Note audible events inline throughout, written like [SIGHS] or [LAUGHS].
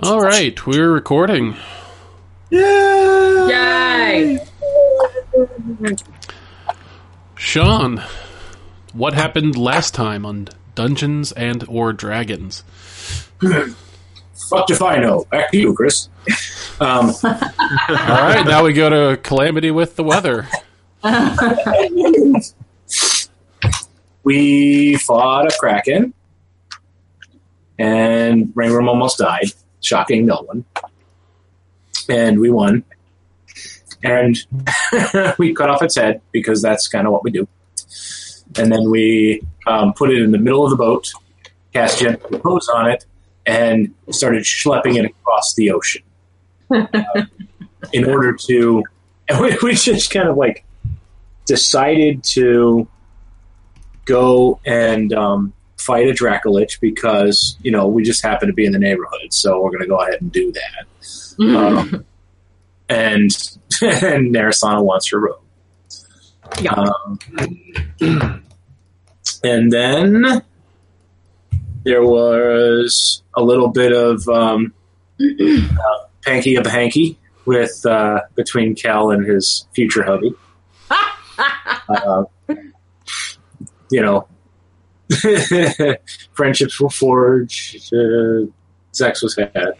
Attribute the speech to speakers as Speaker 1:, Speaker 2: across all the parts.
Speaker 1: All right, we're recording.
Speaker 2: Yeah.
Speaker 3: Yay!
Speaker 1: Sean, what happened last time on Dungeons and or Dragons?
Speaker 2: Fuck if I know. Back to you, Chris. Um,
Speaker 1: All right, now we go to Calamity with the weather.
Speaker 2: we fought a kraken, and Rangram almost died, shocking no one. And we won, and [LAUGHS] we cut off its head because that's kind of what we do. And then we um, put it in the middle of the boat, cast gentle repose on it, and started schlepping it across the ocean in order to. [LAUGHS] And we, we just kind of like decided to go and um, fight a Dracolich because you know we just happen to be in the neighborhood, so we're going to go ahead and do that. Um, and [LAUGHS] and Narasana wants her robe.
Speaker 3: Yeah.
Speaker 2: Um, and then there was a little bit of um, uh, panky of a hanky with uh, between Cal and his future hubby. uh, you know, [LAUGHS] friendships were forged, uh, sex was had.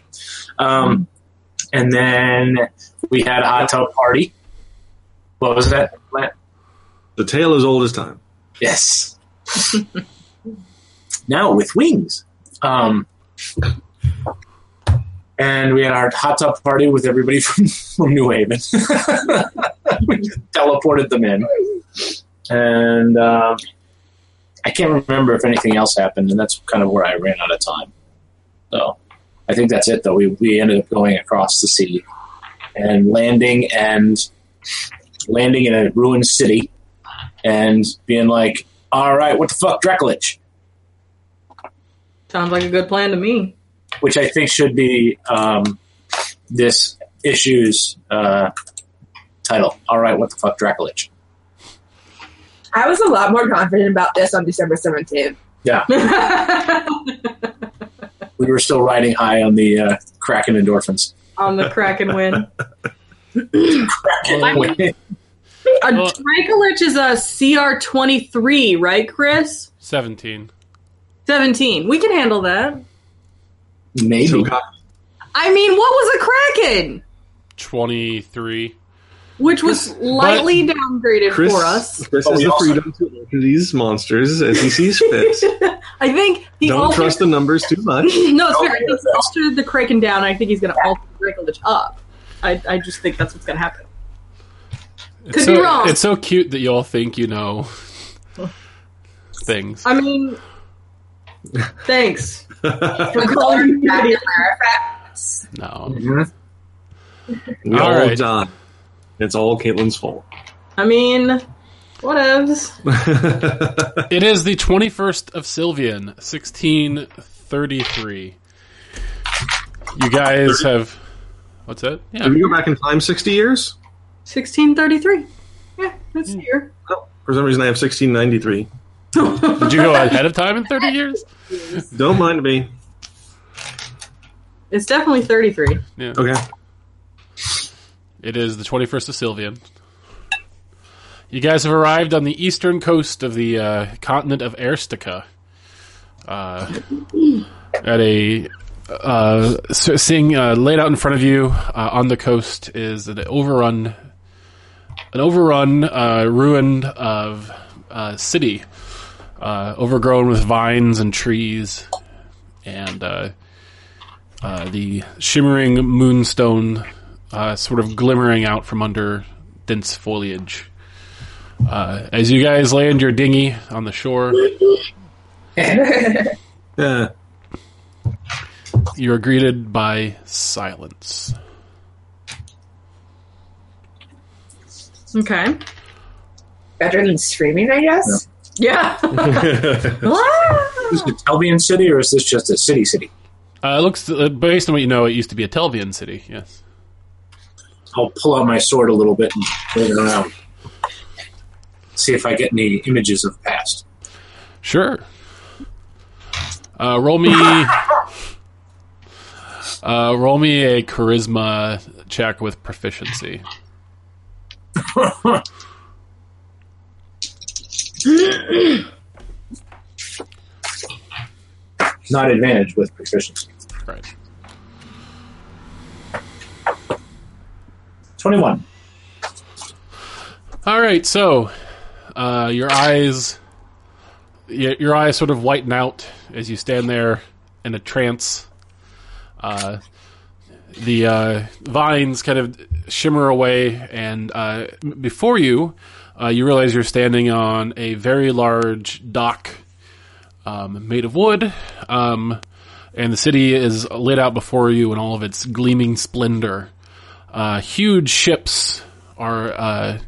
Speaker 2: Um, and then we had a hot tub party. What was that? Matt?
Speaker 4: The tale is old as time.
Speaker 2: Yes. now with wings. Um, and we had our hot tub party with everybody [LAUGHS] from, from New Haven. [LAUGHS] we just teleported them in. And uh, I can't remember if anything else happened, and that's kind of where I ran out of time. So I think that's it, though. We, we ended up going across the sea and landing and landing in a ruined city and being like, "All right, what the fuck, Dracolich?"
Speaker 3: Sounds like a good plan to me. [LAUGHS]
Speaker 2: Which I think should be um, this issue's uh, title. All right, what the fuck, Dracolich?
Speaker 5: I was a lot more confident about this on December 17th.
Speaker 2: Yeah, we were still riding high on the uh, Kraken endorphins.
Speaker 3: On the Kraken win.
Speaker 2: Kraken.
Speaker 3: A
Speaker 1: Well-
Speaker 3: Dracolich is a CR23, right, Chris?
Speaker 1: 17.
Speaker 3: 17. We can handle that.
Speaker 2: [LAUGHS] Maybe
Speaker 4: So got
Speaker 3: I mean, what was a Kraken?
Speaker 1: 23.
Speaker 3: Which was lightly downgraded
Speaker 4: Chris,
Speaker 3: for us.
Speaker 4: Chris
Speaker 2: Oh,
Speaker 4: has
Speaker 2: we
Speaker 4: the
Speaker 2: also-
Speaker 4: freedom to look at these monsters as he sees fit.
Speaker 3: I think he
Speaker 4: Don't
Speaker 3: altered- [LAUGHS]
Speaker 4: trust the numbers too much. [LAUGHS]
Speaker 3: no, it's
Speaker 2: Don't
Speaker 3: fair. I think
Speaker 2: trust
Speaker 3: he altered the Kraken down. I think he's going to alter the Dracolich up. I, I just think that's what's going to happen.
Speaker 1: It's
Speaker 3: Could
Speaker 1: so,
Speaker 3: be wrong.
Speaker 1: It's so cute that you all think you know things.
Speaker 3: I
Speaker 4: [LAUGHS]
Speaker 3: mean, thanks.
Speaker 5: We're calling Dracula.
Speaker 1: No.
Speaker 4: We
Speaker 1: All
Speaker 4: all,
Speaker 1: right.
Speaker 4: die. It's all Caitlin's fault. [LAUGHS]
Speaker 3: I mean, whatevs.
Speaker 1: It is the 21st of Sylvian, 1633. You guys have. What's that? Yeah.
Speaker 4: Did we go back in time 60 years?
Speaker 3: 1633. Yeah, that's here.
Speaker 4: Oh, for some reason, I have 1693.
Speaker 1: Did you go ahead of time in 30 years?
Speaker 4: Don't mind me.
Speaker 3: It's definitely 33.
Speaker 1: Yeah.
Speaker 4: Okay.
Speaker 1: It is the 21st of Sylvian. You guys have arrived on the eastern coast of the uh, continent of Erstica. Uh, at a. Uh, so seeing uh, laid out in front of you uh, on the coast is an overrun, an overrun, uh, ruined of uh, city, uh, overgrown with vines and trees, and uh, uh, the shimmering moonstone uh, sort of glimmering out from under dense foliage. Uh, as you guys land your dinghy on the shore,
Speaker 4: Yeah.
Speaker 1: you are greeted by silence.
Speaker 3: Okay.
Speaker 5: Better than screaming, I guess.
Speaker 3: Yeah.
Speaker 2: is this a Telvian city or is this just a city city?
Speaker 1: Uh, it looks uh, based on what you know, it used to be a Telvian city. Yes,
Speaker 2: I'll pull out my sword a little bit and wave it around. See if I get any images of the past.
Speaker 1: sure. Uh, roll me. Uh, roll me a charisma check with proficiency.
Speaker 6: Not advantage with proficiency.
Speaker 1: Right.
Speaker 6: 21.
Speaker 1: All right, so uh, your eyes, y- your eyes sort of whiten out as you stand there in a trance. Uh, the uh, vines kind of shimmer away, and uh, m- before you, uh, you realize you're standing on a very large dock um, made of wood, um, and the city is lit out before you in all of its gleaming splendor. Uh, huge ships are. Uh,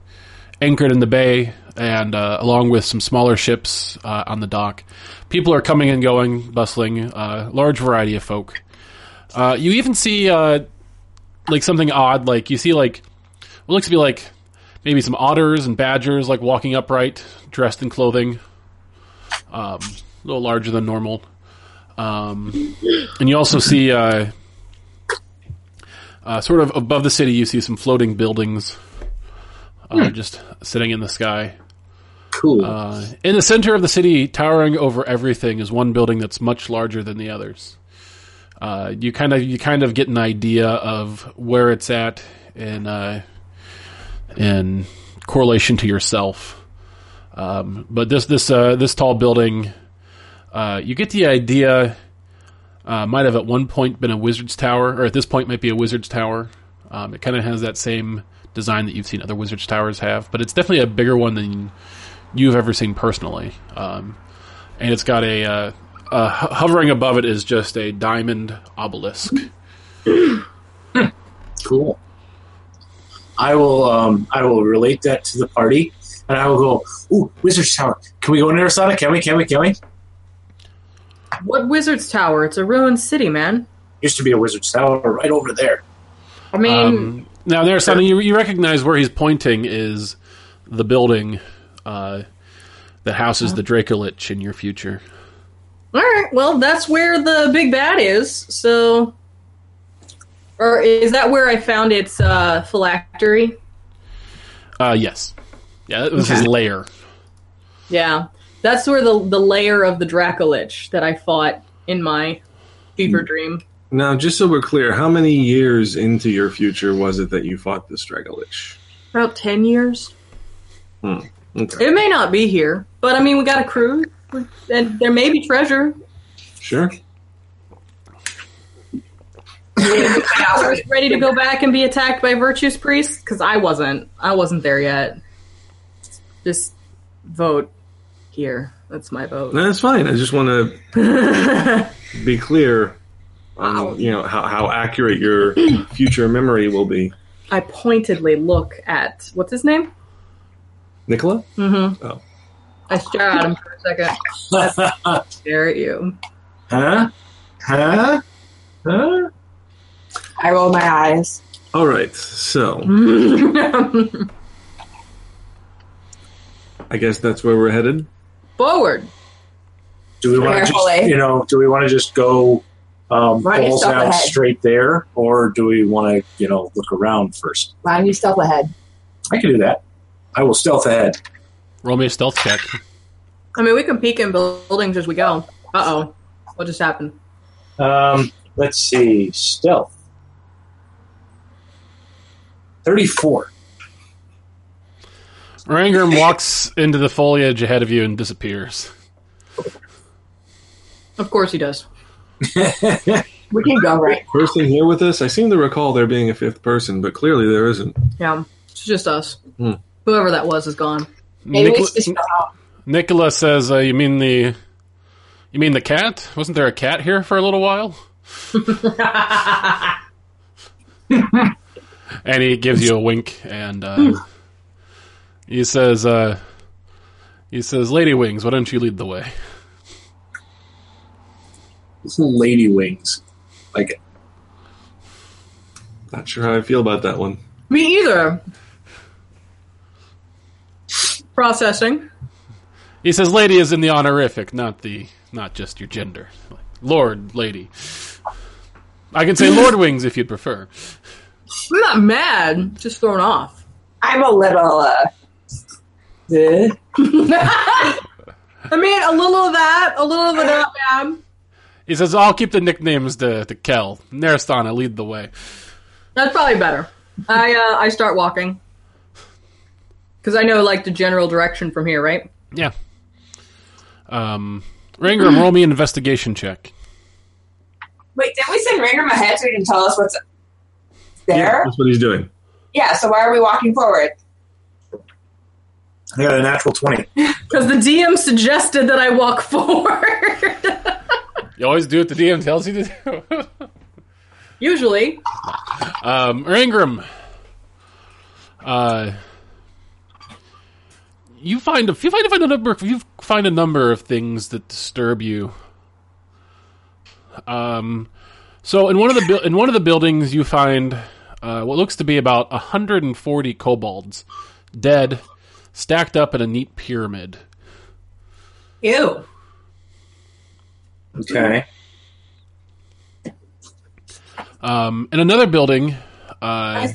Speaker 1: anchored in the bay, and uh, along with some smaller ships uh, on the dock. People are coming and going, bustling, uh, large variety of folk. Uh, you even see uh, like something odd, like you see like what looks to be like maybe some otters and badgers, like walking upright, dressed in clothing, um, a little larger than normal. Um, and you also see uh, uh, sort of above the city, you see some floating buildings uh, just sitting in the sky.
Speaker 6: Cool.
Speaker 1: Uh, in the center of the city, towering over everything, is one building that's much larger than the others. Uh, you kind of you kind of get an idea of where it's at in uh, in correlation to yourself. Um, but this this uh, this tall building, uh, you get the idea. Uh, might have at one point been a wizard's tower, or at this point might be a wizard's tower. Um, it kind of has that same design that you've seen other wizard's towers have, but it's definitely a bigger one than you've ever seen personally. Um, and it's got a, uh, uh, ho- hovering above it is just a diamond obelisk.
Speaker 6: cool. I will um, I will relate that to the party, and I will go. Ooh, Wizard's Tower. Can we go in Arizona? Can we? Can we? Can we?
Speaker 3: [LAUGHS] What Wizard's Tower? It's a ruined city, man.
Speaker 6: Used to be a Wizard's Tower right over there. [LAUGHS]
Speaker 3: I mean,
Speaker 1: Um, now there's something you, you recognize where he's pointing is the building uh, that houses the Draco Lich in your future.
Speaker 3: all right. Well, that's where the big bad is. So, or is that where I found its uh, phylactery?
Speaker 1: Uh, yes, yeah, that was his lair.
Speaker 3: Yeah, that's where the the layer of the Dracolich that I fought in my fever dream.
Speaker 4: Now, just so we're clear, how many years into your future was it that you fought this Dragolich?
Speaker 3: About ten years.
Speaker 4: Okay,
Speaker 3: It may not be here, but I mean, we got a crew, and there may be treasure.
Speaker 4: sure.
Speaker 5: hours.
Speaker 3: Ready to go back and be attacked by virtuous priests? Because I wasn't. I wasn't there yet. Just vote here. That's my vote.
Speaker 4: No, that's fine. I just want to be clear on you know how, how accurate your
Speaker 3: [CLEARS THROAT]
Speaker 4: future memory will be.
Speaker 3: [LAUGHS] I pointedly look at what's his name.
Speaker 4: Nicola?
Speaker 3: Mm-hmm.
Speaker 4: Oh.
Speaker 3: I stare at him for a second.
Speaker 6: huh?
Speaker 3: Stare at you. [LAUGHS]
Speaker 6: Huh? Huh?
Speaker 5: I roll my eyes.
Speaker 4: All right. So I guess that's where we're headed.
Speaker 3: Forward.
Speaker 6: Do we want to just
Speaker 5: Carefully.
Speaker 6: you know? Do we want to just go um,
Speaker 5: Right,
Speaker 6: balls
Speaker 5: stop
Speaker 6: out
Speaker 5: ahead.
Speaker 6: straight there, or do we want to you know look around first?
Speaker 5: Mind you, stealth ahead.
Speaker 6: I can do that. I will stealth ahead.
Speaker 1: Roll me a stealth check.
Speaker 3: I mean, we can peek in buildings as we go. Uh oh. What just happened?
Speaker 6: Um, let's see, stealth. Thirty-four.
Speaker 1: Rangram walks into the foliage ahead of you and disappears.
Speaker 3: Of course he does.
Speaker 5: We can go right.
Speaker 4: Person here with us. I seem to recall there being a fifth person, but clearly there isn't.
Speaker 3: Yeah. It's just us.
Speaker 4: Hmm.
Speaker 3: Whoever that was is gone.
Speaker 5: Maybe we
Speaker 1: Nicola-
Speaker 5: should just go out.
Speaker 1: Nicola says, uh, "You mean the, you mean the cat? Wasn't there a cat here for a little while?" and he gives you a wink, and uh, he says, uh, "He says, Lady Wings, why don't you lead the way?"
Speaker 6: Little lady wings. Like
Speaker 4: Not sure how I feel about that one.
Speaker 3: Me either. Processing.
Speaker 1: He says, "Lady is in the honorific, not the, not just your gender. Lord, lady." I can say Lord Wings if you'd prefer.
Speaker 3: I'm not mad, just thrown off.
Speaker 5: I'm a little. Uh, eh.
Speaker 3: I mean, a little of that, a little of the not bad.
Speaker 1: He says, I'll keep the nicknames to, to Kel. Naristana, lead the way.
Speaker 3: That's probably better. I uh, I start walking because I know like the general direction from here, right?
Speaker 1: Yeah. Um, Rangram, roll me an investigation check.
Speaker 5: Wait, did we send Rangram ahead so he can tell us what's
Speaker 4: Yeah,
Speaker 5: there?
Speaker 4: that's what he's doing. [LAUGHS]
Speaker 5: Yeah. So why are we walking forward?
Speaker 2: I got a natural 20.
Speaker 3: Because the DM suggested that I walk [LAUGHS] forward.
Speaker 1: You always do what the DM tells you to do. [LAUGHS]
Speaker 3: Usually,
Speaker 1: Um, Rangram, uh, you find a you find, find a number you find a number of things that disturb you. Um, so in one of the buil- in one of the buildings, you find uh, what looks to be about 140 kobolds, dead, stacked up in a neat pyramid.
Speaker 5: Ew.
Speaker 2: Okay.
Speaker 1: Um, in another building, uh,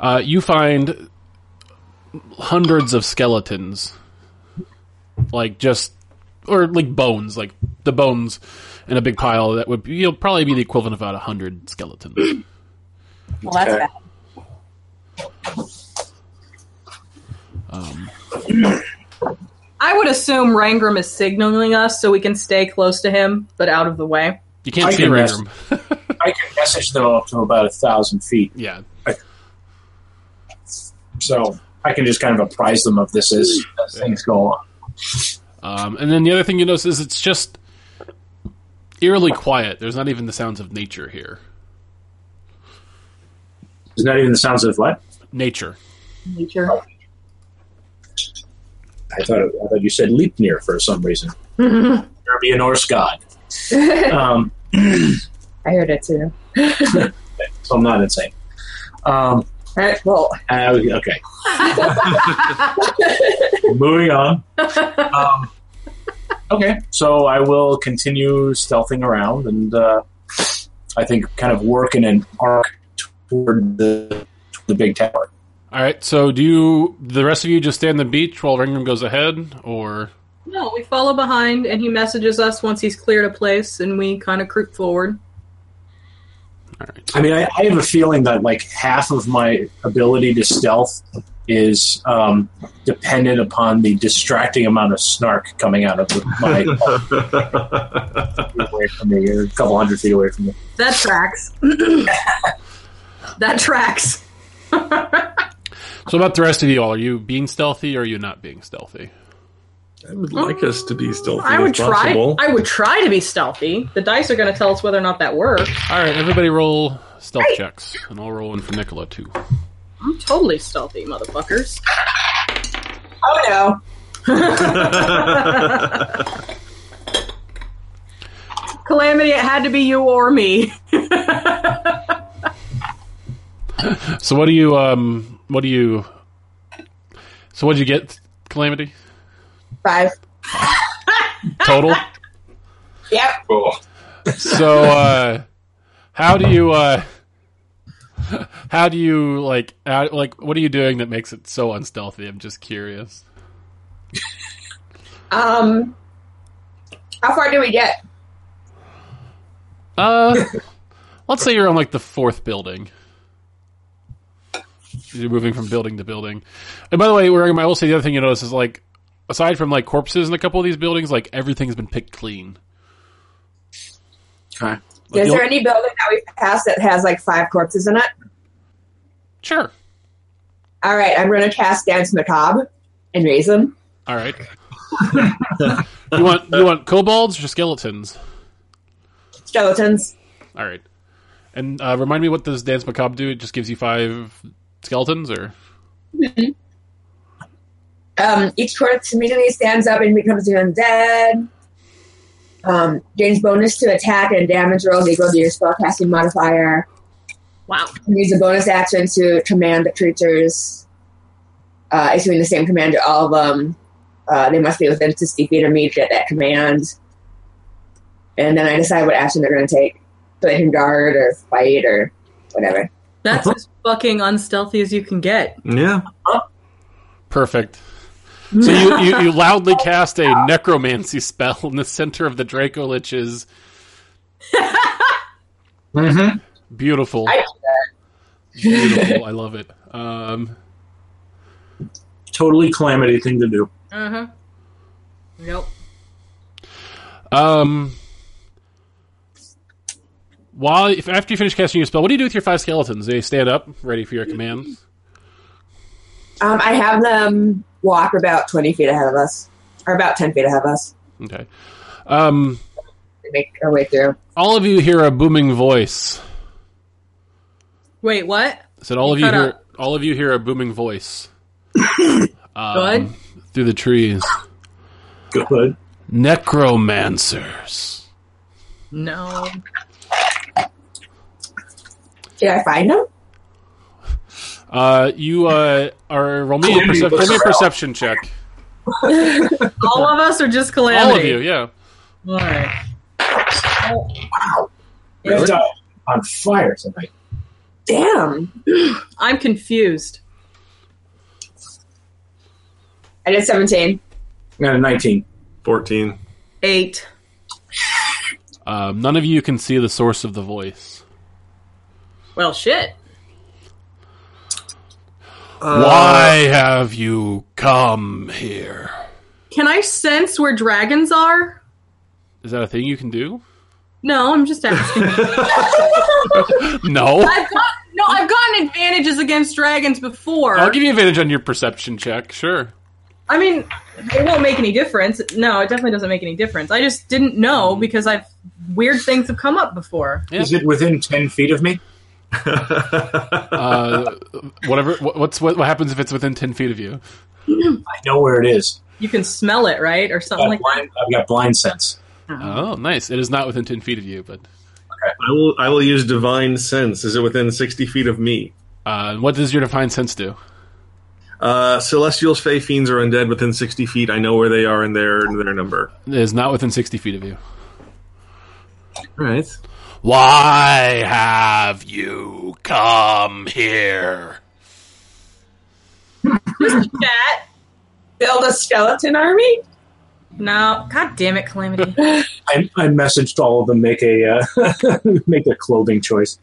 Speaker 1: uh, you find hundreds of skeletons, like just or like bones, like the bones in a big pile that would be, you know, probably be the equivalent of about hundred skeletons.
Speaker 5: Well, that's
Speaker 2: Okay.
Speaker 5: bad.
Speaker 3: I would assume Rangram is signaling us so we can stay close to him, but out of the way.
Speaker 1: You can't
Speaker 2: I
Speaker 1: see
Speaker 2: can
Speaker 1: around
Speaker 2: rest.
Speaker 1: them.
Speaker 2: I can message them up to about a thousand feet,
Speaker 1: Yeah,
Speaker 2: so I can just kind of apprise them of this as, as things go on.
Speaker 1: um, and then the other thing you notice is it's just eerily quiet. There's not even the sounds of nature here.
Speaker 2: There's not even the sounds of what?
Speaker 1: Nature.
Speaker 3: Nature.
Speaker 2: I thought, it, I thought you said Leapnir for some reason. There be a Norse god. Um,
Speaker 5: I heard it too.
Speaker 2: so I'm not insane. Um,
Speaker 5: All right, well,
Speaker 2: uh, okay. [LAUGHS] Moving on. Um, okay, so I will continue stealthing around and uh, I think kind of work in an arc toward the, the big tower.
Speaker 1: All right. So do you the rest of you just stand on the beach while Ringram goes ahead, or
Speaker 3: No, we follow behind, and he messages us once he's cleared a place, and we kind of creep forward.
Speaker 2: I mean, I, I have a feeling that like half of my ability to stealth is um, dependent upon the distracting amount of snark coming out of my away from me, or a couple hundred feet away from me.
Speaker 3: That tracks. that tracks.
Speaker 1: So about the rest of you all, are you being stealthy or are you not being stealthy?
Speaker 4: I would like us to be still.
Speaker 3: I would
Speaker 4: if possible.
Speaker 3: try. I would try to be stealthy. The dice are going to tell us whether or not that works.
Speaker 1: All right, everybody roll stealth checks, and I'll roll one for Nicola too.
Speaker 3: I'm totally stealthy, motherfuckers.
Speaker 5: oh no.
Speaker 3: Calamity, it had to be you or me.
Speaker 1: So what do you um what do you So what would you get, Calamity?
Speaker 5: Five.
Speaker 1: Total?
Speaker 5: Yep.
Speaker 4: Oh.
Speaker 1: so uh how do you uh [LAUGHS] how do you like how, like what are you doing that makes it so unstealthy? I'm just curious.
Speaker 5: Um, how far do we get?
Speaker 1: Uh let's say you're on like the fourth building. You're moving from building to building. And by the way, where I will say the other thing you notice is like aside from like corpses in a couple of these buildings, like everything's been picked clean.
Speaker 2: Okay.
Speaker 1: Like,
Speaker 5: Is
Speaker 1: you'll-
Speaker 5: there any building that we passed that has like five corpses in it?
Speaker 1: Sure.
Speaker 5: All right, I'm going to cast Dance Macabre and raise them.
Speaker 1: All right. you want you want kobolds or skeletons?
Speaker 5: Skeletons.
Speaker 1: All right. And uh, remind me what does Dance Macabre do? It just gives you five skeletons or
Speaker 5: Um, each corpse immediately stands up and becomes an undead. Um, gains bonus to attack and damage rolls equal to your spellcasting modifier.
Speaker 3: Wow.
Speaker 5: Can Use a bonus action to command the creatures, uh, issuing the same command to all of them. Uh, they must be within 60 feet of me to get that command. And then I decide what action they're going to take. so they can guard or fight or whatever.
Speaker 3: That's [LAUGHS] as fucking unstealthy as you can get.
Speaker 4: Yeah.
Speaker 1: Perfect. So you, you, you loudly cast a necromancy spell in the center of the Draco Lich's.
Speaker 6: Mm-hmm.
Speaker 1: Beautiful.
Speaker 5: I
Speaker 1: Beautiful. I love it. Um,
Speaker 6: Totally calamity thing to do.
Speaker 3: Uh huh. Nope.
Speaker 1: um, while if after you finish casting your spell, what do you do with your five skeletons? They stand up, ready for your command.
Speaker 5: Um, I have them walk about 20 feet ahead of us, or about 10 feet ahead of us.
Speaker 1: Okay. Um,
Speaker 5: We make our way through.
Speaker 1: all of you hear a booming voice.
Speaker 3: Wait, what?
Speaker 1: Said all of you
Speaker 3: Cut
Speaker 1: hear
Speaker 3: out.
Speaker 1: all of you hear a booming
Speaker 3: [COUGHS]
Speaker 1: voice. um,
Speaker 3: Good.
Speaker 1: through the trees.
Speaker 6: Good.
Speaker 1: Necromancers.
Speaker 3: No.
Speaker 5: Did I find them?
Speaker 1: Uh, you uh, are roll me a, percep- roll me a perception check.
Speaker 3: All of us are just calamity.
Speaker 1: All of you, yeah.
Speaker 3: All right.
Speaker 6: Red dot on fire tonight.
Speaker 5: Damn.
Speaker 3: I'm confused.
Speaker 5: I did [LAUGHS] 17.
Speaker 6: I got a 19.
Speaker 4: [LAUGHS] 14.
Speaker 3: Eight.
Speaker 1: Um, none of you can see the source of the voice.
Speaker 3: Well, shit.
Speaker 6: Uh,
Speaker 1: Why have you come here?
Speaker 3: Can I sense where dragons are?
Speaker 1: Is that a thing you can do?
Speaker 3: No, I'm
Speaker 1: [LAUGHS]
Speaker 3: just asking.
Speaker 1: No.
Speaker 3: I've got no. I've gotten advantages against dragons before.
Speaker 1: I'll give you advantage on your perception check, sure.
Speaker 3: I mean, it won't make any difference. No, it definitely doesn't make any difference. I just didn't know because I've weird things have come up before.
Speaker 1: Yeah.
Speaker 6: Is it within 10 feet of me?
Speaker 1: Uh, whatever. What, what's what, what happens if it's within ten feet of you?
Speaker 6: I know where it is.
Speaker 3: You can smell it, right, or
Speaker 6: I've got,
Speaker 3: something like that.
Speaker 6: blind, I've got blind sense.
Speaker 1: Oh, nice. It is not within ten feet of you, but
Speaker 4: I will I will use divine sense. Is it within 60 feet of me?
Speaker 1: uh, what does your divine sense do?
Speaker 4: Uh, celestials, fey, fiends, or undead within 60 feet. I know where they are in their in their number.
Speaker 1: It is not within sixty feet of you.
Speaker 4: All right.
Speaker 1: Why have you come here?
Speaker 3: Cat?
Speaker 5: Build a skeleton army?
Speaker 3: No. God damn it,
Speaker 5: [LAUGHS]
Speaker 3: calamity.
Speaker 6: I, I messaged all of them make a uh, [LAUGHS] make a clothing choice.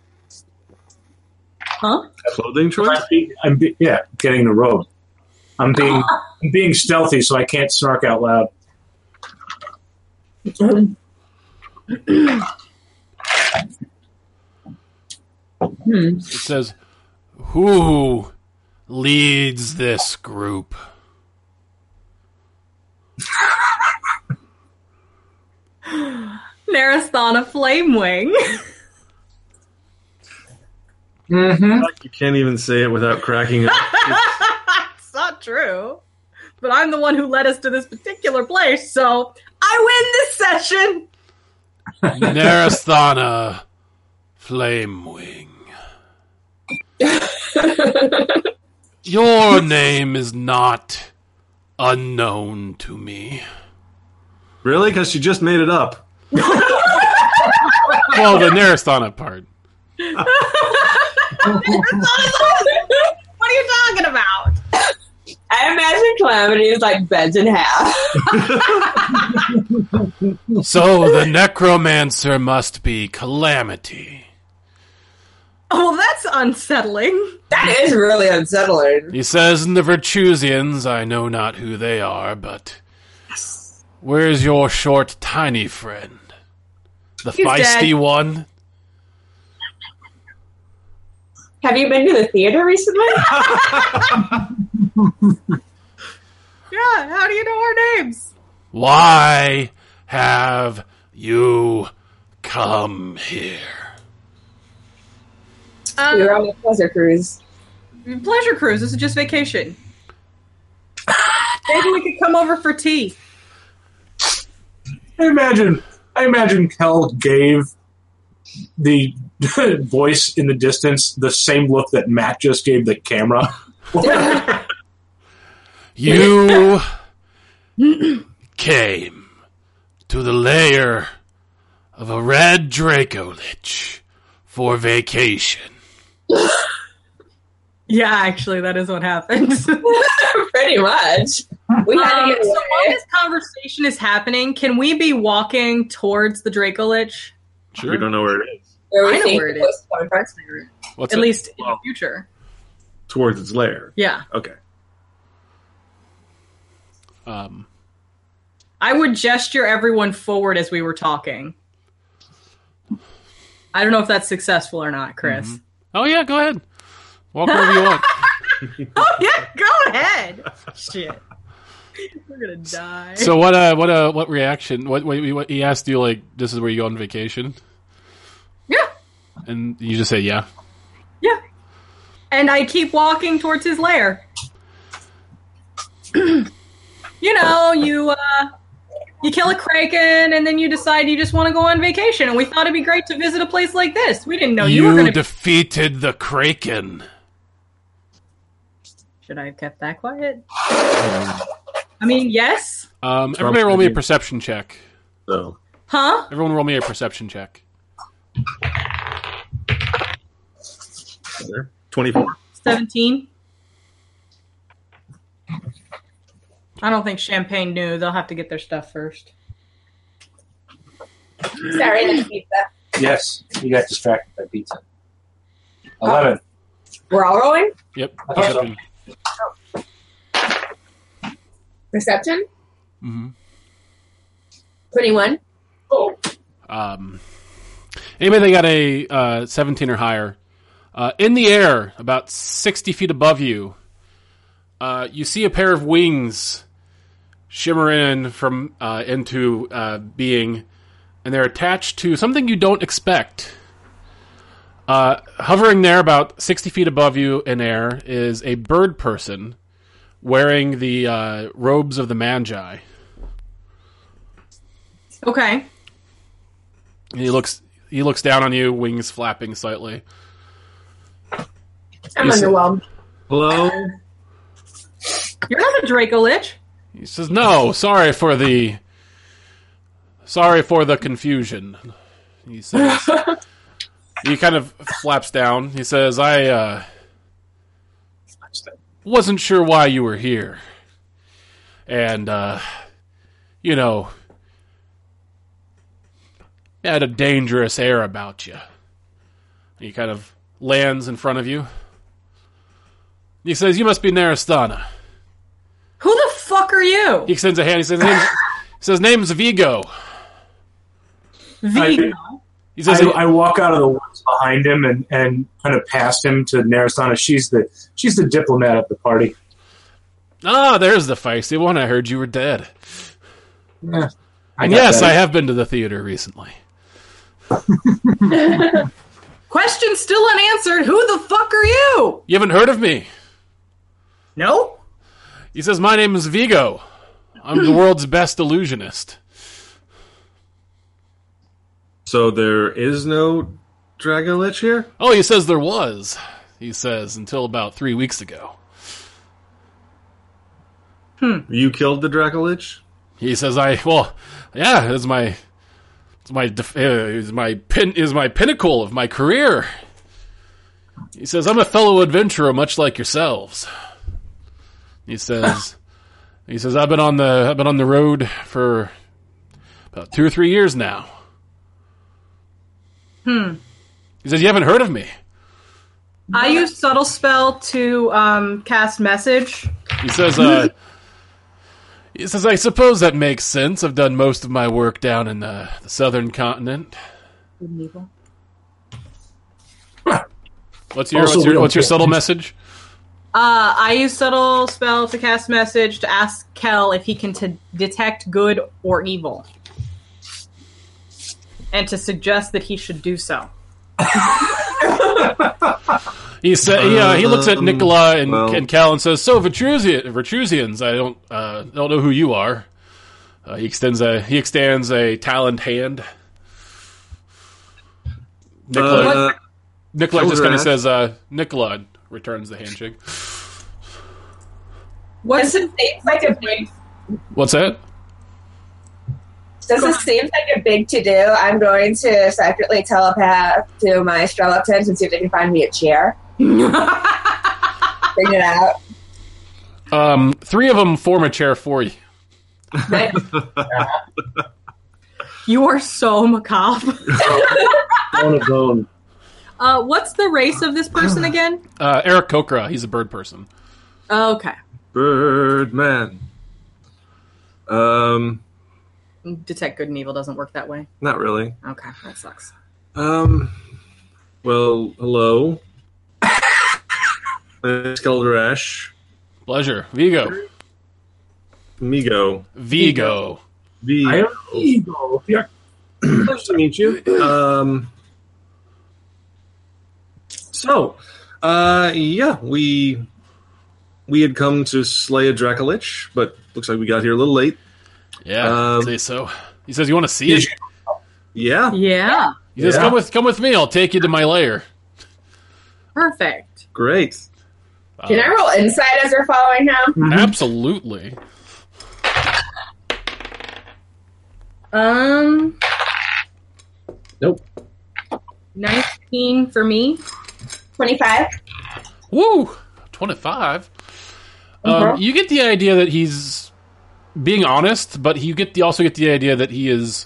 Speaker 3: Huh?
Speaker 4: Clothing choice?
Speaker 6: I'm, be, I'm be, yeah, getting the robe. I'm being I'm being stealthy, so I can't snark out loud.
Speaker 1: It says, "Who leads this group?"
Speaker 3: Narasthana [LAUGHS] Flamewing.
Speaker 6: Mm-hmm.
Speaker 4: You can't even say it without cracking it.
Speaker 3: it's not true. But I'm the one who led us to this particular place, so I win this
Speaker 5: [LAUGHS]
Speaker 3: session.
Speaker 1: Narasthana Flamewing. Your name is not unknown to me.
Speaker 4: really? Because she just made it up.
Speaker 1: Well, the Narasthana part.
Speaker 3: what are you talking about?
Speaker 5: I imagine Calamity is like bent in half. [LAUGHS]
Speaker 1: So the necromancer must be Calamity.
Speaker 3: Oh, well, that's unsettling.
Speaker 5: That is really unsettling.
Speaker 1: He says, "In the Virtusians, I know not who they are, but where's your short, tiny friend, the
Speaker 3: He's
Speaker 1: feisty
Speaker 3: dead.
Speaker 1: one?"
Speaker 5: Have you been to the theater [LAUGHS] recently?
Speaker 3: Yeah, how do you know our names?
Speaker 1: Why have you come here?
Speaker 5: we were
Speaker 3: Um,
Speaker 5: on a pleasure cruise.
Speaker 3: pleasure cruise. This is just vacation. Maybe we could come over for tea.
Speaker 6: I imagine I imagine Kel gave the [LAUGHS] voice in the distance the same look that Matt just gave the camera.
Speaker 3: [CLEARS THROAT]
Speaker 1: You came to the lair of a red Draco Lich for vacation.
Speaker 3: Yeah, actually, that is what happened.
Speaker 5: [LAUGHS] [LAUGHS] Pretty much. We had
Speaker 3: Um,
Speaker 5: to get
Speaker 3: so while
Speaker 5: away.
Speaker 3: this conversation is happening, can we be walking towards the Draco Lich?
Speaker 4: We don't know where it is.
Speaker 5: Where
Speaker 3: I
Speaker 5: we
Speaker 3: know
Speaker 5: think
Speaker 3: where it
Speaker 5: the voice is coming from.
Speaker 1: What's
Speaker 3: At
Speaker 1: it?
Speaker 3: least in the
Speaker 4: Well-
Speaker 3: future.
Speaker 4: Towards its lair.
Speaker 3: Yeah.
Speaker 4: Okay.
Speaker 1: Um,
Speaker 3: I would gesture everyone forward as we were talking. I don't know if that's successful or not, Chris.
Speaker 1: oh yeah, go ahead. Walk wherever you
Speaker 3: [LAUGHS]
Speaker 1: want.
Speaker 3: Oh, [LAUGHS] yeah, go ahead. [LAUGHS] Shit. We're going to die.
Speaker 1: So what? Uh, what? Uh, what reaction? What, what? What? He asked you like, "This is where you go on vacation,"
Speaker 3: yeah,
Speaker 1: and you just say, "Yeah."
Speaker 3: yeah. And I keep walking towards his lair. [CLEARS THROAT] you know, you uh, you kill a kraken, and then you decide you just want to go on vacation. And we thought it'd be great to visit a place like this. We didn't know you, were going to.
Speaker 1: defeated the Kraken.
Speaker 3: Should I have kept that quiet? I mean, yes.
Speaker 1: Um, everybody, roll me a perception check.
Speaker 4: So
Speaker 3: Huh?
Speaker 1: Everyone, roll me a perception check.
Speaker 4: there. Twenty-four.
Speaker 3: 17. I don't think Champagne knew. They'll have to get their stuff first.
Speaker 5: Sorry, that's pizza.
Speaker 6: Yes, you got distracted by pizza. Eleven.
Speaker 5: We're all rolling?
Speaker 1: Yep.
Speaker 6: I thought so.
Speaker 1: Perception.
Speaker 5: Perception?
Speaker 1: Mhm.
Speaker 5: 21.
Speaker 6: Oh,
Speaker 1: Um, anybody that got a uh, 17 or higher, uh, in the air, about 60 feet above you, uh, you see a pair of wings shimmer in from uh, into uh, being, and they're attached to something you don't expect. Uh, hovering there, about 60 feet above you in air, is a bird person wearing the uh, robes of the Magi.
Speaker 3: Okay.
Speaker 1: And he looks he looks down on you, wings flapping slightly.
Speaker 5: I'm
Speaker 1: You see-
Speaker 5: underwhelmed.
Speaker 4: Hello.
Speaker 3: You're not a Draco Lich.
Speaker 1: He says, "No, sorry for the sorry for the confusion." He says. he kind of flaps down. He says, "I uh, wasn't sure why you were here, and uh, you know, had a dangerous air about you." He kind of lands in front of you. He says, "You must be Naristana."
Speaker 3: Who the fuck are you?
Speaker 1: He extends a hand. He says, name's, he says name's Vigo.
Speaker 3: Vigo.
Speaker 1: He says,
Speaker 6: I, I walk out of the woods behind him and, and kind of past him to Naristana. She's the she's the diplomat of the party.
Speaker 1: ah, there's the feisty one. I heard you were dead.
Speaker 6: Yeah. I
Speaker 1: And
Speaker 6: got
Speaker 1: yes, I
Speaker 6: that.
Speaker 1: have been to the theater recently.
Speaker 3: Question still unanswered. Who the fuck are you?
Speaker 1: You haven't heard of me?
Speaker 3: No.
Speaker 1: He says, my name is Vigo. I'm the world's best illusionist.
Speaker 4: So there is no Dragon Lich here.
Speaker 1: Oh, he says there was. He says until about three weeks ago.
Speaker 4: You killed the Dragon Lich.
Speaker 1: He says, I well, yeah, it's my, it's my, def- uh, it's my pin is my pinnacle of my career. He says, I'm a fellow adventurer, much like yourselves. He says, he says, I've been on the I've been on the road for about two or three years now. Hmm. He says, you haven't heard of me.
Speaker 3: I use subtle spell to um, cast message.
Speaker 1: He says, uh, he says, I suppose that makes sense. I've done most of my work down in the, the southern continent. What's your
Speaker 6: Also,
Speaker 1: what's
Speaker 6: we
Speaker 1: your,
Speaker 6: don't
Speaker 1: what's your
Speaker 6: care.
Speaker 1: subtle message?
Speaker 3: Uh, I use subtle spell to cast message to ask Kel if he can t- detect good or evil, and to suggest that he should do so.
Speaker 1: He said, yeah. He looks at
Speaker 4: Um,
Speaker 1: Nicola and,
Speaker 4: well-
Speaker 1: and Cal and says, "So Vitrusian, Vitrusians, I don't uh, don't know who you are." Uh, he extends a he extends a taloned hand. Nicola,
Speaker 4: Uh,
Speaker 1: Nicola
Speaker 4: shoulder
Speaker 1: just kind of
Speaker 4: axe.
Speaker 1: says, uh, "Nicola," and returns the handshake.
Speaker 3: What's
Speaker 5: This is- it's like a big
Speaker 1: What's that?
Speaker 5: Since it seems like a big to do, I'm going to secretly telepath to my Strelitons and see if they can find me a [LAUGHS] chair. Bring it out.
Speaker 1: Um, three of them form a chair for you.
Speaker 3: You are so macabre.
Speaker 6: Bone to bone.
Speaker 3: Uh, what's the race of this person again?
Speaker 1: Uh, Eric Kokra, he's a bird person.
Speaker 3: Okay.
Speaker 4: Birdman. Um,
Speaker 3: Detect good and evil doesn't work that way.
Speaker 4: not really.
Speaker 3: Okay, that sucks.
Speaker 4: Um, well, hello. It's Geldrash.
Speaker 1: Pleasure. Vigo.
Speaker 4: Migo.
Speaker 1: Vigo.
Speaker 4: V.
Speaker 6: I am evil. You're
Speaker 4: Nice to meet you. Um, so, uh, yeah, we we had come to slay a Dracolich, but looks like we got here a little late.
Speaker 1: Yeah,
Speaker 4: Um,
Speaker 1: say so. He says, "You want to see it?"
Speaker 4: Yeah,
Speaker 3: Yeah,
Speaker 1: He says,
Speaker 4: Yeah.
Speaker 1: "Come with, come with me. I'll take you to my lair."
Speaker 3: perfect.
Speaker 4: great.
Speaker 1: Uh,
Speaker 5: Can I roll inside as we're following him?
Speaker 1: absolutely.
Speaker 3: Um,
Speaker 6: Nope.
Speaker 3: 19 for me.
Speaker 5: 25?
Speaker 1: Woo! 25. Um,
Speaker 5: Uh-huh.
Speaker 1: You get the idea that he's being honest, but you get the, also get the idea that he is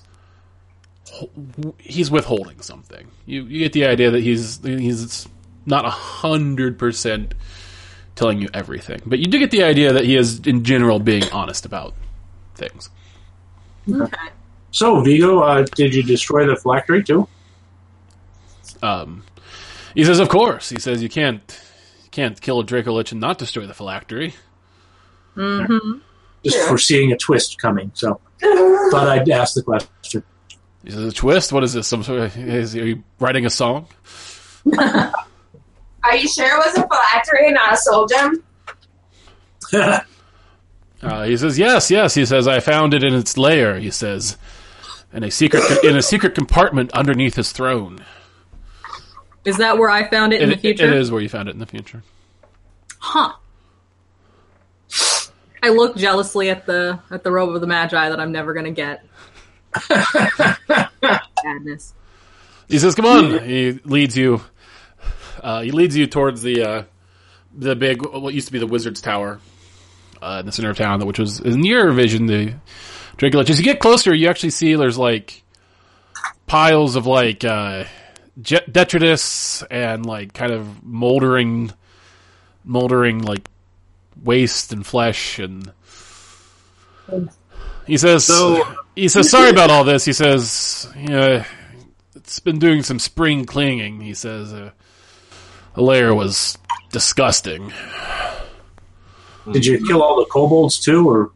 Speaker 1: he's withholding something. You you get the idea that he's he's not a hundred percent telling you everything, but you do get the idea that he is in general being honest about things.
Speaker 3: Okay.
Speaker 6: [CLEARS THROAT] So, Vigo, uh, did you destroy the phylactery too?
Speaker 1: Um, he says, "Of course." He says, "You can't." you Can't kill a Dracolich and not destroy the phylactery.
Speaker 3: Mm-hmm.
Speaker 6: Just
Speaker 5: Yeah.
Speaker 6: foreseeing a twist coming, so thought I'd ask the question. [LAUGHS]
Speaker 1: He says, "A twist? What is this? Some sort of, is, are you writing a song?"
Speaker 5: Are you sure it was a phylactery and not a soldier?
Speaker 1: Uh, he says, "Yes, yes." He says, "I found it in its lair." He says, "In a secret in a secret compartment underneath his throne."
Speaker 3: Is that where I found it in
Speaker 1: It-
Speaker 3: the future?
Speaker 1: it is where you found it in the future.
Speaker 3: Huh. I look jealously at the at the robe of the magi that I'm never gonna get. Madness.
Speaker 1: He says, "Come on." He leads you. Uh, he leads you towards the uh, the big what used to be the wizard's tower uh, in the center of town, which was in your vision. The Dracolich. As you get closer, you actually see there's like piles of like uh, jet detritus and like kind of moldering, moldering like waste and flesh and. He says.
Speaker 4: So-
Speaker 1: he says, "Sorry about all this." He says, "Yeah, it's been doing some spring cleaning." He says, uh, "The layer was disgusting."
Speaker 6: Did you kill all the kobolds too, or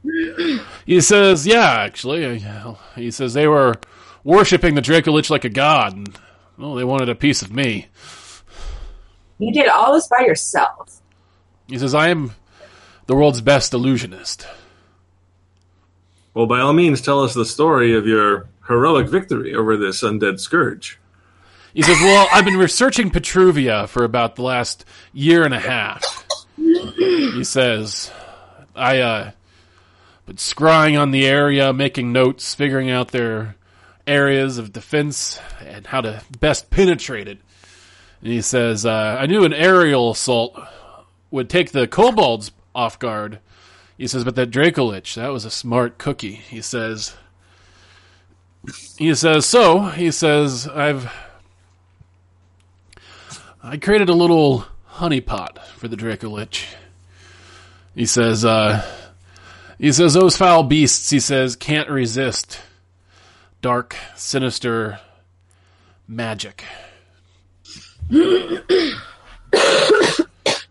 Speaker 1: He says, "Yeah, actually." He says they were worshiping the Dracolich like a god, and well, they wanted a piece of me.
Speaker 5: You did all this by yourself.
Speaker 1: He says, "I am the world's best illusionist."
Speaker 4: Well, by all means, tell us the story of your heroic victory over this undead scourge.
Speaker 1: He says, "Well, I've been researching Petruvia for about the last year and a half." He says, "I uh, been scrying on the area, making notes, figuring out their areas of defense and how to best penetrate it." And he says, uh, "I knew an aerial assault would take the kobolds off guard." He says, "But that Dracolich, that was a smart cookie." He says. He says, so, he says, I've I created a little honey pot for the Dracolich. He says, uh, he says, those foul beasts, he says, can't resist dark, sinister magic.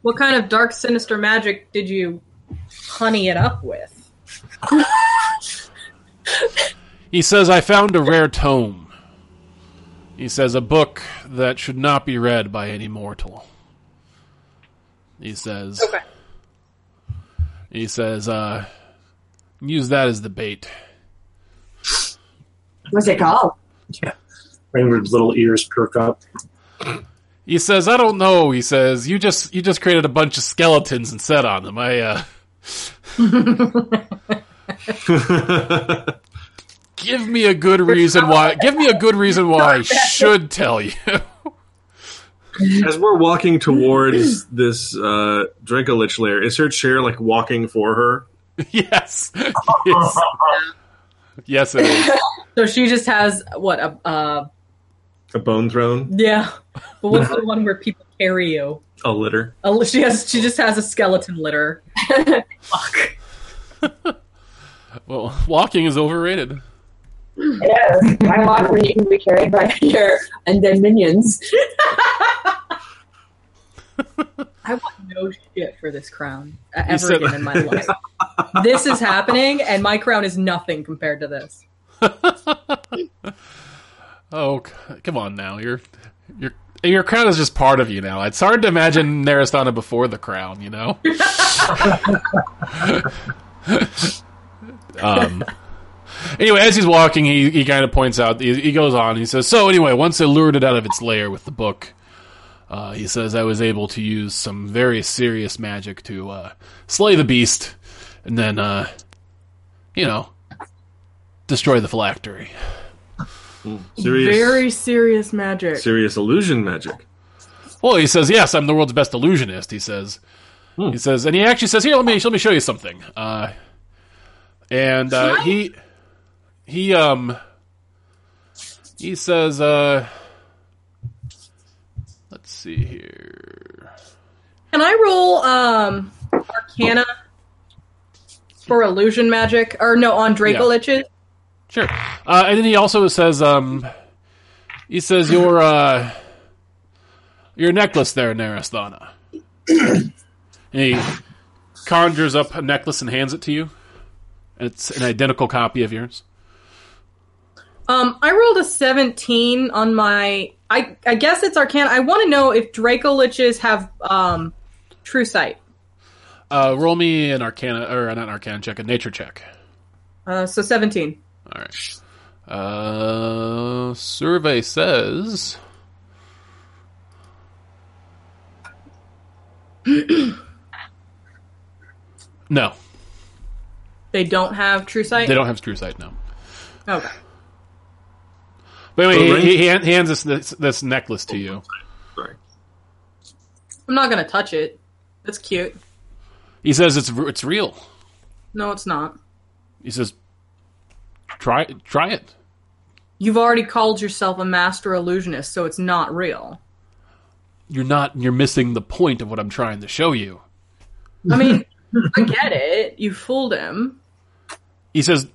Speaker 3: What kind of dark, sinister magic did you honey it up with?
Speaker 1: He says, I found a rare tome. He says, a book that should not be read by any mortal. He says,
Speaker 3: Okay.
Speaker 1: he says, uh, use that as the bait.
Speaker 5: What's it called?
Speaker 6: Raymond's little ears perk up?
Speaker 1: He says, "I don't know." He says, "You just you just created a bunch of skeletons and set on them." I uh, [LAUGHS] Give me a good reason why. Give me a good reason why I should tell you. [LAUGHS]
Speaker 4: As we're walking towards this uh, Draco Lich lair, is her chair like walking for her?
Speaker 1: yes. [LAUGHS] Yes. Yes, it is.
Speaker 3: So she just has what a uh,
Speaker 4: A bone throne?
Speaker 3: yeah. But what's the one where people carry you?
Speaker 4: A litter?
Speaker 3: A li- She has. She just has a skeleton litter. Fuck.
Speaker 1: Well, walking is overrated.
Speaker 5: Yeah, I walk when you can be carried by your undead minions.
Speaker 3: I want no shit for this crown uh,
Speaker 1: You
Speaker 3: ever
Speaker 1: said-
Speaker 3: again in my life. this is happening, and my crown is nothing compared to this.
Speaker 1: Oh, c- come on now. Your your your crown is just part of you now. It's hard to imagine Narasana before the crown, you know. [LAUGHS] um. Anyway, as he's walking, he, he kind of points out. He, he goes on. He says, "So anyway, once I lured it out of its lair with the book, uh, he says I was able to use some very serious magic to uh, slay the beast, and then, uh, you know, destroy the phylactery."
Speaker 4: Serious,
Speaker 3: serious magic.
Speaker 4: serious illusion magic.
Speaker 1: Well, he says, "Yes, I'm the world's best illusionist." He says, he says, and he actually says, "Here, let me let me show you something." Uh, and uh, he he um he says, uh, "Let's see here."
Speaker 3: Can I roll um, Arcana for illusion magic? Or no, on Draco
Speaker 1: Yeah.
Speaker 3: Liches?
Speaker 1: Sure. Uh, and then he also says, um, he says, "Your uh, your necklace there, Narasthana." [CLEARS THROAT] and he conjures up a necklace and hands it to you. And it's an identical copy of yours.
Speaker 3: Um, I rolled a 17 on my. I, I guess it's Arcana. I want to know if Draco Liches have um, True Sight.
Speaker 1: Uh, roll me an Arcana, or not an Arcana check, a Nature check.
Speaker 3: Uh, so 17.
Speaker 1: All right. Uh, survey says. [CLEARS THROAT] no,
Speaker 3: They don't have True Sight?
Speaker 1: they don't have true sight. No.
Speaker 3: Okay.
Speaker 1: But
Speaker 4: The
Speaker 1: anyway,
Speaker 4: ring?
Speaker 1: he, he, hand- he hands this, this this necklace to you.
Speaker 4: Sorry.
Speaker 3: I'm not going to touch it. That's cute.
Speaker 1: He says it's r- it's real.
Speaker 3: No, it's not.
Speaker 1: He says, try try it.
Speaker 3: You've already called yourself a master illusionist, so it's not real.
Speaker 1: You're not. You're missing the point of what I'm trying to show you.
Speaker 3: I mean, I get it. You fooled him.
Speaker 1: He says,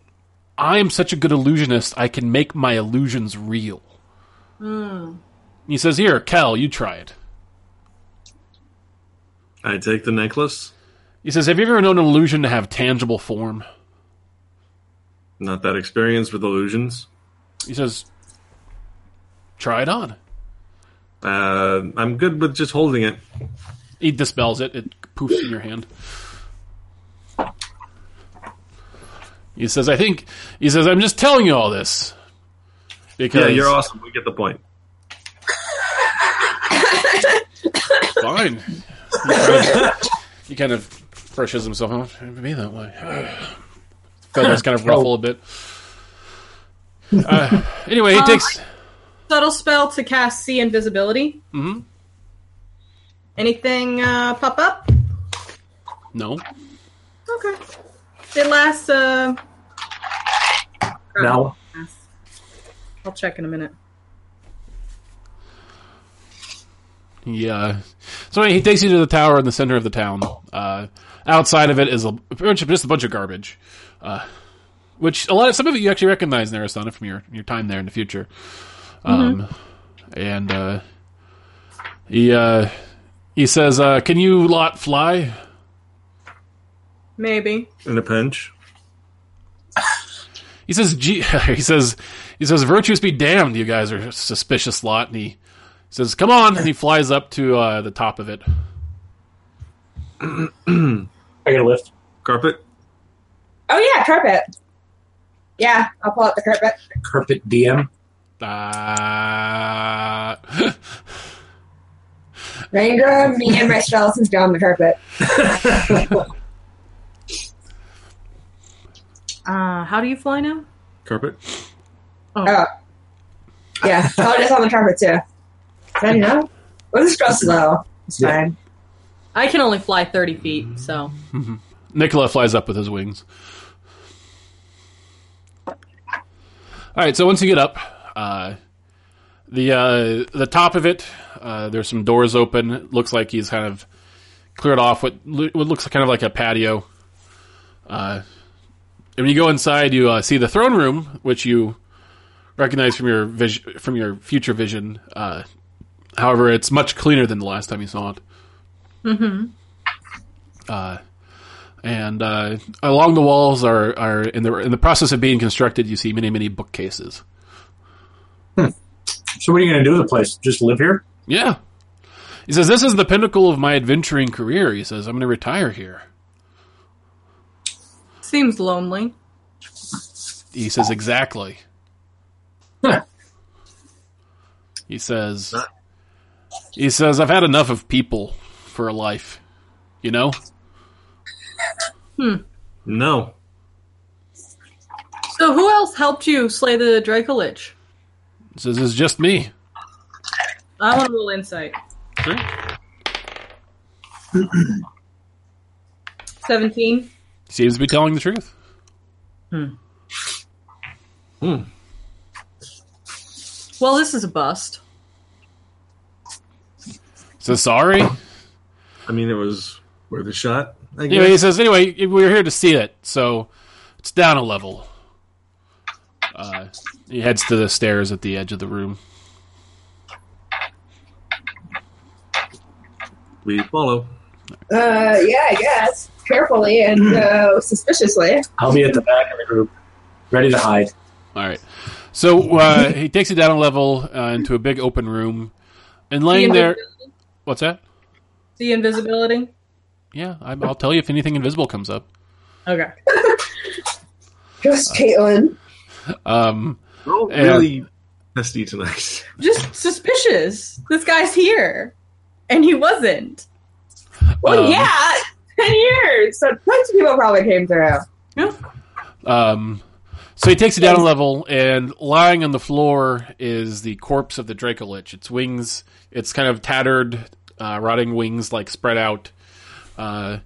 Speaker 1: I am such a good illusionist. I can make my illusions real. He says, here, Cal, you try it.
Speaker 4: I take the necklace.
Speaker 1: He says, have you ever known an illusion to have tangible form?
Speaker 4: Not that experienced with illusions.
Speaker 1: He says, try it on.
Speaker 4: Uh, I'm good with just holding it.
Speaker 1: He dispels it. It poofs in your hand. He says, "I think." He says, "I'm just telling you all this because
Speaker 4: Yeah,
Speaker 1: [LAUGHS]
Speaker 4: you're awesome. We get the point.
Speaker 1: fine." He kind, of, he kind of brushes himself off. It would be that way. [SIGHS] Feathers
Speaker 4: Oh.
Speaker 1: kind of ruffle a bit. Uh, anyway, he
Speaker 3: Um,
Speaker 1: takes.
Speaker 3: Subtle spell to cast see invisibility.
Speaker 1: Mhm.
Speaker 3: Anything uh, pop up?
Speaker 1: No,
Speaker 3: Okay. It lasts. Uh...
Speaker 6: No.
Speaker 3: I'll check in a minute.
Speaker 1: Yeah. So anyway, he takes you to the tower in the center of the town. Uh, outside of it is a bunch of, just a bunch of garbage, uh, which a lot of some of it you actually recognize, Narasana, from your your time there in the future. Um, and uh, he uh, he says, uh, "Can you lot fly?"
Speaker 3: Maybe.
Speaker 4: In a pinch.
Speaker 1: He says, G- [LAUGHS] "He says, he says, virtues be damned. You guys are a suspicious lot." And he says, "Come on!" And he flies up to uh, the top of it.
Speaker 6: I get a lift.
Speaker 4: Carpet.
Speaker 5: Oh yeah, carpet. Yeah, I'll pull out the carpet.
Speaker 6: Carpet DM.
Speaker 1: [LAUGHS] Uh,
Speaker 5: Ranger, me and my skeletons down the carpet.
Speaker 3: Uh, how do you fly now?
Speaker 4: carpet.
Speaker 5: Oh. Yeah. [LAUGHS] Oh, that's on the carpet too. I don't know. Well, this girl's slow. It's
Speaker 6: Yeah.
Speaker 5: fine.
Speaker 3: I can only fly 30 feet, so.
Speaker 1: Nicola flies up with his wings. All right, so once you get up, uh, the uh, the top of it, uh, there's some doors open. It looks like he's kind of cleared off what lo- what looks kind of like a patio. Uh, and when you go inside, you uh, see the throne room, which you recognize from your vis- from your future vision. Uh, however, it's much cleaner than the last time you saw it. and uh, along the walls are, are in the in the process of being constructed. You see many many bookcases.
Speaker 6: So what are you going to do with the place? Just live here?
Speaker 1: Yeah, he says this is the pinnacle of my adventuring career. He says I'm going to retire here.
Speaker 3: Seems lonely.
Speaker 1: He says exactly.
Speaker 6: Huh.
Speaker 1: He says he says I've had enough of people for a life. You know,
Speaker 4: No,
Speaker 3: So, who else helped you slay the Draco Lich?
Speaker 1: he says it's just me.
Speaker 3: I want a little insight. 17.
Speaker 1: Seems to be telling the truth.
Speaker 3: Well, this is a bust.
Speaker 1: He says sorry.
Speaker 4: I mean it was worth a shot. I guess.
Speaker 1: Anyway, he says, anyway, we were here to see it, so it's down a level. Uh, he heads to the stairs at the edge of the room.
Speaker 4: we follow.
Speaker 5: Uh, yeah, I guess. Carefully and uh, suspiciously.
Speaker 6: I'll be at the back of the group, ready to hide.
Speaker 1: All right. So uh, he takes it down a level uh, into a big open room. And
Speaker 3: The,
Speaker 1: laying there.
Speaker 3: invisibility-
Speaker 1: What's that?
Speaker 3: the invisibility.
Speaker 1: Yeah, I, I'll tell you if anything invisible comes up.
Speaker 3: Okay.
Speaker 5: Just Caitlin.
Speaker 1: Um,
Speaker 4: We're all
Speaker 1: Yeah.
Speaker 4: really testy tonight. [LAUGHS]
Speaker 3: Just suspicious. This guy's here. And he wasn't.
Speaker 5: Well,
Speaker 1: um,
Speaker 5: yeah.
Speaker 3: 10 years.
Speaker 5: So tons of people probably came through.
Speaker 1: Um, so he takes it down a level, and lying on the floor is the corpse of the Dracolich. Its wings, its kind of tattered, uh, rotting wings, like spread out, uh,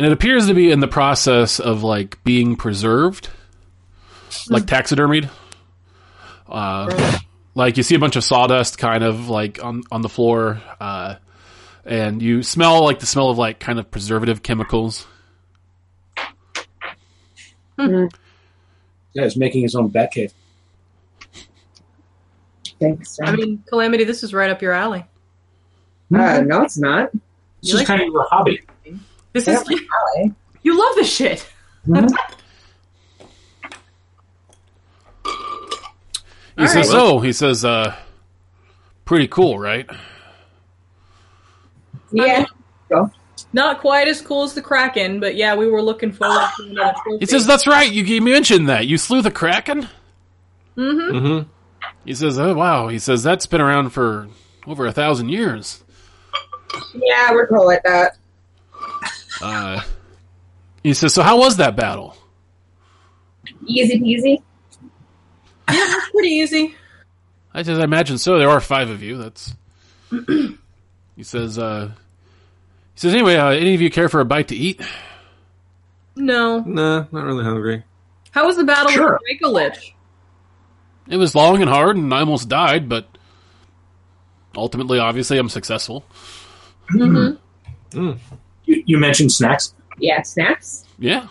Speaker 1: and it appears to be in the process of like being preserved, like taxidermied. Uh, like you see a bunch of sawdust, kind of like on on the floor, uh, and you smell like the smell of like kind of preservative chemicals.
Speaker 6: Yeah, he's making his own Batcave.
Speaker 5: Thanks.
Speaker 3: I mean, Calamity, this is right up your alley.
Speaker 5: uh, no, it's not.
Speaker 6: This
Speaker 3: You
Speaker 6: is
Speaker 3: like-
Speaker 6: kind of your hobby.
Speaker 3: This
Speaker 5: Yeah.
Speaker 3: is [LAUGHS] you love this shit.
Speaker 1: He
Speaker 3: All
Speaker 1: says,
Speaker 4: right.
Speaker 1: "Oh, he says, uh, pretty cool, right?"
Speaker 5: Yeah.
Speaker 3: Not quite as cool as the Kraken, but yeah, we were looking forward to another trophy.
Speaker 1: He says, "That's right. You, you mentioned that you slew the kraken."
Speaker 3: mm-hmm.
Speaker 4: Mm-hmm.
Speaker 1: He says, "Oh wow." He says, "That's been around for over a thousand years."
Speaker 5: Yeah, we're cool like that.
Speaker 1: Uh, he says, "So how was that battle?"
Speaker 5: Easy peasy.
Speaker 3: Pretty easy.
Speaker 1: I says, "I imagine so. There are five of you." That's. [CLEARS THROAT] he says. Uh, he says, "Anyway, uh, any of you care for a bite to eat?"
Speaker 3: No.
Speaker 4: Nah, not really hungry.
Speaker 3: How was the battle
Speaker 6: Sure.
Speaker 3: with Draco Lich?
Speaker 1: It was long and hard, and I almost died, but ultimately, obviously, I'm successful.
Speaker 3: Mm-hmm.
Speaker 6: You, you mentioned snacks.
Speaker 5: Yeah, snacks.
Speaker 1: Yeah.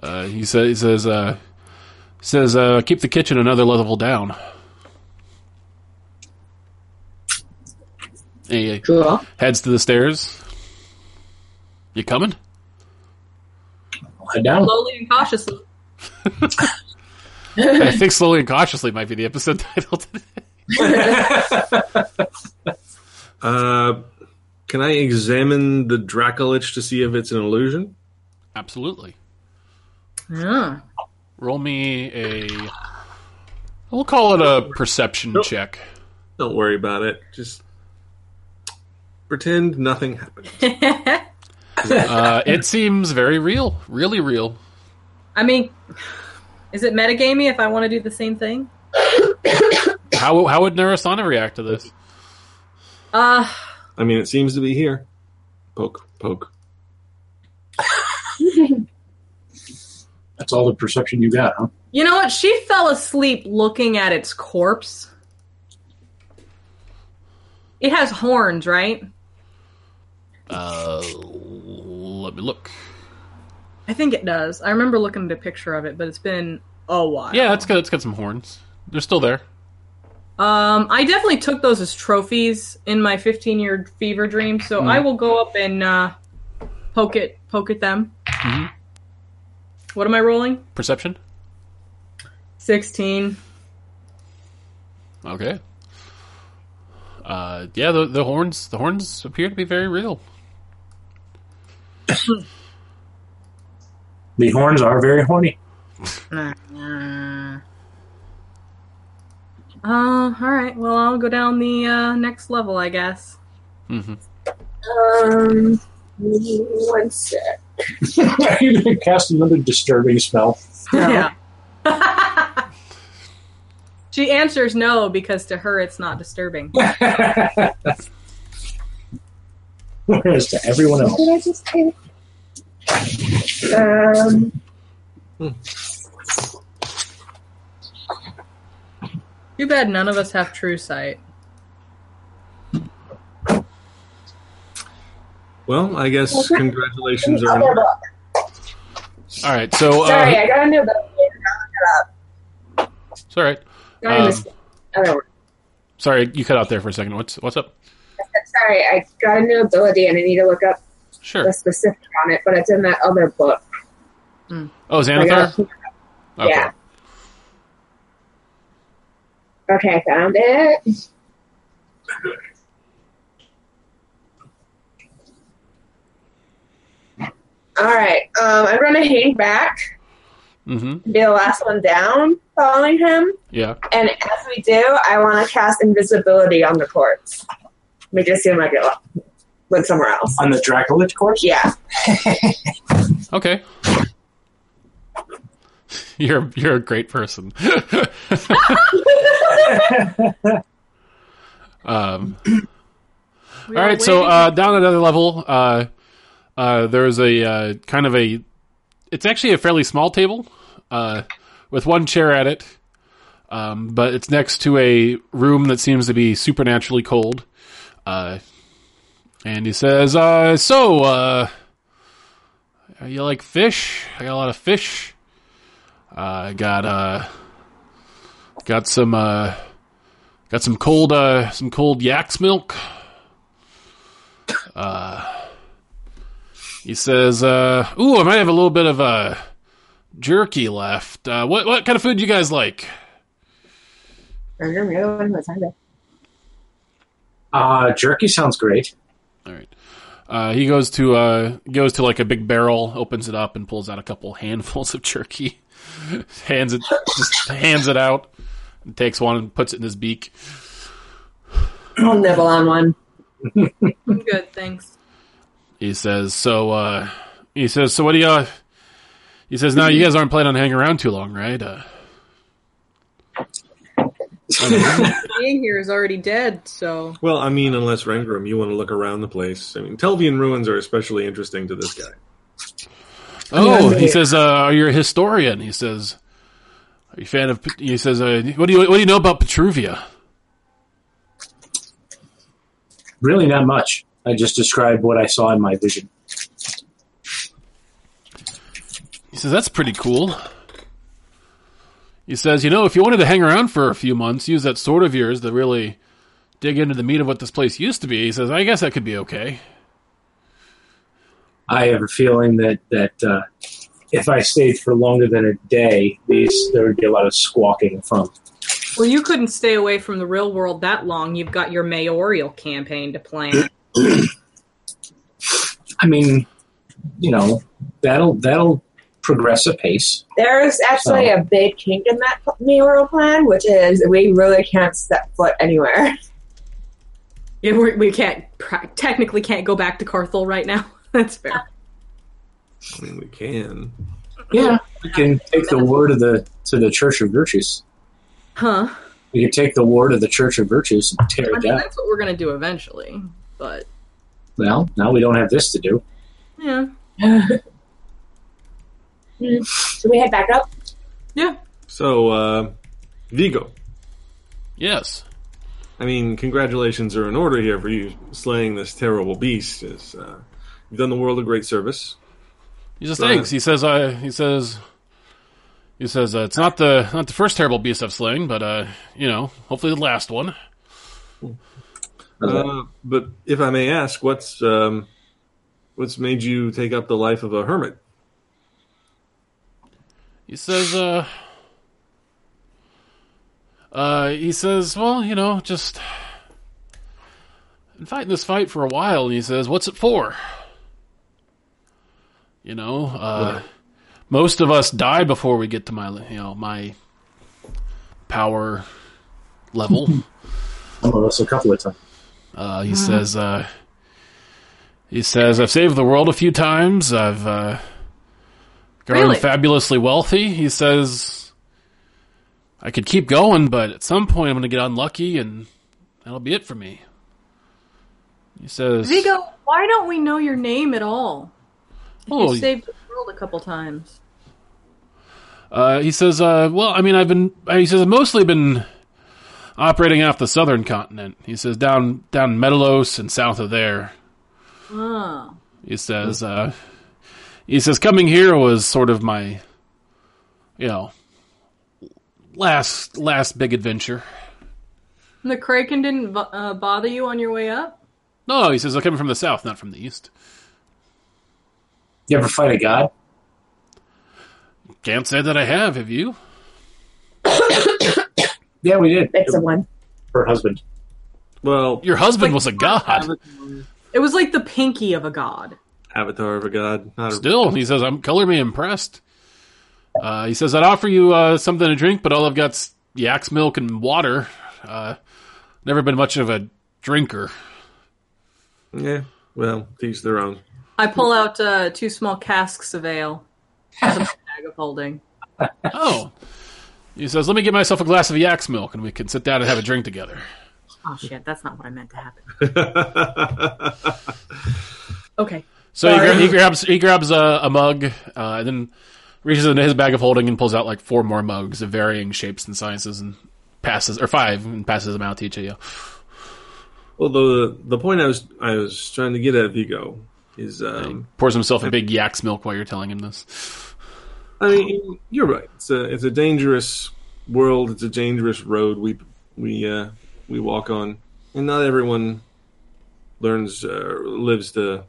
Speaker 1: Uh, he says. He says. Uh, says. Uh, Keep the kitchen another level down. He
Speaker 5: Cool.
Speaker 1: heads to the stairs. You coming?
Speaker 6: I'll head down.
Speaker 3: Slowly and cautiously.
Speaker 1: I think slowly and cautiously might be the episode [LAUGHS] title. Today.
Speaker 4: Uh, can I examine the Dracolich to see if it's an illusion?
Speaker 1: Absolutely.
Speaker 3: [LAUGHS] Yeah.
Speaker 1: Roll me a. We'll call it a perception
Speaker 4: Nope.
Speaker 1: check.
Speaker 4: Don't worry about it. Just pretend nothing happened.
Speaker 1: Uh, it seems very real, really real.
Speaker 3: I mean, Is it metagamey if I want to do the same thing?
Speaker 1: How how would Narasana react to this?
Speaker 3: Uh,
Speaker 4: I mean, it seems to be here. Poke, poke.
Speaker 6: That's all the perception you got, huh?
Speaker 3: you know what? She fell asleep looking at its corpse. It has horns, right?
Speaker 1: Uh, let me look.
Speaker 3: I think it does. I remember looking at a picture of it, but it's been a while.
Speaker 1: Yeah, it's got it's got some horns. They're still there.
Speaker 3: Um, I definitely took those as trophies in my 15 year fever dream, so I will go up and uh, poke it, poke at them.
Speaker 1: Mhm.
Speaker 3: What am I rolling?
Speaker 1: Perception.
Speaker 3: 16.
Speaker 1: Okay. Uh, yeah, the the horns the horns appear to be very real.
Speaker 6: The horns are very horny. [LAUGHS]
Speaker 3: Uh, all right. Well, I'll go down the uh, next level, I guess.
Speaker 1: hmm
Speaker 5: Um, one sec.
Speaker 6: are you going to cast another disturbing spell? [LAUGHS]
Speaker 5: No.
Speaker 3: Yeah. [LAUGHS] she answers no because to her it's not disturbing.
Speaker 6: Whereas to everyone else,
Speaker 5: Did I just do? Um.
Speaker 3: Too bad none of us have true sight.
Speaker 4: Well, I guess
Speaker 5: Okay.
Speaker 4: congratulations are in
Speaker 5: other
Speaker 4: order.
Speaker 5: book.
Speaker 1: All right, so uh,
Speaker 5: Sorry, I got a new book.
Speaker 1: it's all right.
Speaker 5: Sorry,
Speaker 1: Um,
Speaker 5: Miss- other one.
Speaker 1: Sorry, you cut out there for a second. What's what's up?
Speaker 5: Sorry, I got a new ability and I need to look up
Speaker 1: Sure.
Speaker 5: the specific on it, but it's in that other book.
Speaker 1: Oh,
Speaker 5: I
Speaker 1: Xanathar. [LAUGHS]
Speaker 5: got- yeah. Okay, I found it. All right, um, I'm gonna hang back,
Speaker 1: Mm-hmm.
Speaker 5: be the last one down, following him,
Speaker 1: Yeah.
Speaker 5: and as we do, I want to cast invisibility on the corpse. Make it seem like it went somewhere else.
Speaker 6: on the Dracolich course,
Speaker 5: Yeah,
Speaker 1: Okay. [LAUGHS] You're you're a great
Speaker 5: [LAUGHS]
Speaker 1: person. [LAUGHS] um,
Speaker 3: We
Speaker 1: all
Speaker 3: are
Speaker 1: right, so
Speaker 3: waiting.
Speaker 1: uh, down another level, uh, uh, there's a uh, kind of a. It's actually a fairly small table uh, with one chair at it, um, but it's next to a room that seems to be supernaturally cold. Uh, and he says, uh, "So, uh, you like fish? I got a lot of fish. Uh, I got uh, got some uh, got some cold uh, some cold yak's milk." He says, uh, "Ooh, I might have a little bit of uh, jerky left. Uh, what what kind of food do you guys like?
Speaker 5: Remember, you're the one who was on it.
Speaker 6: uh, jerky sounds great.
Speaker 1: All right. Uh, he goes to uh, goes to like a big barrel, opens it up, and pulls out a couple [LAUGHS] handfuls of jerky. [LAUGHS] hands it just hands it out. And takes one and puts it in his beak.
Speaker 5: I'll nibble on one.
Speaker 3: I'm good, thanks.
Speaker 1: He says, "So uh, he says, so what do you?" Uh, he says, "No, you guys aren't planning on hanging around too long, right?" Uh,
Speaker 3: Being here is already dead, so
Speaker 4: Well, I mean, unless Rengram, you want to look around the place. I mean, Telvian ruins are especially interesting to this guy.
Speaker 1: Oh,
Speaker 5: Yeah.
Speaker 1: he says, uh, "Are you a historian?" He says, "Are you a fan of?" P-" He says, uh, "What do you What do you know about Petruvia?"
Speaker 6: Really, not much. I just described what I saw in my vision.
Speaker 1: He says, "That's pretty cool." He says, "You know, if you wanted to hang around for a few months, use that sword of yours to really dig into the meat of what this place used to be." He says, "I guess that could be okay."
Speaker 6: I have a feeling that that uh, if I stayed for longer than a day, these there would be a lot of squawking from.
Speaker 3: well you couldn't stay away from the real world that long. You've got your mayoral campaign
Speaker 1: [LAUGHS]
Speaker 3: to plan.
Speaker 6: I mean, you know, that'll that'll progress apace.
Speaker 5: There's actually a big kink in that mayoral plan, which is we really can't step foot anywhere.
Speaker 3: Yeah, we we can't pra- [LAUGHS] technically can't go back to Carthel right now. That's fair.
Speaker 4: I mean, we can.
Speaker 6: Yeah, we can take the word of the to the Church of Virtues.
Speaker 3: Huh.
Speaker 6: We can take the word of the Church of Virtues and tear
Speaker 3: I
Speaker 6: it
Speaker 3: mean,
Speaker 6: down.
Speaker 3: that's what we're gonna do eventually. But
Speaker 6: Well, now we don't have this to do.
Speaker 3: yeah,
Speaker 5: So we head back up.
Speaker 3: yeah.
Speaker 4: So, uh, Vigo,
Speaker 1: Yes.
Speaker 4: I mean, congratulations are in order here for you slaying this terrible beast. Is uh, you've done the world a great service.
Speaker 1: He says
Speaker 4: Right.
Speaker 1: thanks. He says uh, he says he says uh, it's not the not the first terrible beast I've slain, but uh, you know, hopefully the last one.
Speaker 4: Uh, but if I may ask, what's um, what's made you take up the life of a hermit?
Speaker 1: He says uh uh he says, "Well, you know, just been fighting this fight for a while." And he says, "What's it for?" You know, uh most of us die before we get to my, you know, my power level.
Speaker 6: Some of us a couple of times.
Speaker 1: Uh,
Speaker 3: Uh-huh.
Speaker 1: he says, uh, he says, I've saved the world a few times. I've uh, grown
Speaker 3: Really?
Speaker 1: fabulously wealthy. He says, I could keep going, but at some point I'm going to get unlucky, and that'll be it for me. He says,
Speaker 3: Vigo, why don't we know your name at all?
Speaker 1: "Oh,
Speaker 3: you saved the world a couple times.
Speaker 1: Uh, he says, uh, "Well, I mean, I've been." uh, He says, "I've mostly been operating off the southern continent." He says, "Down, down Metalos and south of there."
Speaker 3: Oh.
Speaker 1: He says, uh, "He says coming here was sort of my, you know, last last big adventure."
Speaker 3: The Kraken didn't bo- uh, bother you on your way up?
Speaker 1: No, he says, "I'm coming from the south, not from the east."
Speaker 6: You ever fight a god?
Speaker 1: Can't say that I have. Have you?
Speaker 6: Yeah, we did.
Speaker 5: That's the [LAUGHS] one.
Speaker 6: Her husband.
Speaker 4: Well,
Speaker 1: Your husband was a god.
Speaker 3: It was like the pinky of a god.
Speaker 4: avatar of a god. Not a,
Speaker 1: Still, he says, "I'm color me impressed." Uh, he says, "I'd offer you uh, something to drink, but all I've got's yak's milk and water. Uh, never been much of a drinker."
Speaker 4: yeah. Well, to each their own.
Speaker 3: I pull out uh, two small casks of ale. Out of my bag of holding.
Speaker 1: Oh, he says, "Let me get myself a glass of yak's milk, and we can sit down and have a drink together."
Speaker 3: Oh shit, that's not what I meant to happen. Okay.
Speaker 1: So he, gra- he grabs he grabs a, a mug uh, and then reaches into his bag of holding and pulls out like four more mugs of varying shapes and sizes and passes or five and passes them out to each of you.
Speaker 4: Well, the the point I was I was trying to get at Vigo is, um,
Speaker 1: Pours himself a big yak's milk while you're telling him this.
Speaker 4: I mean, you're right. It's a it's a dangerous world. It's a dangerous road we we uh, we walk on, and not everyone learns uh, lives to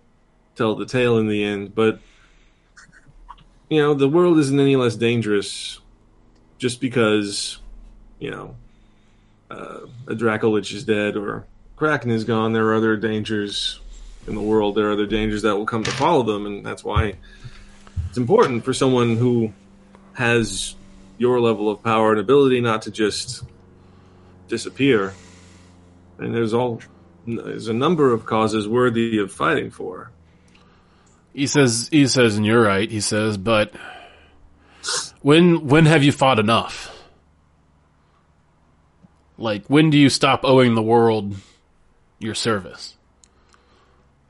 Speaker 4: tell the tale in the end. But you know, the world isn't any less dangerous just because you know uh, a Dracolich is dead or Kraken is gone. There are other dangers in the world. There are other dangers that will come to follow them, and that's why it's important for someone who has your level of power and ability not to just disappear. And there's all there's a number of causes worthy of fighting for.
Speaker 1: He says, he says, and you're right. He says, but when when have you fought enough? Like, when do you stop owing the world your service?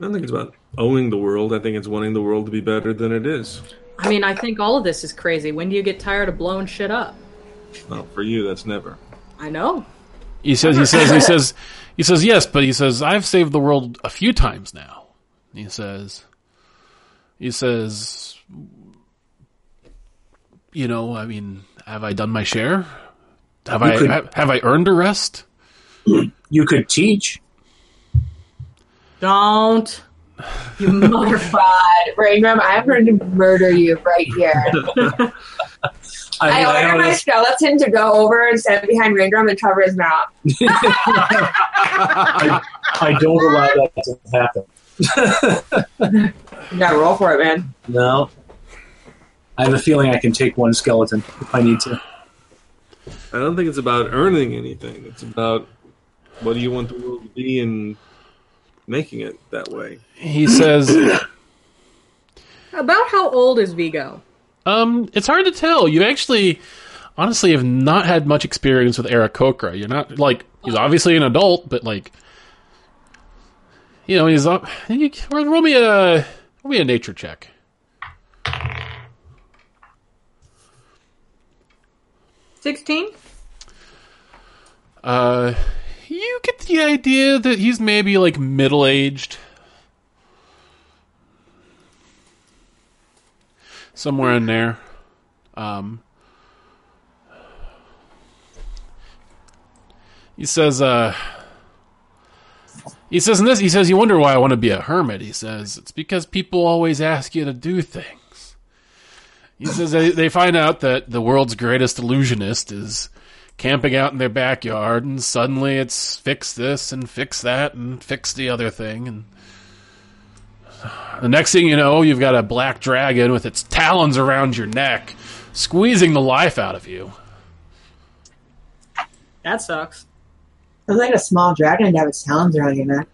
Speaker 4: I don't think it's about owning the world. I think it's wanting the world to be better than it is.
Speaker 3: I mean, I think all of this is crazy. When do you get tired of blowing shit up?
Speaker 4: Well, for you, that's never.
Speaker 3: I know.
Speaker 1: He says, he says, he says, he says, yes, but he says, I've saved the world a few times now. He says, he says, you know, I mean, have I done my share? Have I
Speaker 6: could-
Speaker 1: have, have I earned a rest?
Speaker 6: You could teach.
Speaker 3: Don't. You motherfucker.
Speaker 5: Oh God, Rangram, I'm going to murder you right here. I,
Speaker 6: I
Speaker 5: order
Speaker 6: know
Speaker 5: my
Speaker 6: this-
Speaker 5: skeleton to go over and stand behind Rangram and cover his mouth.
Speaker 6: I don't allow that to happen.
Speaker 5: You gotta roll for it, man.
Speaker 6: No. I have a feeling I can take one skeleton if I need to.
Speaker 4: I don't think it's about earning anything. It's about what do you want the world to be and making it that way.
Speaker 1: He says,
Speaker 3: About how old is Vigo?
Speaker 1: Um, it's hard to tell. You actually, honestly, have not had much experience with Arakocra. You're not like he's obviously an adult, but like, you know, he's up. You, roll me a roll me a nature check.
Speaker 3: Sixteen.
Speaker 1: Uh, you get the idea that he's maybe like middle aged. Somewhere in there. Um, he says, uh, he says in this, he says, you wonder why I want to be a hermit. He says, it's because people always ask you to do things. He says they, they find out that the world's greatest illusionist is camping out in their backyard and suddenly it's fix this and fix that and fix the other thing and the next thing you know you've got a black dragon with its talons around your neck squeezing the life out of you
Speaker 7: That sucks.
Speaker 5: Sounds like a small dragon to have its talons around your neck.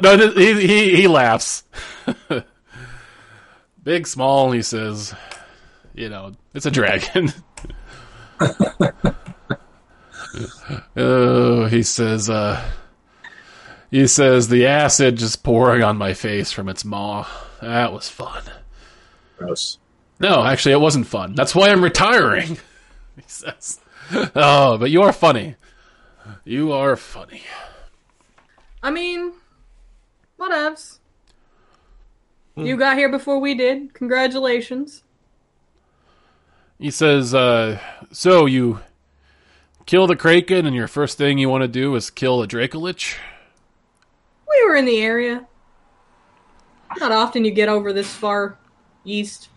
Speaker 1: no th- he, he, he laughs [LAUGHS] big small he says you know it's a dragon [LAUGHS] oh he says uh he says the acid just pouring on my face from its maw that was fun
Speaker 6: Gross.
Speaker 1: no, actually, it wasn't fun. That's why I'm retiring. [LAUGHS] He says, "Oh, but you are funny. You are funny."
Speaker 3: I mean, whatevs. You got here before we did. Congratulations.
Speaker 1: He says, uh, "So you kill the kraken, and your first thing you want to do is kill the dracolich."
Speaker 3: We were in the area. Not often you get over this far east.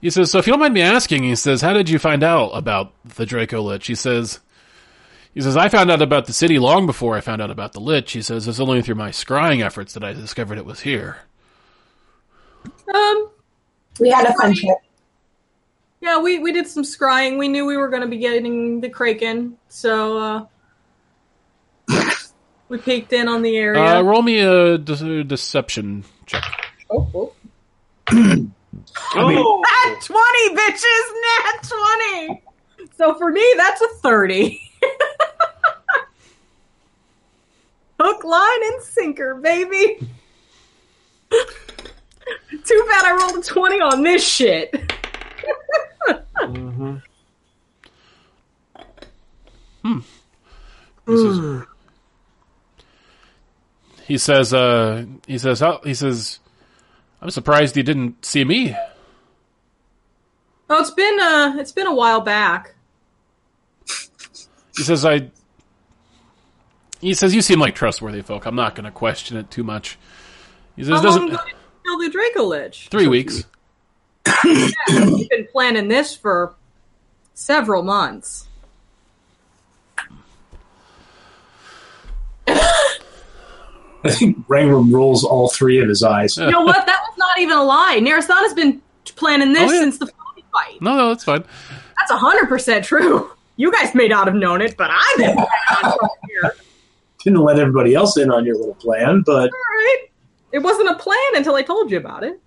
Speaker 1: He says, "So if you don't mind me asking," he says, "How did you find out about the Draco Lich?" He says, "He says I found out about the city long before I found out about the Lich." He says, "It's only through my scrying efforts that I discovered it was here."
Speaker 3: Um,
Speaker 5: We had a fun trip.
Speaker 3: yeah, we, we did some scrying. We knew we were going to be getting the Kraken, so uh, [COUGHS] we peeked in on the area.
Speaker 1: Uh, roll me a de- deception check.
Speaker 3: oh, oh.
Speaker 6: I mean,
Speaker 3: Nat 20, bitches! [LAUGHS] Nat 20! So for me, that's a 30. [LAUGHS] Hook, line, and sinker, baby. [LAUGHS] Too bad I rolled a 20 on this shit.
Speaker 4: Mhm.
Speaker 1: He says, he says, uh, he says, how, he says, I'm surprised he didn't see me.
Speaker 3: Oh, it's been uh, it's been a while back.
Speaker 1: He says, I, he says, you seem like trustworthy folk. I'm not going to question it too much. He says,
Speaker 3: How long
Speaker 1: doesn't,
Speaker 3: ago did you kill the Draco Lich?
Speaker 1: three weeks.
Speaker 3: You've been planning this for several months.
Speaker 6: I think Rangram rolls all three of his eyes.
Speaker 1: [LAUGHS]
Speaker 3: You know what? That was not even a lie. Narasana's been planning this
Speaker 1: Oh, yeah.
Speaker 3: since the Foley fight.
Speaker 1: No, no, that's fine.
Speaker 3: That's hundred percent true. You guys may not have known it, but I've been planning on it here.
Speaker 6: Didn't let everybody else in on your little plan, but
Speaker 3: All right. It wasn't a plan until I told you about it,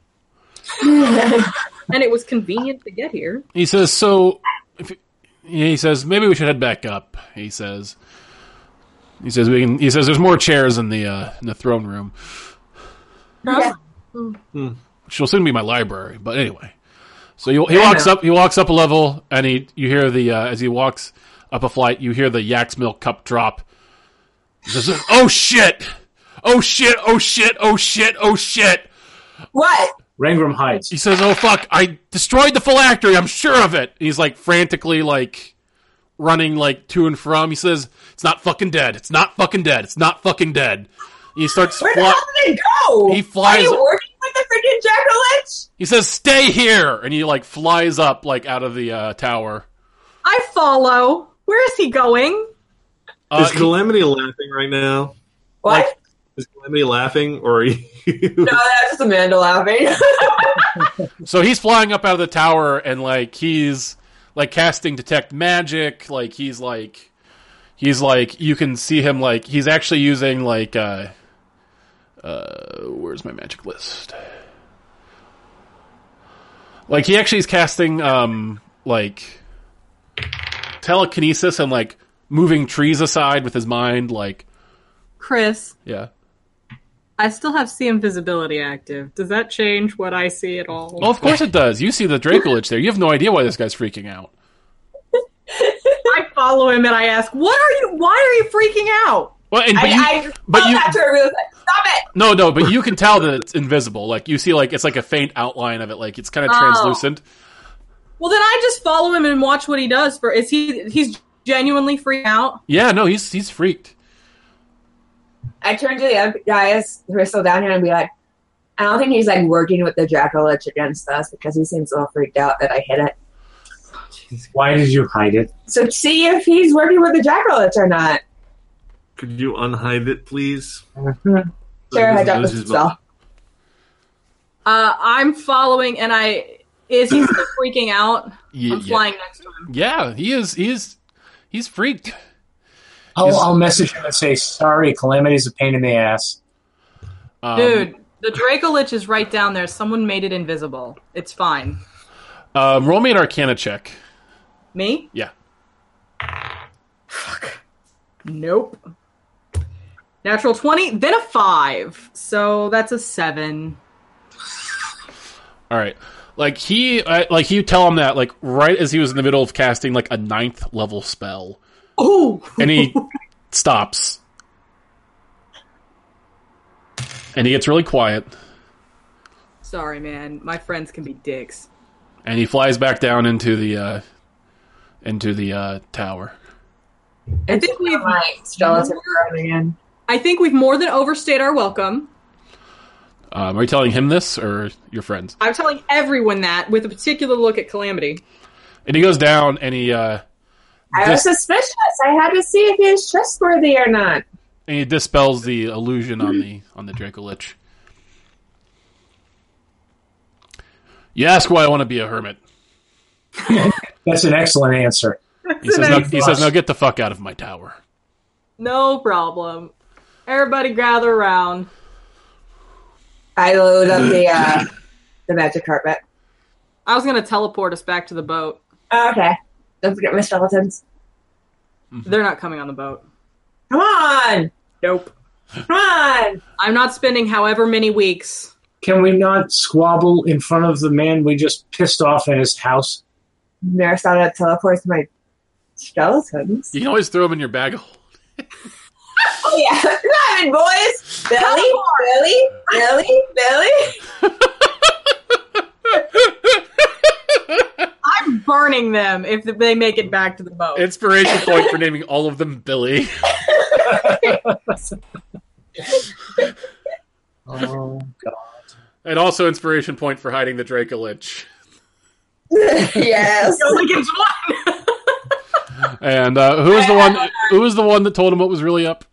Speaker 3: and it was convenient to get here.
Speaker 1: He says, so, if, he says, maybe we should head back up. He says, he says, we can, he says, there's more chairs in the, uh, in the throne room,
Speaker 5: Yeah.
Speaker 1: which will soon be my library, but anyway. So he, he walks up, he walks up a level and he, you hear the, uh, as he walks up a flight, you hear the yak's milk cup drop. He says, oh shit! Oh shit, oh shit, oh shit, oh shit!
Speaker 5: What?
Speaker 6: Rangram hides.
Speaker 1: He says, "Oh fuck! I destroyed the phylactery. I'm sure of it." And he's like frantically like running like to and from. He says, "It's not fucking dead. It's not fucking dead. It's not fucking dead." And he starts.
Speaker 5: Where the hell
Speaker 1: Fly-
Speaker 5: did it go?
Speaker 1: He flies-
Speaker 5: Are you working with the freaking jackaloach?
Speaker 1: he says, "Stay here!" And he like flies up like out of the uh, tower.
Speaker 3: I follow. Where is he going?
Speaker 1: Uh,
Speaker 4: is Calamity laughing right now?
Speaker 5: What?
Speaker 4: Is Calamity laughing, or are you?
Speaker 5: no, that's just Amanda laughing.
Speaker 1: so he's flying up out of the tower and like he's like casting detect magic. Like he's like he's like you can see him like he's actually using like uh uh where's my magic list like he actually is casting um like telekinesis and like moving trees aside with his mind like
Speaker 3: Chris,
Speaker 1: yeah
Speaker 3: I still have see invisibility active. Does that change what I see at all?
Speaker 1: oh of course it does you see the dracolich there you have no idea why this guy's freaking out
Speaker 3: I follow him and I ask, "What are you? Why are you freaking out?"
Speaker 1: well and but
Speaker 5: [LAUGHS] I,
Speaker 1: you
Speaker 5: I,
Speaker 1: but
Speaker 5: oh,
Speaker 1: you-
Speaker 5: that's where I realized, like, stop it.
Speaker 1: no no but you can tell that it's invisible like you see like it's like a faint outline of it like it's kind of
Speaker 3: Oh.
Speaker 1: translucent
Speaker 3: Well, then I just follow him and watch what he does. For is he? He's genuinely freaking out.
Speaker 1: yeah no he's he's freaked
Speaker 5: I turned to the other guys who are still down here and be like, I don't think he's like working with the Dracolich against us because he seems all freaked out that I hit it.
Speaker 6: Why did you hide it?
Speaker 5: So see if he's working with the Dracolich or not.
Speaker 4: Could you unhide it, please?
Speaker 5: Sure, I
Speaker 4: This
Speaker 5: dealt with
Speaker 4: is-
Speaker 5: himself.
Speaker 3: Uh, I'm following, and I is
Speaker 1: [COUGHS]
Speaker 3: he still freaking out?
Speaker 1: Ye-
Speaker 3: I'm
Speaker 1: yeah.
Speaker 3: flying next to him.
Speaker 1: Yeah, he is. He is. He's freaked.
Speaker 6: I'll,
Speaker 1: Is-
Speaker 6: I'll message him and say, sorry, Calamity's a pain in the ass.
Speaker 1: Um,
Speaker 3: Dude, the Dracolich is right down there. Someone made it invisible. It's fine.
Speaker 1: Um, roll me an Arcana check.
Speaker 3: Me?
Speaker 1: Yeah.
Speaker 3: Nope. Natural 20, then a 5. So that's a 7.
Speaker 1: All right. Like he, I, like you tell him that like right as he was in the middle of casting like a ninth level spell,
Speaker 3: Oh!
Speaker 1: and
Speaker 3: [LAUGHS]
Speaker 1: he stops, and he gets really quiet,
Speaker 3: Sorry, man. My friends can be dicks.
Speaker 1: and he flies back down into the uh, into the uh, tower.
Speaker 5: I
Speaker 3: think we've-
Speaker 5: my skeleton growing again.
Speaker 3: I think we've more than overstayed our welcome.
Speaker 1: Um, are you telling him this or your friends?
Speaker 3: I'm telling everyone that with a particular look at Calamity.
Speaker 1: And he goes down, and he uh,
Speaker 5: I was suspicious. I had to see if he was trustworthy or not.
Speaker 1: and he dispels the illusion on the on the Draco Lich. You ask why I want to be a hermit.
Speaker 6: That's an excellent answer.
Speaker 1: He says, no,
Speaker 6: nice
Speaker 1: he
Speaker 6: thought.
Speaker 1: says, "No, get the fuck out of my tower."
Speaker 3: No problem. Everybody gather around.
Speaker 5: I load up
Speaker 3: [LAUGHS]
Speaker 5: the uh, the magic carpet.
Speaker 3: I was going to teleport us back to the boat.
Speaker 5: Oh, Okay. Don't forget my skeletons.
Speaker 3: They're not coming on the boat.
Speaker 5: Come on!
Speaker 3: Nope.
Speaker 5: Come on!
Speaker 3: I'm not spending however many weeks.
Speaker 6: Can we not squabble in front of the man we just pissed off in his house?
Speaker 5: Marisana teleports my skeletons.
Speaker 1: You can always throw him in your bag. of [LAUGHS] holding.
Speaker 5: Oh yeah. [LAUGHS] Come on, boys! Billy, Billy, Billy, Billy.
Speaker 3: I'm burning them if they make it back to the boat. [LAUGHS]
Speaker 1: Inspiration point for naming all of them Billy. [LAUGHS]
Speaker 6: Oh, God.
Speaker 1: And also inspiration point for hiding the Draco Lich.
Speaker 5: yes. [LAUGHS]
Speaker 3: It only gives one.
Speaker 1: And uh, who was the one? Who was the one that told him what was really up?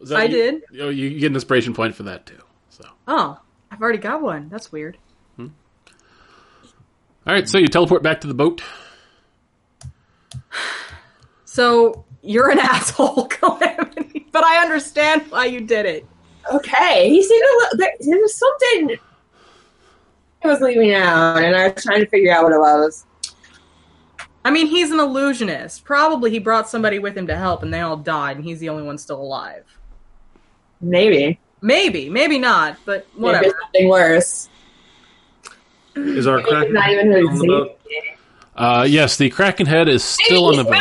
Speaker 1: Was that
Speaker 3: I
Speaker 1: you?
Speaker 3: did.
Speaker 1: Oh, you you get an inspiration point for that too. So,
Speaker 3: Oh, I've already got one. That's weird.
Speaker 1: all right. So you teleport back to the boat.
Speaker 3: So you're an [LAUGHS] asshole, Calamity, but I understand why you did it.
Speaker 5: Okay. He seemed a little. There, there was something. It was leaving out, and I was trying to figure out what it was.
Speaker 3: I mean, he's an illusionist. Probably he brought somebody with him to help, and they all died, and he's the only one still alive.
Speaker 5: Maybe.
Speaker 3: Maybe, maybe not, but whatever.
Speaker 5: Maybe something worse.
Speaker 4: Is our
Speaker 5: It's
Speaker 4: crack
Speaker 5: not even
Speaker 4: on the
Speaker 5: who
Speaker 4: boat?
Speaker 5: it's eating.
Speaker 1: Uh, yes, the Kraken head is still on the boat.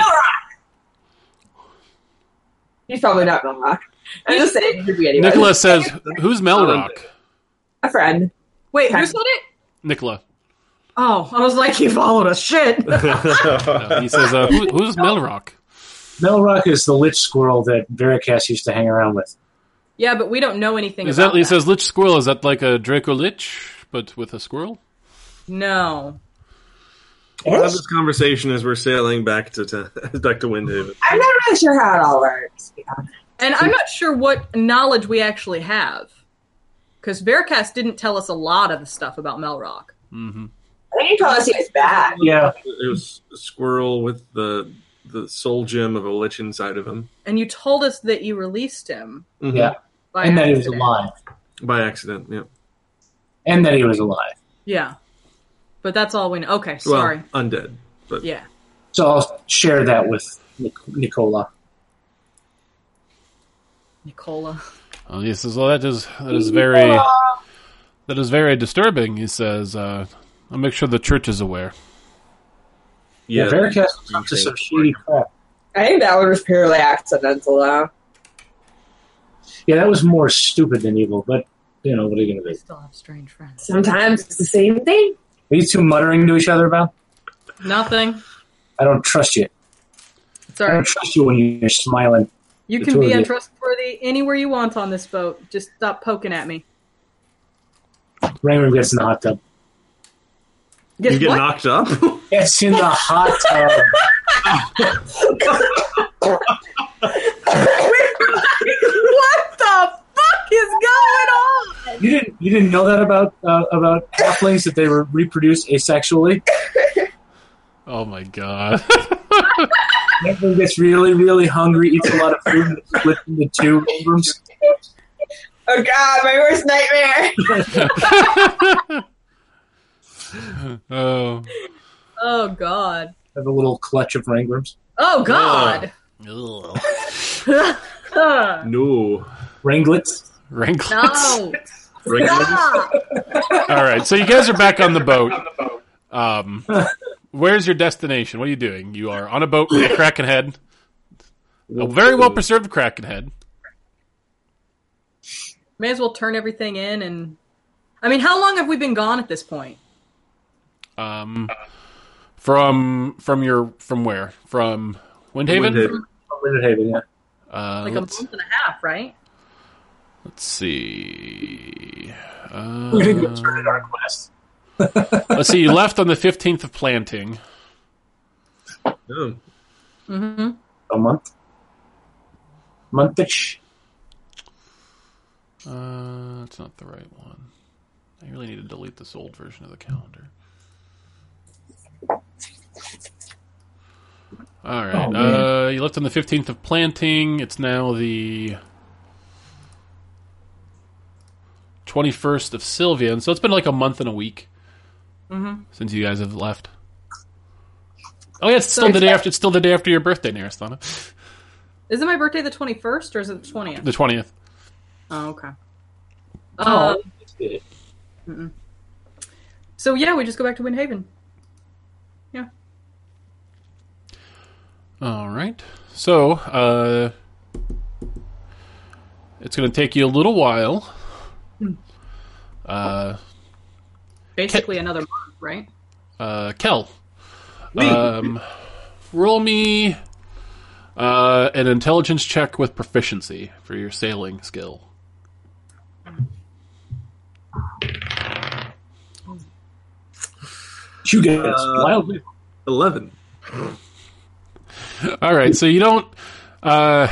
Speaker 5: He's probably not Melrock. I'm just saying he could be anyone.
Speaker 1: Nicola says, "Who's Melrock?"
Speaker 5: A friend.
Speaker 3: Wait, who said it?
Speaker 1: Nicola.
Speaker 3: Oh, I was like, he followed us. Shit.
Speaker 4: [LAUGHS]
Speaker 1: Uh, he says, uh, who, "Who's Melrock?"
Speaker 6: Melrock is the lich squirrel that Veracast used to hang around with.
Speaker 3: yeah, but we don't know anything
Speaker 1: Is
Speaker 3: about
Speaker 1: that he says Lich Squirrel? Is that like a Draco Lich, but with a squirrel?
Speaker 3: No.
Speaker 4: We'll have this conversation as we're sailing back to, to [LAUGHS] back to Windhaven.
Speaker 5: I'm not really sure how it all works. to be honest.
Speaker 3: And I'm not sure what knowledge we actually have. Because Bearcast didn't tell us a lot of the stuff about Melrock.
Speaker 1: hmm
Speaker 5: I think he told us he was bad.
Speaker 6: Yeah.
Speaker 4: It was a squirrel with the the soul gem of a lich inside of him.
Speaker 3: And you told us that you released him.
Speaker 4: Mhm.
Speaker 2: Yeah.
Speaker 3: By
Speaker 2: and that he was
Speaker 3: accident.
Speaker 2: alive,
Speaker 4: By accident, yeah.
Speaker 2: and that he was alive.
Speaker 3: Yeah. But that's all we know. Okay,
Speaker 4: Well,
Speaker 3: sorry.
Speaker 4: undead. But
Speaker 3: yeah.
Speaker 2: So I'll share that with Nic- Nicola.
Speaker 3: Nicola.
Speaker 1: Uh, he says, "Well, that is that is very that is very disturbing." He says, uh, "I'll make sure the church is aware."
Speaker 2: Yeah,
Speaker 4: yeah,
Speaker 2: Veracast was up to some shady crap.
Speaker 5: I think that one was purely accidental, though.
Speaker 2: Yeah, that was more stupid than evil, but you know what are you going to
Speaker 3: I
Speaker 2: do?
Speaker 3: still have strange friends.
Speaker 5: Sometimes it's the same thing.
Speaker 2: Are you two muttering to each other about?
Speaker 3: Nothing.
Speaker 2: I don't trust you. I
Speaker 3: Sorry.
Speaker 2: don't trust you when you're smiling.
Speaker 3: You
Speaker 2: the
Speaker 3: can
Speaker 2: two of
Speaker 3: be
Speaker 2: you.
Speaker 3: untrustworthy anywhere you want on this boat. Just stop poking at me.
Speaker 2: Raymond gets in the hot tub.
Speaker 3: Guess
Speaker 4: you get
Speaker 3: what?
Speaker 4: knocked up. [LAUGHS]
Speaker 2: Gets in the hot tub.
Speaker 3: [LAUGHS] what the fuck is going on?
Speaker 2: You didn't you didn't know that about uh, about halflings that they were reproduced asexually.
Speaker 1: Oh my god! [LAUGHS]
Speaker 2: Halfling gets really really hungry, eats a lot of food, and splits into two rooms.
Speaker 5: Oh God, my worst nightmare.
Speaker 1: oh,
Speaker 3: Oh god.
Speaker 2: Have a little clutch of rangrams.
Speaker 3: Oh god.
Speaker 1: Ugh.
Speaker 4: Ah.
Speaker 3: Huh.
Speaker 4: no.
Speaker 2: Ranglets.
Speaker 1: Wrinkles.
Speaker 3: no.
Speaker 5: [LAUGHS]
Speaker 4: Regular
Speaker 3: Stop.
Speaker 1: All right, so you guys are back on the boat. Um, where's your destination? What are you doing? You are on a boat with a kraken head, a very well preserved kraken head.
Speaker 3: May as well turn everything in and I mean, how long have we been gone at this point?
Speaker 1: Um, from from your from where? From Windhaven.
Speaker 4: Windhaven.
Speaker 2: Winter Haven, yeah.
Speaker 1: Uh,
Speaker 3: Like a
Speaker 1: let's,
Speaker 3: month and a half, right?
Speaker 1: let's see.
Speaker 2: We're
Speaker 1: Uh,
Speaker 2: gonna go turn in our quest.
Speaker 1: let's see. You left on the fifteenth of planting.
Speaker 4: No.
Speaker 3: Mm-hmm.
Speaker 2: A month. Monthish.
Speaker 1: Uh, it's not the right one. I really need to delete this old version of the calendar. All right.
Speaker 2: Oh, man.
Speaker 1: uh, you left on the fifteenth of planting. It's now the twenty-first of Sylvian. So it's been like a month and a week
Speaker 3: Mhm.
Speaker 1: since you guys have left. Oh yeah, it's still
Speaker 3: it's
Speaker 1: the day
Speaker 3: back-
Speaker 1: after. It's still the day after your birthday, Narasthana.
Speaker 3: Isn't my birthday the 21st or is it the 20th?
Speaker 1: The twentieth.
Speaker 3: Oh, okay.
Speaker 2: Oh.
Speaker 3: Um, so yeah, we just go back to Windhaven.
Speaker 1: All right. So, uh, it's going to take you a little while. Uh,
Speaker 3: Basically another month, right?
Speaker 1: uh, Kel, um, roll me uh, an intelligence check with proficiency for your sailing skill.
Speaker 2: You guys
Speaker 4: Uh,
Speaker 2: wildly.
Speaker 4: Eleven.
Speaker 1: All right, so you don't uh,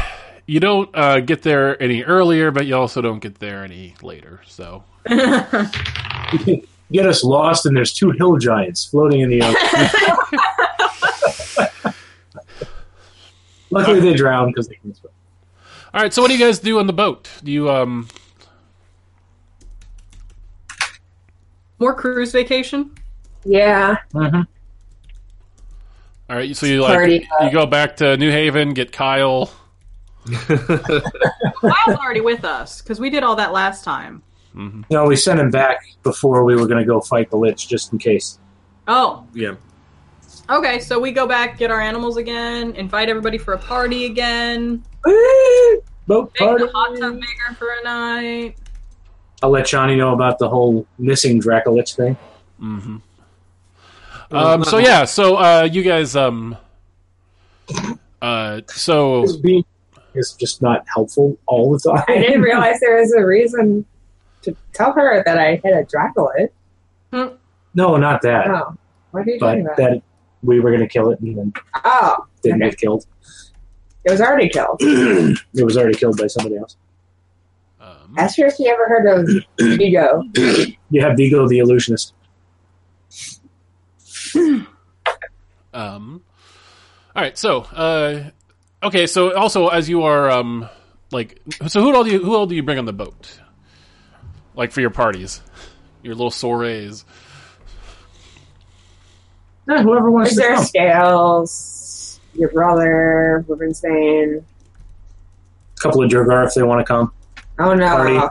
Speaker 1: you don't uh, get there any earlier, but you also don't get there any later. So
Speaker 2: [LAUGHS] Get us lost, and there's two hill giants floating in the ocean.
Speaker 6: [LAUGHS]
Speaker 2: Luckily, they drowned because they can swim.
Speaker 1: All right, so what do you guys do on the boat? Do you um
Speaker 3: More cruise vacation.
Speaker 5: Yeah.
Speaker 6: Mm-hmm.
Speaker 1: all right, so you like
Speaker 5: Party.
Speaker 1: you go back to New Haven, get Kyle.
Speaker 2: [LAUGHS]
Speaker 3: Kyle's already with us because we did all that last time.
Speaker 1: Mm-hmm.
Speaker 2: No, we sent him back before we were going to go fight the lich, just in case.
Speaker 3: Oh,
Speaker 4: yeah.
Speaker 3: okay. So we go back, get our animals again, invite everybody for a party again,
Speaker 2: Boat
Speaker 3: make
Speaker 2: party.
Speaker 3: the hot tub bigger for a night.
Speaker 2: I'll let Johnny know about the whole missing Dracolich thing.
Speaker 1: hmm Um, so yeah, so uh, you guys um uh so
Speaker 2: His being is just not helpful all the time.
Speaker 5: I didn't realize there was a reason to tell her that I hit a Dracolet.
Speaker 2: [LAUGHS] No, not that.
Speaker 5: Oh. What are you
Speaker 2: but
Speaker 5: talking about?
Speaker 2: that we were going to kill it and then
Speaker 5: oh,
Speaker 2: didn't get killed.
Speaker 5: it was already killed.
Speaker 2: It was already killed by somebody else.
Speaker 1: um,
Speaker 5: Ask her if she ever heard of Vigo.
Speaker 2: You have Vigo the illusionist.
Speaker 1: um All right. So, uh, okay. So, also, as you are, um, like, so who all do you who all do you bring on the boat? Like for your parties, your little soirees.
Speaker 6: Yeah, whoever wants
Speaker 5: Is
Speaker 6: to
Speaker 5: there
Speaker 6: come.
Speaker 5: scales? Your brother, Rubenstein.
Speaker 6: A couple of Durgar if they want to come.
Speaker 5: Oh no!
Speaker 6: Party.
Speaker 5: Oh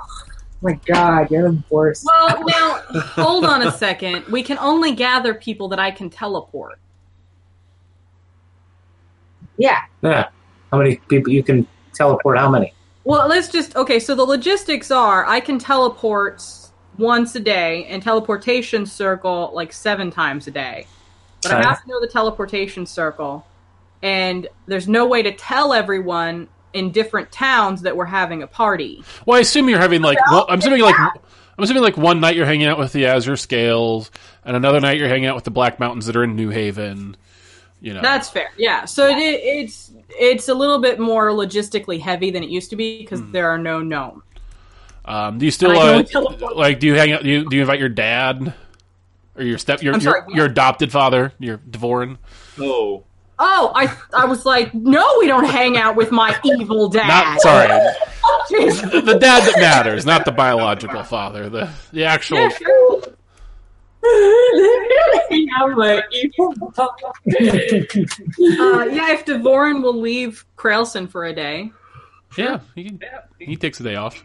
Speaker 5: my God, you're the worst.
Speaker 3: Well, now hold on a second. We can only gather people that I can teleport.
Speaker 5: [LAUGHS] Yeah,
Speaker 6: Yeah. How many people you can teleport? How many?
Speaker 3: Well, let's just okay. So the logistics are: I can teleport once a day, and teleportation circle like seven times a day. But I
Speaker 6: Okay.
Speaker 3: have to know the teleportation circle, and there's no way to tell everyone in different towns that we're having a party.
Speaker 1: Well, I assume you're having like. Well, I'm assuming like. I'm assuming like one night you're hanging out with the Azure Scales, and another night you're hanging out with the Black Mountains that are in New Haven. You know.
Speaker 3: That's fair. Yeah. So It, it's it's a little bit more logistically heavy than it used to be because there are no known.
Speaker 1: Um, do you still
Speaker 3: I
Speaker 1: uh,
Speaker 3: don't teleport.
Speaker 1: like? Do you hang out? Do you, do you invite your dad or your step your
Speaker 3: I'm
Speaker 1: your,
Speaker 3: sorry, what?
Speaker 1: your adopted father, your Dvorin?
Speaker 4: Oh,
Speaker 3: Oh, I I was like, no, we don't hang out with my evil dad.
Speaker 1: Not
Speaker 3: [LAUGHS]
Speaker 1: sorry,
Speaker 3: Jeez.
Speaker 1: the dad that matters, not the biological father. The the actual.
Speaker 3: Yeah, sure. Uh, yeah, if Devorin will leave Krailson for a day.
Speaker 1: Yeah, he, can- he takes a day off.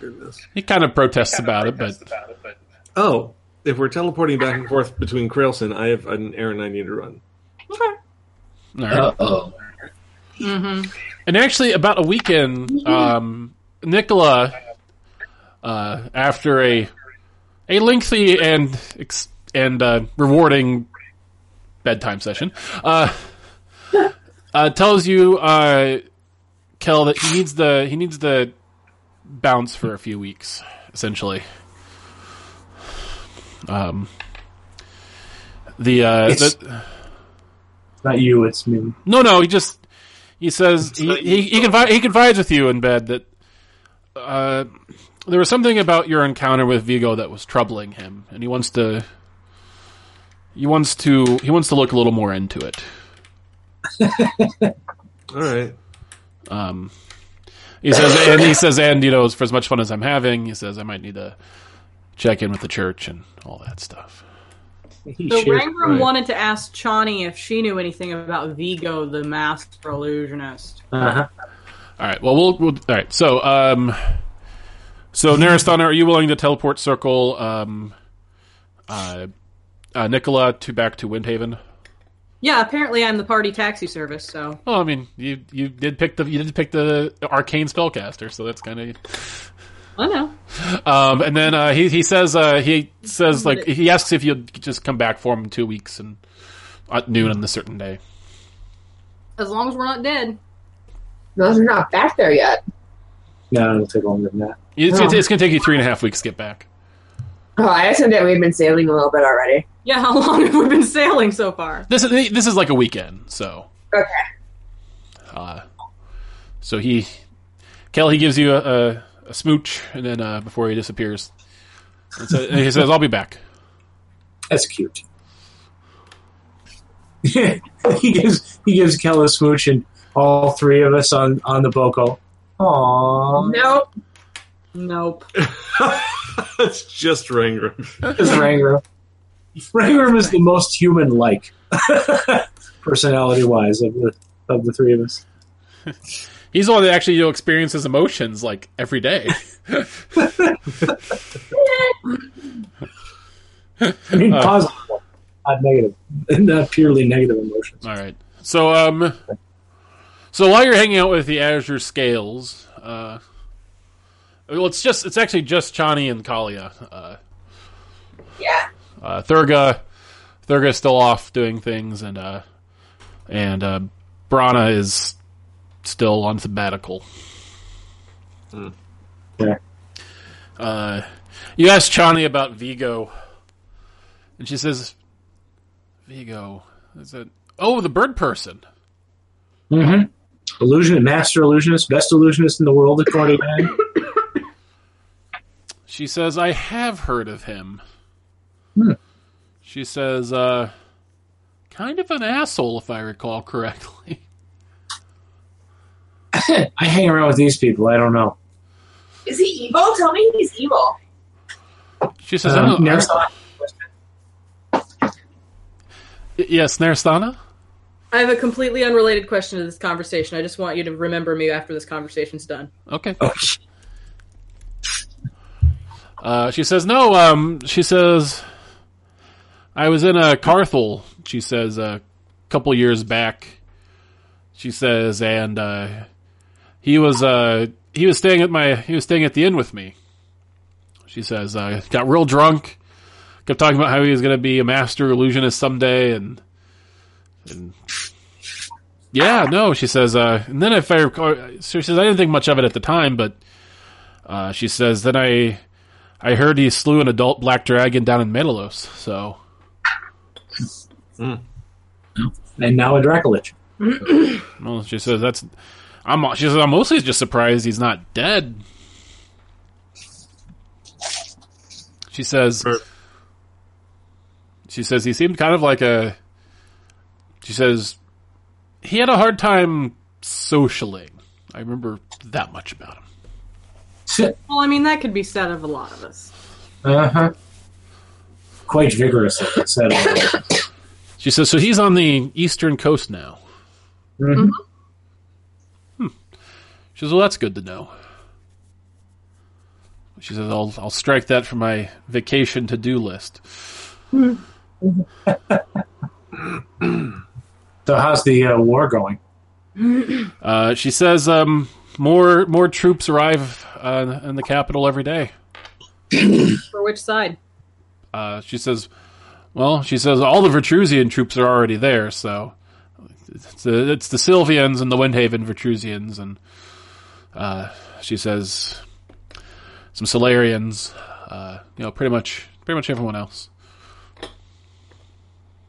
Speaker 4: goodness.
Speaker 1: He kind of protests about it, but
Speaker 4: Oh, if we're teleporting back and forth between Krailson, I have an errand I need to run.
Speaker 1: all right.
Speaker 6: oh.
Speaker 3: Mm-hmm.
Speaker 1: And actually, about a weekend, um, Nicola, uh, after a a lengthy and ex- and uh, rewarding bedtime session, uh, uh, tells you, uh, Kel, that he needs the he needs the bounce for a few weeks, essentially. Um, the, uh,
Speaker 6: It's-
Speaker 1: the
Speaker 6: Not you, it's me.
Speaker 1: no, no. He just he says he he, he, confi- he confides with you in bed that uh, there was something about your encounter with Vigo that was troubling him, and he wants to he wants to he wants to look a little more into it.
Speaker 4: All right. [LAUGHS]
Speaker 1: Um, he says, and he says, and you know, for as much fun as I'm having, he says I might need to check in with the church and all that stuff.
Speaker 6: He
Speaker 3: So
Speaker 6: shares-
Speaker 3: Rangram
Speaker 1: right.
Speaker 3: wanted to ask Chani if she knew anything about Vigo, the master illusionist.
Speaker 6: uh-huh.
Speaker 1: All right. Well, we'll, we'll all right. So, um, so Narasthana, are you willing to teleport circle, um, uh, uh, Nicola to back to Windhaven?
Speaker 3: Yeah, apparently I'm the party taxi service, so
Speaker 1: Well, I mean, you you did pick the you did pick the arcane spellcaster, so that's kind
Speaker 3: I know.
Speaker 1: of. Um, and then uh, he he says uh, he says like he asks if you'll just come back for him in two weeks and at noon on a certain day.
Speaker 3: As long as we're not dead.
Speaker 5: those are not back there yet.
Speaker 6: No, it'll take longer than that.
Speaker 1: It's, it's, it's gonna take you three and a half weeks to get back.
Speaker 5: Oh, I assumed that we've been sailing a little bit already.
Speaker 3: Yeah, [LAUGHS] how long have we been sailing so far?
Speaker 1: This is this is like a weekend, so.
Speaker 5: Okay.
Speaker 1: Uh, so he, Kel, he gives you a, a, a smooch, and then uh, before he disappears, and so, and he says, "I'll be back."
Speaker 6: That's cute. [LAUGHS] he gives he gives Kel a smooch and all three of us on on the boat go, [LAUGHS] Aww.
Speaker 5: Nope.
Speaker 3: Nope.
Speaker 4: it's just Rangram.
Speaker 6: Is Rangram. Rangram is the most human [LAUGHS] like personality wise of the of the three of us.
Speaker 1: He's the one that actually you know, experiences emotions like every day.
Speaker 6: I mean
Speaker 1: Uh.
Speaker 6: positive, not negative. [LAUGHS] Not purely negative emotions.
Speaker 1: All right. So um, so while you're hanging out with the Azure Scales, uh, well, it's just it's actually just Chani and Kalia. Uh,
Speaker 5: Yeah.
Speaker 1: uh, Thurga, Thurga's still off doing things, and uh, and uh, Brana is still on sabbatical.
Speaker 6: Yeah.
Speaker 1: Uh, you asked Chani about Vigo, and she says, "Vigo is that? Oh, the bird person.
Speaker 6: Mm-hmm. Illusion, master illusionist, best illusionist in the world, according to him.
Speaker 1: She says, I have heard of him.
Speaker 6: Hmm.
Speaker 1: She says, uh, kind of an asshole, if I recall correctly. [LAUGHS]
Speaker 6: I hang around with these people. I don't know.
Speaker 5: Is he evil? Tell me he's evil.
Speaker 1: She says,
Speaker 6: Um,
Speaker 1: "Oh,
Speaker 6: next-
Speaker 1: yes, Narasthana."
Speaker 3: I have a completely unrelated question to this conversation. I just want you to remember me after this conversation's done.
Speaker 1: Okay.
Speaker 6: oh,
Speaker 1: [LAUGHS] Uh, she says, "No." Um, she says, "I was in a Carthel." She says, "A couple years back." She says, "And uh, he was uh, he was staying at my he was staying at the inn with me." She says, uh, "Got real drunk, kept talking about how he was going to be a master illusionist someday," and and yeah, no, she says. Uh, and then if I recall, so she says I didn't think much of it at the time, but uh, she says then I I heard he slew an adult black dragon down in Metalos, so
Speaker 6: and now a [LAUGHS] Dracolich.
Speaker 1: well, she says that's. I'm. She says I'm mostly just surprised he's not dead. She says.
Speaker 4: Right.
Speaker 1: She says he seemed kind of like a. She says he had a hard time socialing. I remember that much about him.
Speaker 3: Well, I mean, that could be said of a lot of us.
Speaker 6: Uh huh. Quite vigorous, like I said.
Speaker 1: She says so. He's on the eastern coast now. Hmm.
Speaker 6: Mhm.
Speaker 1: She says, "Well, that's good to know." She says, "I'll I'll strike that from my vacation to do list."
Speaker 6: So, how's the uh, war going?
Speaker 1: Uh, she says, um, "More more troops arrive uh, in the capital every day."
Speaker 3: For which side?
Speaker 1: Uh, she says, "Well, she says all the Vertrusian troops are already there, so it's the, it's the Sylvians and the Windhaven Vertrusians, and uh, she says some Solarians, uh, you know, pretty much pretty much everyone else."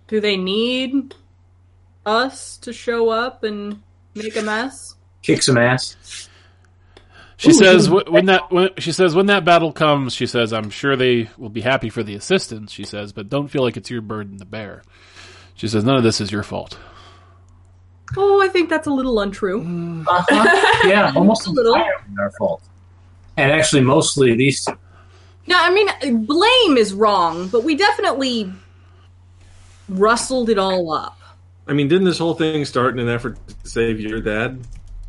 Speaker 3: Do they need us to show up and make a mess?
Speaker 6: Kick some ass.
Speaker 1: She says "Wh- when that when, she says when that battle comes, she says I'm sure they will be happy for the assistance. She says, but don't feel like it's your burden to bear. She says none of this is your fault.
Speaker 3: Oh, I think that's a little untrue. [LAUGHS]
Speaker 6: Uh-huh. Yeah, almost
Speaker 3: A little.
Speaker 6: entirely our fault. And actually, mostly these two.
Speaker 3: No, I mean, blame is wrong, but we definitely rustled it all up.
Speaker 4: I mean, didn't this whole thing start in an effort to save your dad?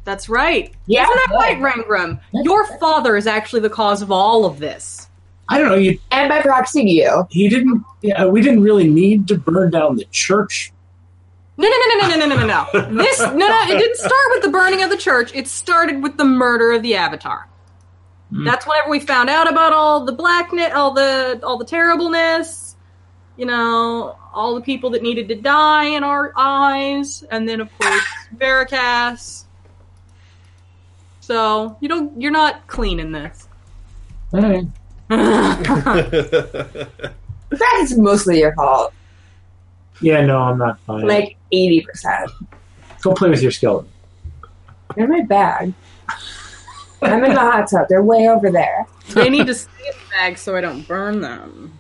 Speaker 3: That's right.
Speaker 5: Yeah,
Speaker 3: Isn't that
Speaker 5: good.
Speaker 3: right, Rangram? Your father is actually the cause of all of this.
Speaker 6: I don't know. You,
Speaker 5: And by proxy, you.
Speaker 6: he didn't. Yeah, we didn't really need to burn down the church.
Speaker 3: No, no, no, no, no, no, no, no, no. This, no, no, it didn't start with the burning of the church. It started with the murder of the Avatar. That's whenever we found out about all the blackness, all the, all the terribleness. You know, all the people that needed to die in our eyes, and then of course Veracast. So you don't, you're not clean in this.
Speaker 5: In fact, it's mostly your fault.
Speaker 6: Yeah, no, I'm not
Speaker 2: Mm.
Speaker 6: fine.
Speaker 5: Like 80%.
Speaker 6: Go play with your skeleton.
Speaker 5: They're in my bag. I'm in the hot tub. They're way over there.
Speaker 3: They need to stay in the bag so I don't burn them.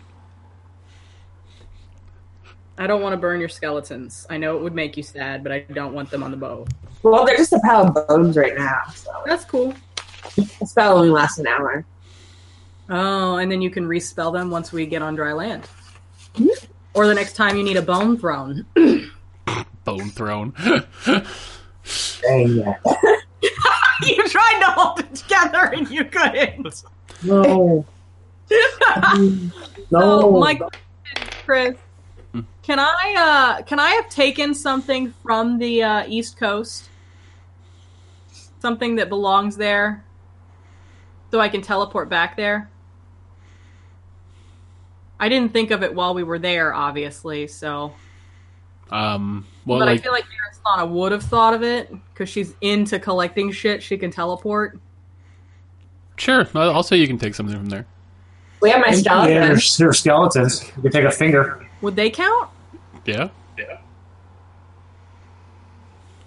Speaker 3: I don't want to burn your skeletons. I know it would make you sad, but I don't want them on the boat.
Speaker 5: Well, they're just a pile of bones right now. So
Speaker 3: That's cool.
Speaker 5: the spell only lasts an hour.
Speaker 3: Oh, and then you can respell them once we get on dry land. Or the next time you need a bone thrown.
Speaker 1: Bone thrown.
Speaker 6: Dang yeah.
Speaker 3: [LAUGHS] you tried to hold it together and you couldn't.
Speaker 6: No. no.
Speaker 3: So Oh,
Speaker 2: Oh,
Speaker 3: my question, Chris,
Speaker 1: Hmm.
Speaker 3: can I uh, can I have taken something from the uh, East Coast, something that belongs there, so I can teleport back there? I didn't think of it while we were there, obviously. So,
Speaker 1: [LAUGHS] um, well,
Speaker 3: but I
Speaker 1: like,
Speaker 3: feel like Arisana would have thought of it because she's into collecting shit. She can teleport.
Speaker 1: sure. I'll I'll say you can take something from there.
Speaker 5: [LAUGHS] We have my
Speaker 6: yeah,
Speaker 5: skeleton.
Speaker 6: they're, they're skeletons. You can take a finger.
Speaker 3: Would they count?
Speaker 1: Yeah. [LAUGHS]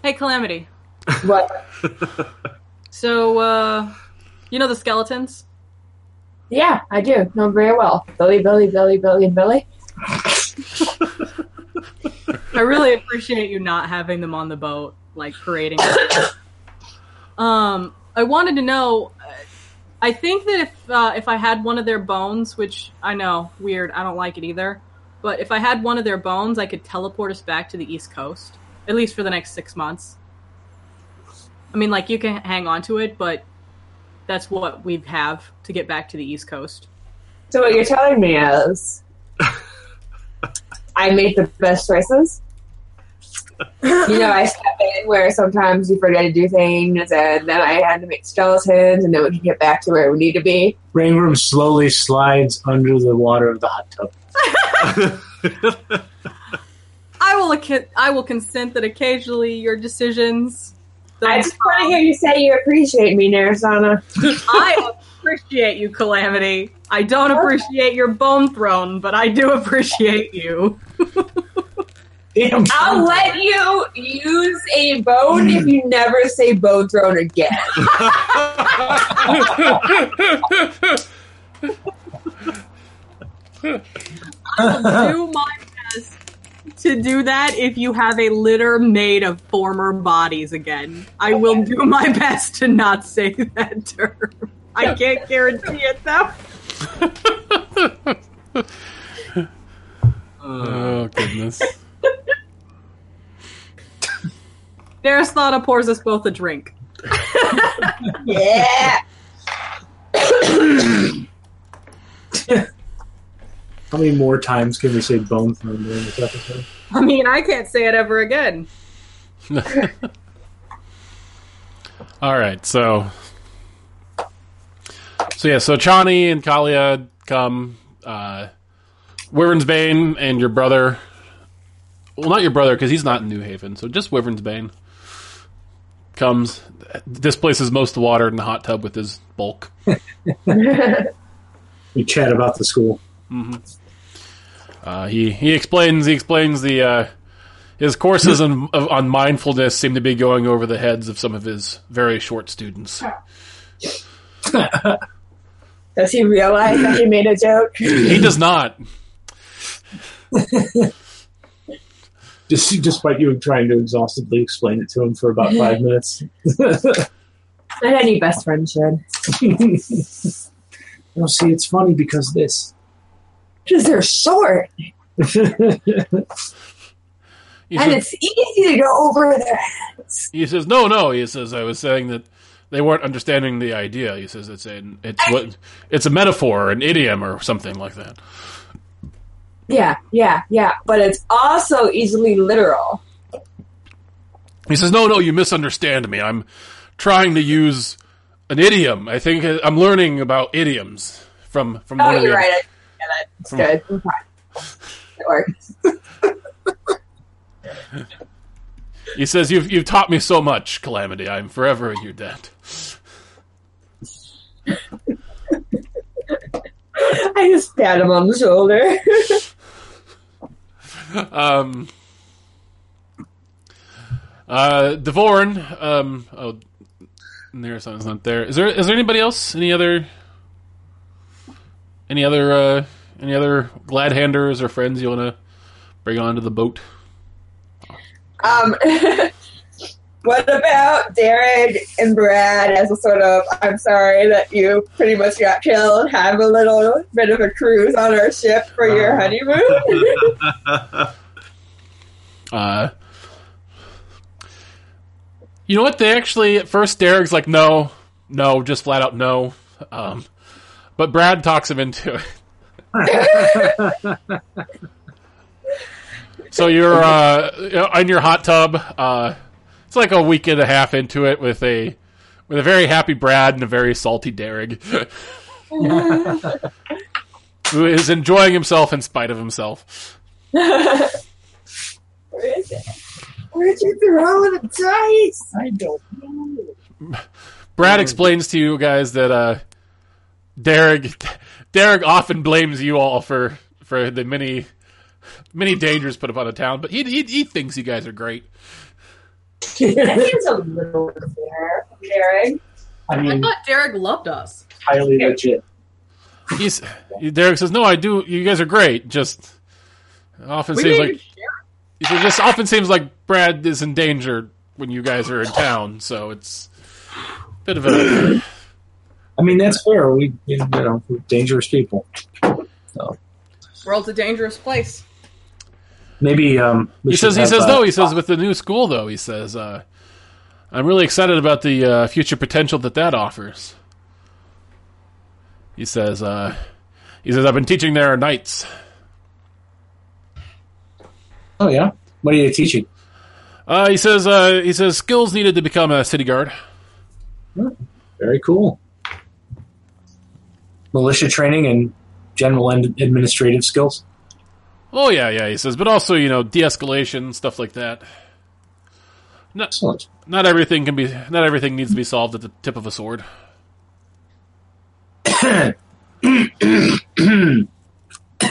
Speaker 3: Hey, Calamity.
Speaker 5: [LAUGHS] What?
Speaker 3: So, uh, you know the skeletons.
Speaker 5: Yeah, I do. Know very well. Billy, Billy, Billy, Billy, and Billy.
Speaker 3: I really appreciate you not having them on the boat, like parading. um, I wanted to know. uh, I think that if uh, if I had one of their bones, which I know weird, I don't like it either, but if I had one of their bones, I could teleport us back to the East Coast, at least for the next six months. I mean, like you can hang on to it, but that's what we have to get back to the East Coast.
Speaker 7: So what you're telling me is, I make the best choices.
Speaker 5: you know, I step in where sometimes you forget to do things, and then I had to make skeletons, and then we can get back to where we need to be.
Speaker 6: Rainworm slowly slides under the water of the hot tub.
Speaker 3: I will ac- I will consent that occasionally your decisions.
Speaker 5: I just want to hear you say you appreciate me, Narasana.
Speaker 3: I appreciate you, Calamity. I don't appreciate your bone throne, but I do appreciate you.
Speaker 6: Damn.
Speaker 5: I'll
Speaker 2: Mm.
Speaker 5: let you use a bone if you never say bone thrown again.
Speaker 3: do my best to do that if you have a litter made of former bodies again. I will do my best to not say that term. I can't guarantee it though.
Speaker 1: Oh goodness.
Speaker 3: Darislana pours us both a drink.
Speaker 5: Yeah.
Speaker 6: How many more times can we say bone thrown during this episode?
Speaker 3: I mean, I can't say it ever again.
Speaker 1: All right, so so yeah, so Chani and Kalia come. Uh, Wyvern's Bane and your brother. Well, not your brother because he's not in New Haven. So just Wyvern's Bane comes, displaces most of the water in the hot tub with his bulk.
Speaker 6: We chat about the school.
Speaker 1: Uh, he he explains he explains the uh, his courses on, of- on mindfulness seem to be going over the heads of some of his very short students.
Speaker 5: Does he realize that he made a joke?
Speaker 1: He does not.
Speaker 6: Just, despite you trying to exhaustively explain it to him for about five minutes. [LAUGHS]
Speaker 5: Not any best friend should.
Speaker 6: No, see, it's funny because this. [LAUGHS]
Speaker 5: Because they're short
Speaker 1: He
Speaker 5: and
Speaker 1: said-
Speaker 5: it's easy to go over their heads.
Speaker 1: He says, "No, no." He says, "I was saying that they weren't understanding the idea." He says, "It's an it's what it's a metaphor, or an idiom, or something like that."
Speaker 5: Yeah, yeah, yeah. But it's also easily literal.
Speaker 1: He says, "No, no, you misunderstand me. I'm trying to use an idiom. I think I'm learning about idioms from from one
Speaker 5: Oh,
Speaker 1: of the
Speaker 5: you're
Speaker 1: other-
Speaker 5: right. I get it. It's good. I'm fine. It works.
Speaker 1: He says, "You've you've taught me so much, Calamity. I'm forever in your debt."
Speaker 5: I just pat him on the shoulder. [LAUGHS]
Speaker 1: Um, uh, Devorn. Um, oh, Narasana's not there. Is there? Is there anybody else? Any other? Any other? Uh, any other glad handers or friends you wanna bring onto the boat?
Speaker 5: Um, [LAUGHS] what about Darren and Brad as a sort of, I'm sorry that you pretty much got killed, have a little bit of a cruise on our ship for
Speaker 1: Uh-huh. [LAUGHS]
Speaker 5: your honeymoon?
Speaker 1: Uh, you know what? They actually at first Derek's like, no, no, just flat out no. Um, but Brad talks him into it. so you're uh, in your hot tub. Uh, it's like a week and a half into it with a with a very happy Brad and a very salty Derek, [LAUGHS] who is enjoying himself in spite of himself.
Speaker 5: Where is it? Where'd you throw the dice? I don't know.
Speaker 1: Brad explains to you guys that uh, Derek [LAUGHS] Derek often blames you all for for the many many dangers put upon a town, but he he, he thinks you guys are great.
Speaker 5: That seems a little fair, Darren.
Speaker 6: I
Speaker 3: I
Speaker 6: mean,
Speaker 3: thought Derek loved us.
Speaker 6: highly legit.
Speaker 1: He's Derek says, "No, I do. You guys are great. Just often
Speaker 3: We
Speaker 1: seems
Speaker 3: didn't
Speaker 1: like
Speaker 3: even share
Speaker 1: He says, this often seems like Brad is in danger when you guys are in town, so it's a bit of a
Speaker 2: I mean, that's fair. We, you know, we're dangerous people.
Speaker 3: World's a dangerous place.
Speaker 2: Maybe um, we
Speaker 1: he
Speaker 2: should
Speaker 1: says he
Speaker 2: have,
Speaker 1: says
Speaker 2: uh,
Speaker 1: no he says with the new school though he says uh, i'm really excited about the uh, future potential that that offers he says uh, he says i've been teaching there nights
Speaker 2: Oh yeah, what are you teaching?
Speaker 1: uh, he says uh, he says skills needed to become a city guard
Speaker 2: Very cool. Militia training and general and administrative skills.
Speaker 1: oh yeah yeah he says but also you know de-escalation stuff like that
Speaker 2: [CLEARS THROAT] Excellent.
Speaker 1: not everything can be not everything needs to be solved at the tip of a sword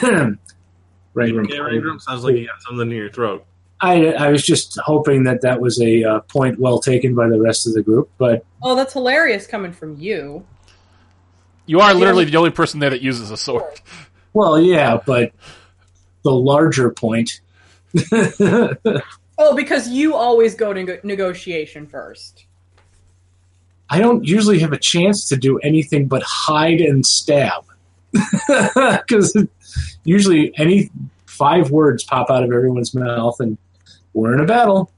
Speaker 2: Right.
Speaker 4: Yeah, Ingram sounds like you got something in your [LAUGHS] throat.
Speaker 2: I, I was just hoping that that was a uh, point well taken by the rest of the group, but
Speaker 3: Oh, that's hilarious coming from you.
Speaker 1: you are literally the only person there that uses a sword
Speaker 2: well, yeah, but the larger point. [LAUGHS]
Speaker 3: Oh, because you always go to neg- negotiation first.
Speaker 2: I don't usually have a chance to do anything but hide and stab. [LAUGHS] Because usually any five words pop out of everyone's mouth and we're in a battle.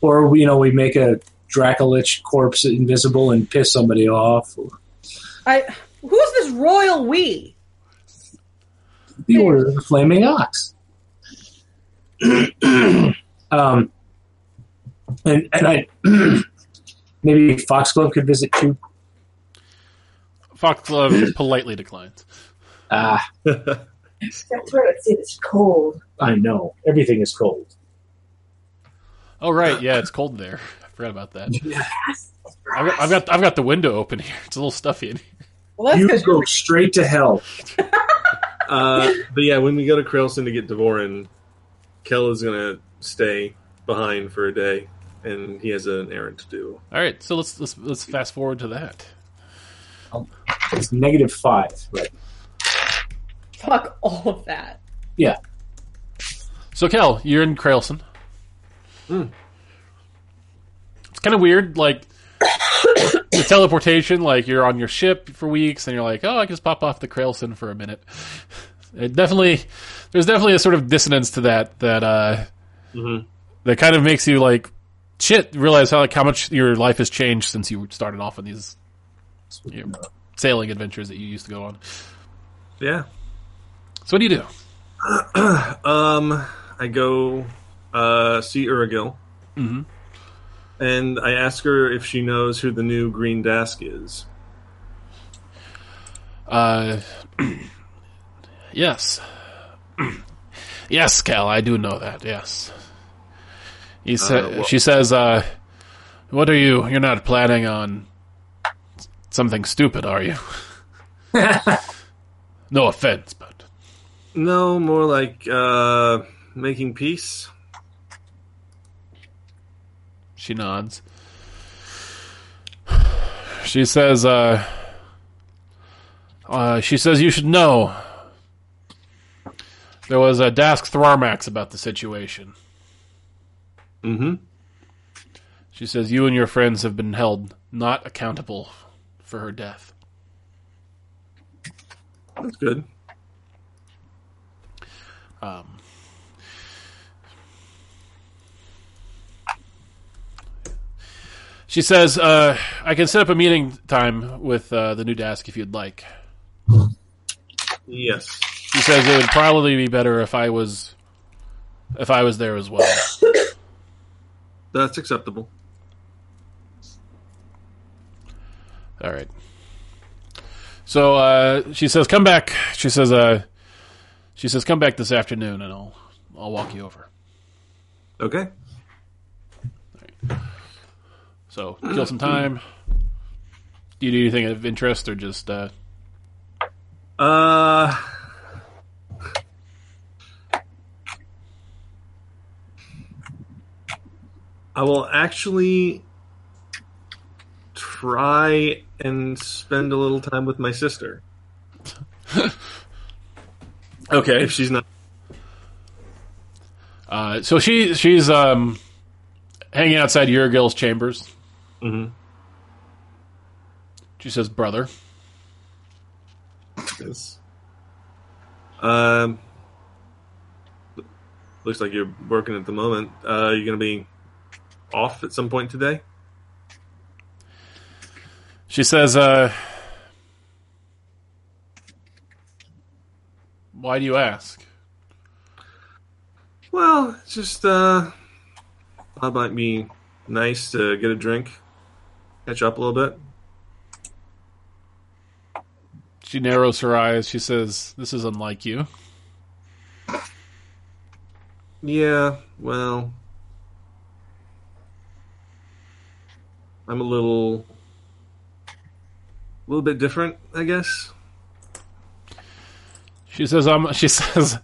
Speaker 2: Or, we- you know, we make a Dracolich corpse invisible and piss somebody off.
Speaker 3: I who's this royal we?
Speaker 2: The Order of the Flaming Ox. [CLEARS THROAT] um, and, and I [CLEARS THROAT] maybe Foxglove could visit too.
Speaker 1: foxglove politely declines
Speaker 2: Ah,
Speaker 5: That's where it's, it's cold.
Speaker 2: I know everything is cold.
Speaker 1: oh right yeah it's cold there [LAUGHS] i forgot about that
Speaker 5: Yes.
Speaker 1: I've got, I've got I've got the window open here. It's a little stuffy in here.
Speaker 3: Well, that's
Speaker 2: you
Speaker 3: because
Speaker 2: go straight to hell.
Speaker 4: Uh, but yeah, when we go to Krailson to get Devorin, Kel is gonna stay behind for a day, and he has an errand to do.
Speaker 1: All right, so let's let's let's fast forward to that.
Speaker 2: It's negative five. Right.
Speaker 3: fuck all of that.
Speaker 2: Yeah.
Speaker 1: So Kel, you're in Krailson.
Speaker 4: Hmm.
Speaker 1: It's kind of weird, like [COUGHS] the teleportation. Like you're on your ship for weeks, and you're like, oh, I can just pop off the Krailson for a minute. [LAUGHS] It definitely, there's definitely a sort of dissonance to that that uh,
Speaker 4: Mhm.
Speaker 1: that kind of makes you like shit realize how like how much your life has changed since you started off on these you know, sailing adventures that you used to go on.
Speaker 4: Yeah.
Speaker 1: So what do you do?
Speaker 4: Um, I go uh, see Uragil,
Speaker 1: Mhm.
Speaker 4: and I ask her if she knows who the new Green Dask is.
Speaker 1: Uh, [CLEARS THROAT] yes. [CLEARS THROAT] yes, Cal, I do know that, yes. He sa-
Speaker 4: Uh, well-
Speaker 1: she says, uh, what are you, you're not planning on s- something stupid, are
Speaker 4: [LAUGHS]
Speaker 1: you? no offense, but.
Speaker 4: No, more like uh, making peace.
Speaker 1: She nods. [SIGHS] She says, uh, uh, she says, you should know. There was a Dask Thrarmax about the situation.
Speaker 4: Mm-hmm.
Speaker 1: She says, You and your friends have been held not accountable for her death.
Speaker 4: That's good.
Speaker 1: Um, she says, uh, I can set up a meeting time with uh, the new desk if you'd like.
Speaker 4: Yes.
Speaker 1: She says it would probably be better if I was if I was there as well. [COUGHS]
Speaker 4: That's acceptable.
Speaker 1: All right. So uh, she says, "Come back." She says, uh, "She says, come back this afternoon, and I'll I'll walk you over."
Speaker 4: Okay.
Speaker 1: So kill some time. Do you do anything of interest or just uh,
Speaker 4: Uh, I will actually try and spend a little time with my sister
Speaker 1: okay?
Speaker 4: if she's not.
Speaker 1: Uh, so she she's um, hanging outside Urgil's chambers.
Speaker 4: Mhm.
Speaker 1: She says, "Brother,
Speaker 4: Yes. Um, looks like you're working at the moment. Uh, you're gonna be off at some point today.
Speaker 1: She says, uh, Why do you ask?
Speaker 4: Well, it's just uh, thought it might be nice to get a drink, catch up a little bit.
Speaker 1: She narrows her eyes. She says, This is unlike you.
Speaker 4: Yeah, well, I'm a little, a little bit different, I guess.
Speaker 1: She says, I'm, [LAUGHS] she says,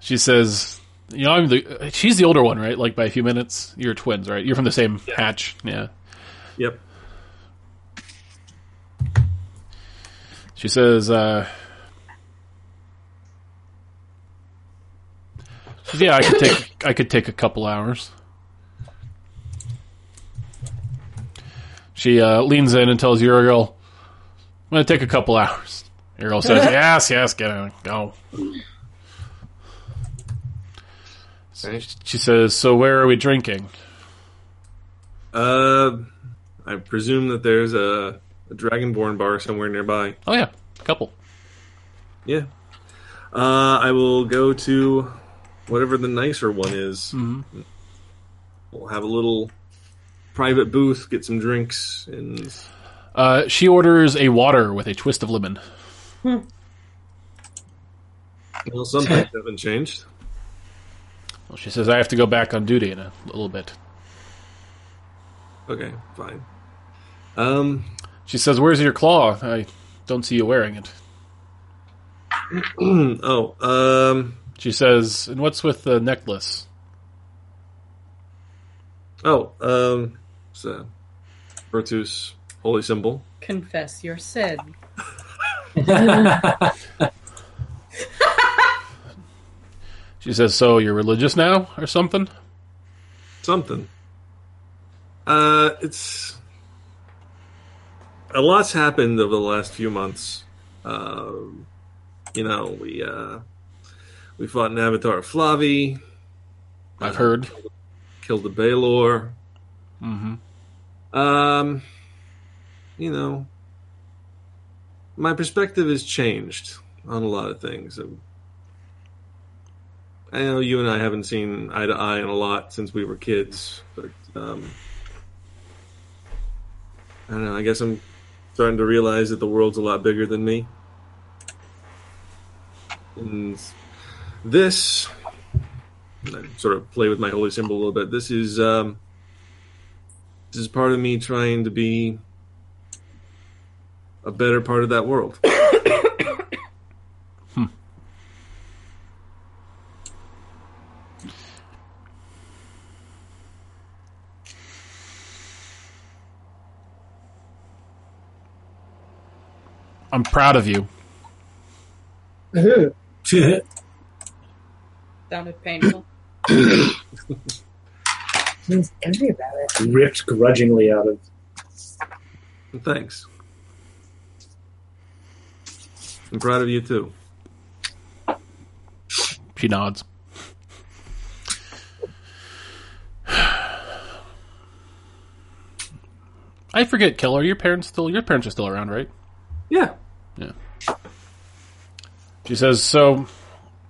Speaker 1: she says, you know, I'm the, she's the older one, right? Like by a few minutes. You're twins, right? You're from the same hatch. Yeah.
Speaker 4: Yep.
Speaker 1: She says, uh, says, yeah, I could take I could take a couple hours. She uh, leans in and tells Uriel, "I'm gonna take a couple hours." Uriel says, "Yes, yes, get in, go." So she says, "So where are we drinking?"
Speaker 4: Uh, I presume that there's a, a Dragonborn bar somewhere nearby.
Speaker 1: Oh yeah, a couple.
Speaker 4: Yeah. Uh, I will go to whatever the nicer one is. We'll have a little private booth, get some drinks, and
Speaker 1: Uh, she orders a water with a twist of lemon.
Speaker 4: well, some things [LAUGHS] haven't changed.
Speaker 1: Well, she says, "I have to go back on duty in a little bit."
Speaker 4: Okay, fine. Um, [CLEARS THROAT]
Speaker 1: She says, "Where's your claw? I don't see you wearing it."
Speaker 4: oh, um,
Speaker 1: She says, "And what's with the necklace?"
Speaker 4: oh, um, so Virtus, holy symbol.
Speaker 8: Confess your sin.
Speaker 1: She says, "So you're religious now, or something?"
Speaker 4: something. Uh, it's a lot's happened over the last few months. Um, you know, we uh, we fought an Avatar of Flavi,
Speaker 1: I've heard.
Speaker 4: killed the Baylor.
Speaker 1: Mm-hmm.
Speaker 4: Um, you know, my perspective has changed on a lot of things. Um, I know you and I haven't seen eye to eye on a lot since we were kids, but um, I don't know. I guess I'm starting to realize that the world's a lot bigger than me. And this, and I sort of play with my holy symbol a little bit. This is um, this is part of me trying to be a better part of that world. [COUGHS]
Speaker 1: I'm proud of you.
Speaker 8: Sounded painful.
Speaker 5: He's angry about it.
Speaker 6: Ripped grudgingly out of.
Speaker 4: Thanks. I'm proud of you too.
Speaker 1: She nods. [SIGHS] I forget, Kel. Are your parents still? Your parents are still around, right?
Speaker 4: Yeah.
Speaker 1: She says, "So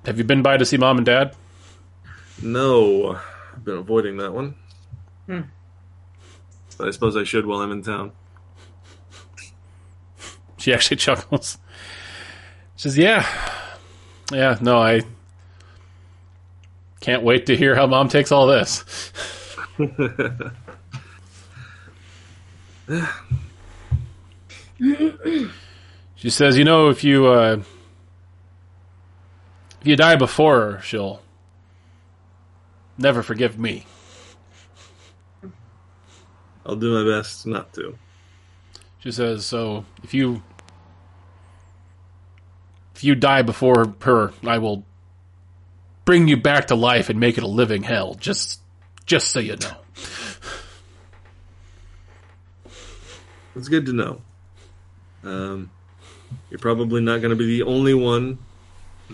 Speaker 1: have you been by to see mom and dad?"
Speaker 4: No, I've been avoiding that one. But I suppose I should while I'm in town.
Speaker 1: She actually [LAUGHS] chuckles. She says, "Yeah, yeah. No, I can't wait to hear how mom takes all this." she says, "You know, if you uh, if you die before her, she'll never forgive me."
Speaker 4: I'll do my best not to.
Speaker 1: She says, "So if you if you die before her, I will bring you back to life and make it a living hell. Just, just so you know.
Speaker 4: It's good to know. Um, you're probably not going to be the only one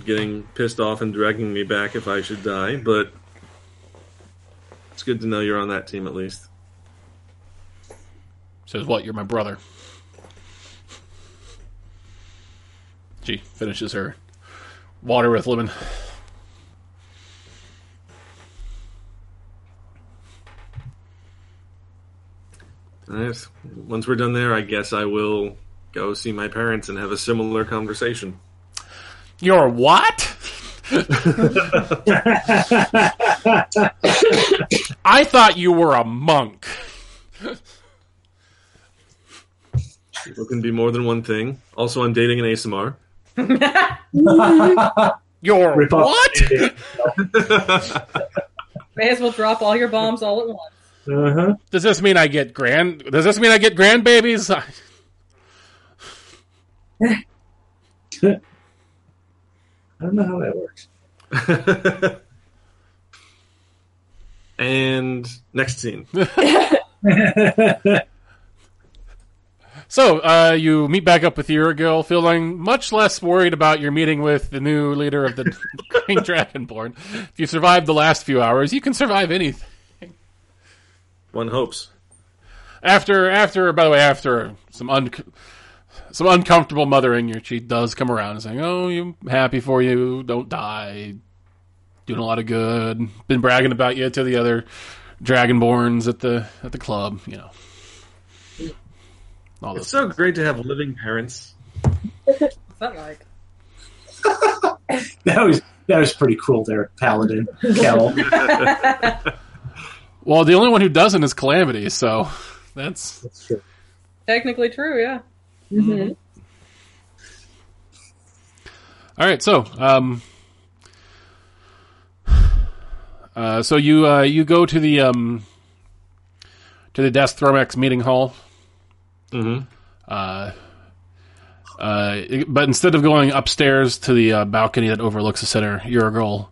Speaker 4: getting pissed off and dragging me back if I should die, but it's good to know you're on that team at least.
Speaker 1: Says what? You're my brother. She finishes her water with lemon.
Speaker 4: All right. Once we're done there, I guess I will go see my parents and have a similar conversation.
Speaker 1: You're what? [LAUGHS] I thought you were a monk.
Speaker 4: People can be more than one thing. Also, I'm dating an ASMR.
Speaker 1: You're
Speaker 6: Rip off-
Speaker 1: what?
Speaker 2: [LAUGHS]
Speaker 8: May as well drop all your bombs all at once.
Speaker 6: Uh-huh.
Speaker 1: Does this mean I get grand? Does this mean I get grandbabies? [LAUGHS] I-
Speaker 6: I don't know how that works.
Speaker 4: [LAUGHS] and next scene.
Speaker 1: So uh, you meet back up with your girl, feeling much less worried about your meeting with the new leader of the [LAUGHS] Green Dragonborn. If you survived the last few hours, you can survive anything.
Speaker 4: One hopes.
Speaker 1: After, after, by the way, after some un- some uncomfortable mothering, your she does come around and saying, "Oh, I'm happy for you. Don't die. Doing a lot of good. Been bragging about you to the other Dragonborns at the at the club. You know, all
Speaker 4: It's
Speaker 1: those.
Speaker 4: so great to have living parents.
Speaker 8: What's that like?
Speaker 6: That was that was pretty cool there, Paladin. Kel.
Speaker 3: [LAUGHS]
Speaker 1: Well, the only one who doesn't is Calamity. So that's."
Speaker 6: That's true.
Speaker 8: Technically true, yeah.
Speaker 5: Mm-hmm.
Speaker 1: All right, so um, uh, so you uh, you go to the um, to the Death Thromax meeting hall,
Speaker 4: Mm-hmm.
Speaker 1: uh, but instead of going upstairs to the uh, balcony that overlooks the center, Uragol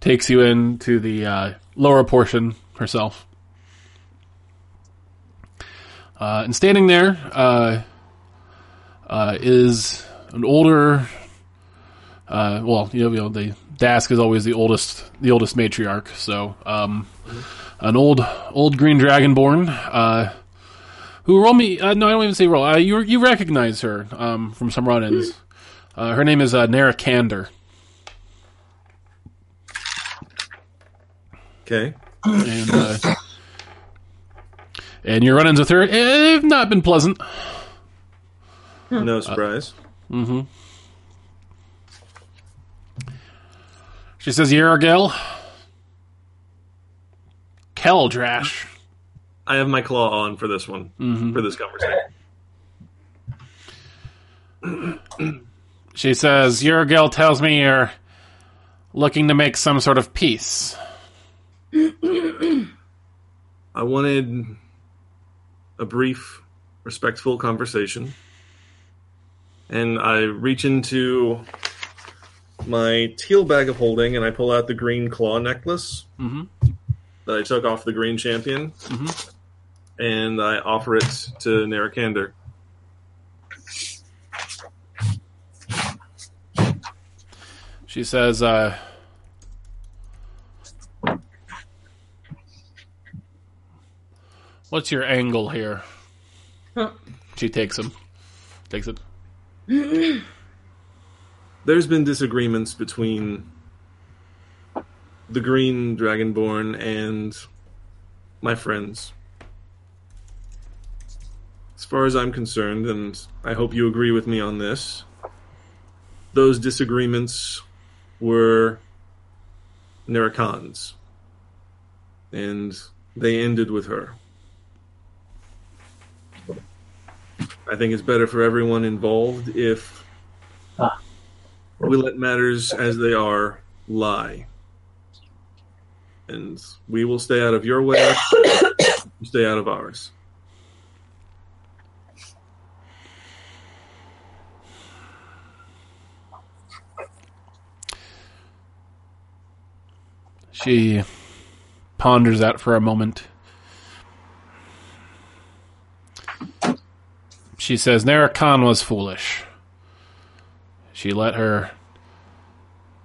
Speaker 1: takes you into the uh, lower portion herself. Uh, and standing there uh, uh, is an older. Uh, well, you know, you know, the Dask is always the oldest, the oldest matriarch. So, um, an old, old green dragonborn. Uh, who roll me? Uh, no, I don't even say roll. Uh, you you recognize her um, from some run-ins. Uh, her name is uh, Nara Kander,
Speaker 4: Okay.
Speaker 1: and uh, and your run-ins with her eh, have not been pleasant.
Speaker 4: No surprise.
Speaker 1: She says, "Yeragel, Keldrash." Mm-hmm.
Speaker 4: I have my claw on for this one, for this conversation.
Speaker 1: She says, "Yeragel tells me you're looking to make some sort of peace."
Speaker 4: I wanted a brief, respectful conversation. And I reach into my teal bag of holding and I pull out the green claw necklace
Speaker 1: Mhm.
Speaker 4: that I took off the green champion. And I offer it to Narakander.
Speaker 1: She says, uh, "What's your angle here?"
Speaker 8: Huh.
Speaker 1: She takes him. Takes it.
Speaker 4: There's been disagreements between the green dragonborn and my friends. As far as I'm concerned, and I hope you agree with me on this, those disagreements were Narakan's. And they ended with her. I think it's better for everyone involved if we let matters as they are lie. And we will stay out of your way, you stay out of ours.
Speaker 1: She ponders that for a moment. She says Nara Khan was foolish. She let her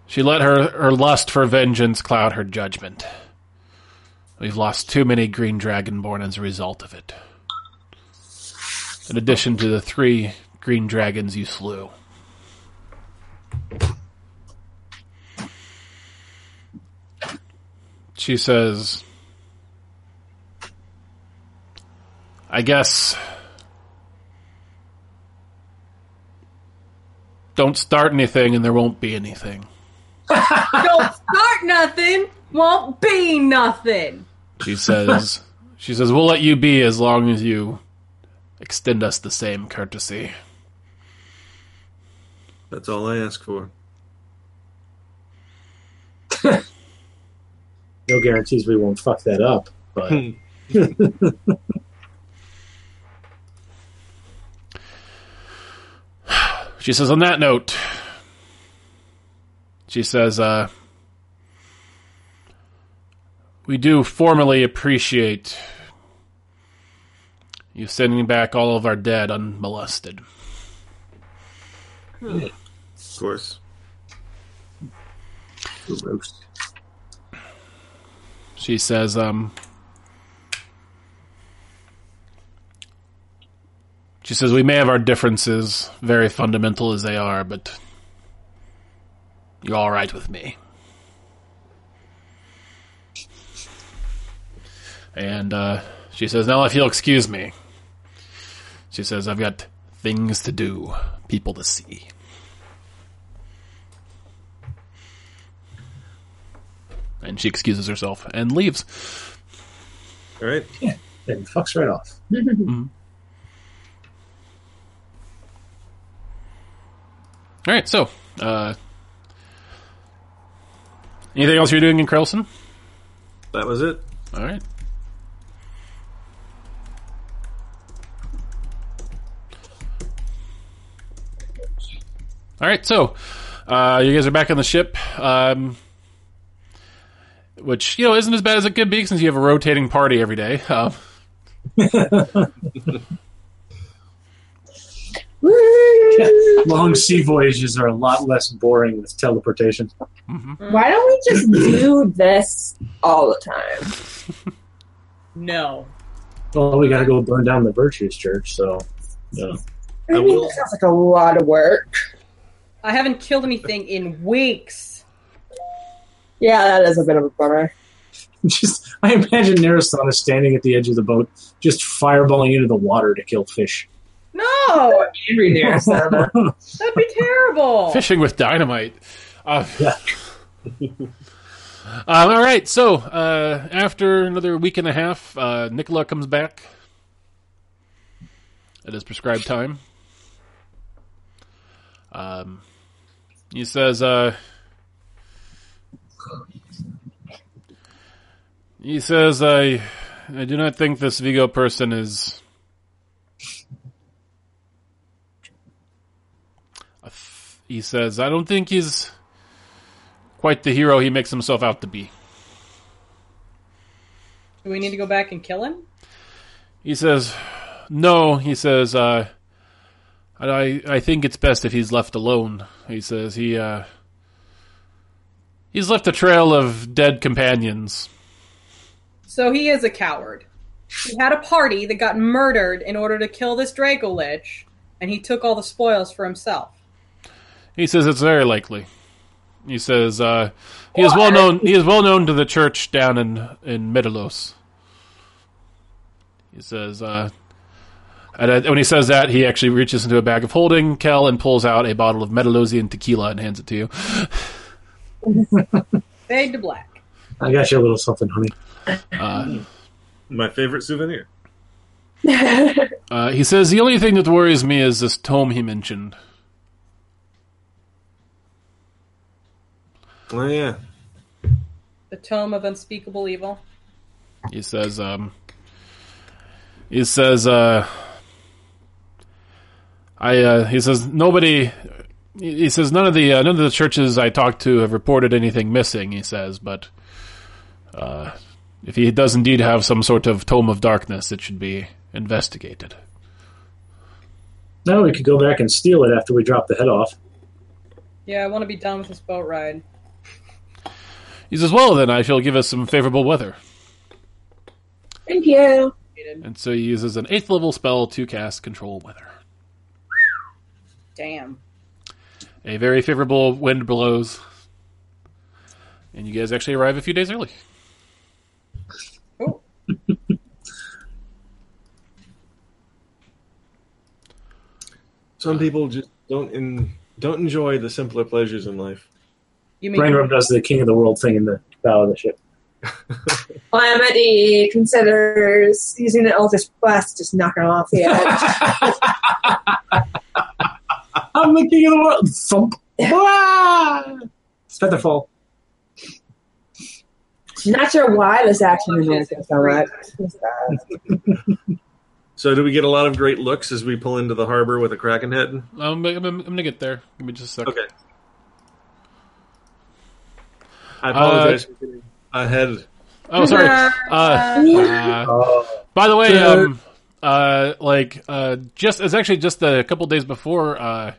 Speaker 1: she let her, her lust for vengeance cloud her judgment. We've lost too many green dragonborn as a result of it. In addition to the three green dragons you slew. She says, I guess. Don't start anything and there won't be anything.
Speaker 9: Don't start nothing, won't be nothing.
Speaker 1: She says, she says, we'll let you be as long as you extend us the same courtesy.
Speaker 4: That's all I ask for.
Speaker 2: No guarantees we won't fuck that up, but
Speaker 4: Hmm.
Speaker 1: She says, on that note, she says, uh, we do formally appreciate you sending back all of our dead unmolested.
Speaker 4: Of course.
Speaker 2: roast.
Speaker 1: She says, um, she says, we may have our differences, very fundamental as they are, but you're all right with me. And uh, she says, now if you'll excuse me, she says, I've got things to do, people to see. And she excuses herself and leaves.
Speaker 4: All right.
Speaker 2: then fucks right off.
Speaker 1: All right, so uh, anything else you're doing in Krelson?
Speaker 4: That was it.
Speaker 1: All right. All right, so uh, you guys are back on the ship, um, which you know isn't as bad as it could be since you have a rotating party every day. Uh,
Speaker 2: Long sea voyages are a lot less boring with teleportation.
Speaker 5: Why don't we just do this all the time?
Speaker 3: No.
Speaker 2: Well, we got to go burn down the Virtues Church, so [LAUGHS] no.
Speaker 5: I mean, that sounds like a lot of work.
Speaker 3: I haven't killed anything in weeks.
Speaker 5: Yeah, that is a bit of a bummer.
Speaker 2: just I imagine Narasana standing at the edge of the boat, just fireballing into the water to kill fish.
Speaker 3: No!
Speaker 5: Angry
Speaker 2: [LAUGHS]
Speaker 5: there, Santa.
Speaker 3: That'd be terrible.
Speaker 1: fishing with dynamite. Uh,
Speaker 2: Yeah.
Speaker 1: [LAUGHS] um, all right, so uh, after another week and a half, uh, Nicola comes back at his prescribed time. Um, he says, uh, he says, I, I do not think this Vigo person is he says, I don't think he's quite the hero he makes himself out to be.
Speaker 3: Do we need to go back and kill him?
Speaker 1: He says, No, he says, uh, I, I think it's best if he's left alone. He says, he, uh, he's left a trail of dead companions.
Speaker 3: So he is a coward. He had a party that got murdered in order to kill this Draco Lich, and he took all the spoils for himself.
Speaker 1: He says, It's very likely. He says, uh, he is well known, he is well known to the church down in, in Midalos. He says, uh, And uh, when he says that, he actually reaches into a bag of holding, Kel, and pulls out a bottle of Metalosian tequila and hands it to you.
Speaker 3: Fade to black.
Speaker 2: I got you a little something, honey.
Speaker 4: My favorite souvenir.
Speaker 1: Uh, he says, The only thing that worries me is this tome he mentioned.
Speaker 4: Oh yeah.
Speaker 3: The Tome of Unspeakable Evil.
Speaker 1: He says, um, He says, uh, I, uh, he says, nobody, he he says, none of the, uh, none of the churches I talked to have reported anything missing, he says, but Uh, if he does indeed have some sort of tome of darkness, it should be investigated.
Speaker 2: Now we could go back and steal it after we drop the head off.
Speaker 8: Yeah, I want to be done with this boat ride.
Speaker 1: He says, "Well, then I shall give us some favorable weather."
Speaker 5: Thank you.
Speaker 1: And so he uses an eighth level spell to cast Control Weather.
Speaker 8: Damn.
Speaker 1: A very favorable wind blows, and you guys actually arrive a few days early.
Speaker 8: Oh,
Speaker 4: Some people just don't in, don't enjoy the simpler pleasures in life.
Speaker 8: you mean
Speaker 2: Brainworm does the king of the world thing in the bow of the ship.
Speaker 5: Calamity considers using an Eldritch Blast, just knocking him off the [LAUGHS] edge.
Speaker 2: I'm the king of the world. Thump. Ah! Featherfall.
Speaker 5: Not sure why this action reminds me so much.
Speaker 4: So, do we get a lot of great looks as we pull into the harbor with a kraken head?
Speaker 1: Um, I'm, I'm, I'm gonna get there. Give me just a second.
Speaker 4: Okay. I apologize. for getting ahead. [LAUGHS]
Speaker 1: Oh, sorry. Uh, uh,
Speaker 2: Oh,
Speaker 1: by the way, um, uh, like uh, just it's actually just a couple days before uh,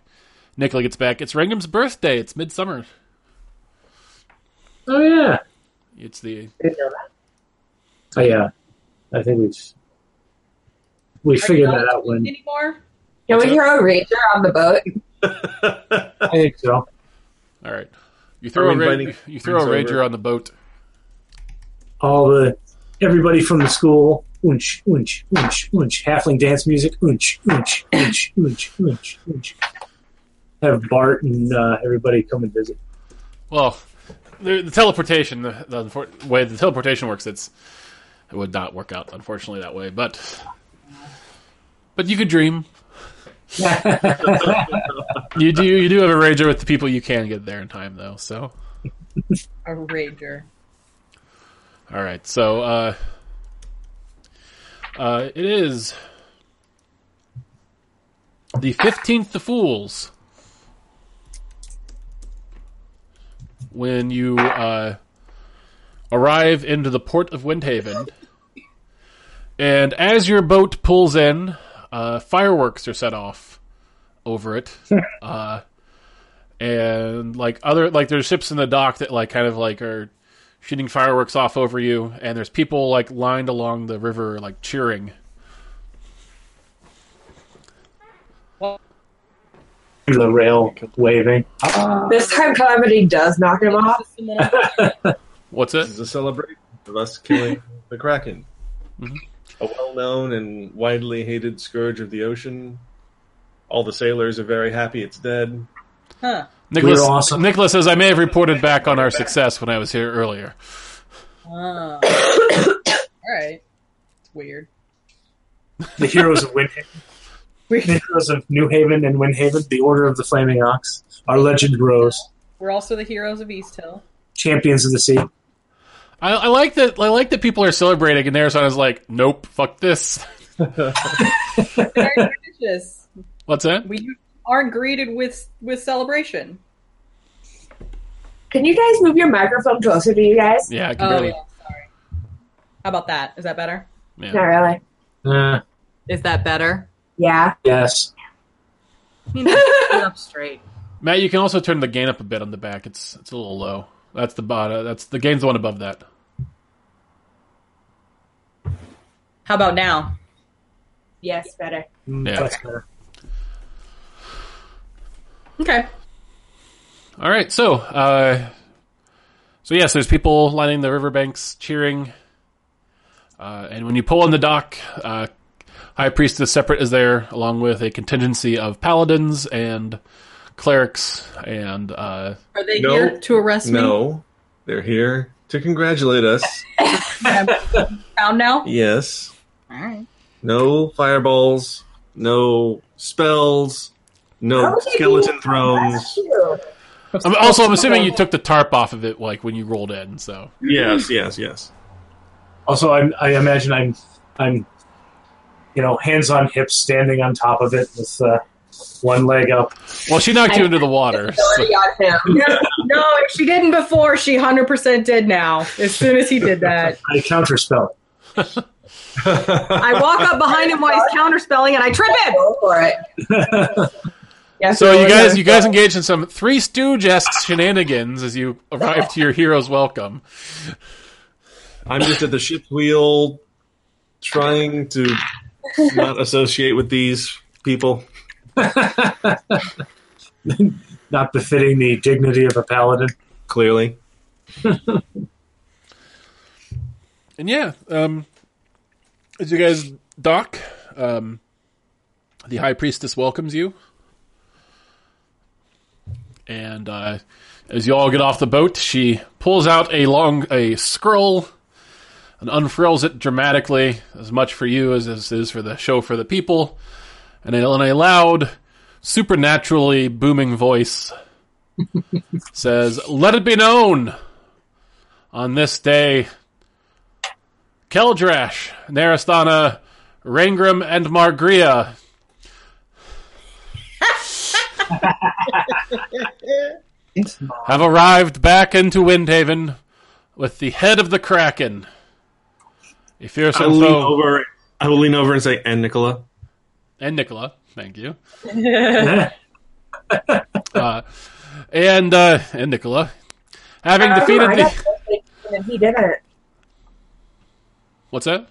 Speaker 1: Nicola gets back. It's Rangham's birthday. It's midsummer.
Speaker 2: oh yeah.
Speaker 1: It's the
Speaker 2: Oh yeah. I think we've we figured that out when
Speaker 8: anymore?
Speaker 7: Can we throw a ranger on the boat?
Speaker 2: I think so.
Speaker 1: all right. You throw a
Speaker 4: we
Speaker 1: ra-
Speaker 4: inviting
Speaker 1: you throw a
Speaker 4: friends
Speaker 1: rager
Speaker 4: over?
Speaker 1: on the boat.
Speaker 2: All the everybody from the school. Oonch, oonch, oonch, oonch. Halfling dance music. Oonch, oonch, oonch, oonch, oonch, oonch. Have Bart and uh, everybody come and visit.
Speaker 1: Well, the, the teleportation, the, the unfor- way the teleportation works, it's it would not work out unfortunately that way. But but you could dream. you do you do have a rager with the people you can get there in time though. So
Speaker 8: A rager.
Speaker 1: all right, so uh, uh, it is the fifteenth of Fools when you uh, arrive into the port of Windhaven, and as your boat pulls in, uh, fireworks are set off over it. uh, and like other like there's ships in the dock that like kind of like are shooting fireworks off over you, and there's people like lined along the river, like cheering.
Speaker 2: The rail waving.
Speaker 5: This time, Calamity does knock him off.
Speaker 8: Just a minute.
Speaker 1: What's
Speaker 4: This
Speaker 1: it?
Speaker 4: is a celebration of us killing the kraken, a well-known and widely hated scourge of the ocean. All the sailors are very happy it's dead.
Speaker 8: Huh.
Speaker 1: Nicholas,
Speaker 2: We were awesome.
Speaker 1: Nicholas says, I may have reported back on our success when I was here earlier.
Speaker 8: [COUGHS] Oh. All right. It's weird.
Speaker 2: The heroes of Windhaven. The heroes of New Haven and Windhaven, the Order of the Flaming Ox, our legend rose,
Speaker 8: We're also the heroes of East Hill.
Speaker 2: champions of the sea.
Speaker 1: I, I like that. I like that people are celebrating, and Arizona's like, "Nope, fuck this." [LAUGHS]
Speaker 8: Very religious.
Speaker 1: What's that?
Speaker 8: We aren't greeted with with celebration.
Speaker 5: Can you guys move your microphone closer to you guys?
Speaker 1: Yeah, I can
Speaker 8: Oh,
Speaker 1: barely.
Speaker 8: yeah, sorry. How about that? Is that better?
Speaker 1: yeah.
Speaker 5: Not really.
Speaker 2: Uh,
Speaker 8: Is that better?
Speaker 5: Yeah.
Speaker 2: yes.
Speaker 3: [LAUGHS]
Speaker 8: You need to sit up straight.
Speaker 1: Matt, you can also turn the gain up a bit on the back. It's it's a little low. That's the bottom. That's the gain's the one above that.
Speaker 8: How about now?
Speaker 5: Yes, better.
Speaker 2: Mm,
Speaker 1: Yeah.
Speaker 2: That's better.
Speaker 8: Okay.
Speaker 1: All right, so uh, so yes, there's people lining the riverbanks cheering, uh, and when you pull in the dock, uh, High Priestess Separate is there, along with a contingency of paladins and clerics, and uh,
Speaker 8: Are they
Speaker 4: No.
Speaker 8: here to arrest me?
Speaker 4: No, they're here to congratulate us.
Speaker 8: Found
Speaker 4: [LAUGHS]
Speaker 3: [LAUGHS]
Speaker 8: now?
Speaker 4: Yes.
Speaker 8: All right.
Speaker 4: No fireballs. No spells. No
Speaker 5: Okay.
Speaker 4: skeleton
Speaker 1: Um,
Speaker 4: thrones.
Speaker 5: Ew.
Speaker 1: I'm, also I'm assuming you took the tarp off of it, like when you rolled in. So
Speaker 4: Yes, yes, yes.
Speaker 2: Also, I'm, I imagine I'm, I'm, you know, hands on hips, standing on top of it with uh, one leg up.
Speaker 1: Well, she knocked you into the
Speaker 5: [LAUGHS]
Speaker 1: water. so-
Speaker 5: Already on him.
Speaker 8: No, no, if she didn't before, she 100% did now. As soon as he did that,
Speaker 2: I counterspell.
Speaker 3: I walk up behind him while
Speaker 4: [LAUGHS]
Speaker 3: he's counterspelling, and I trip him.
Speaker 5: Go for it. Yeah,
Speaker 1: So you
Speaker 5: we're
Speaker 1: guys,
Speaker 5: gonna
Speaker 1: you guys
Speaker 5: go.
Speaker 1: engage in some Three Stooges shenanigans as you arrive to your hero's welcome.
Speaker 4: I'm just at the ship's wheel, trying to not associate with these people.
Speaker 2: Not befitting the dignity of a paladin.
Speaker 4: Clearly,
Speaker 1: And yeah, um, as you guys dock, um, the high priestess welcomes you, and uh, as you all get off the boat, she pulls out a long a scroll and unfurls it dramatically, as much for you as this is for the show for the people, and in a loud, supernaturally booming voice says, "Let it be known." On this day, Keldrash, Naristana, Rangram, and Margria. have arrived back into Windhaven with the head of the Kraken. A
Speaker 4: I
Speaker 1: fearsome
Speaker 4: will lean
Speaker 1: foe.
Speaker 4: over. I will lean over and say, "And Nicola."
Speaker 1: And Nicola, thank you.
Speaker 2: [LAUGHS] Eh,
Speaker 1: Uh, and uh, and Nicola. Having
Speaker 5: Uh, I
Speaker 1: defeated
Speaker 5: got
Speaker 1: the.
Speaker 5: first name and he didn't.
Speaker 1: [LAUGHS] What's that?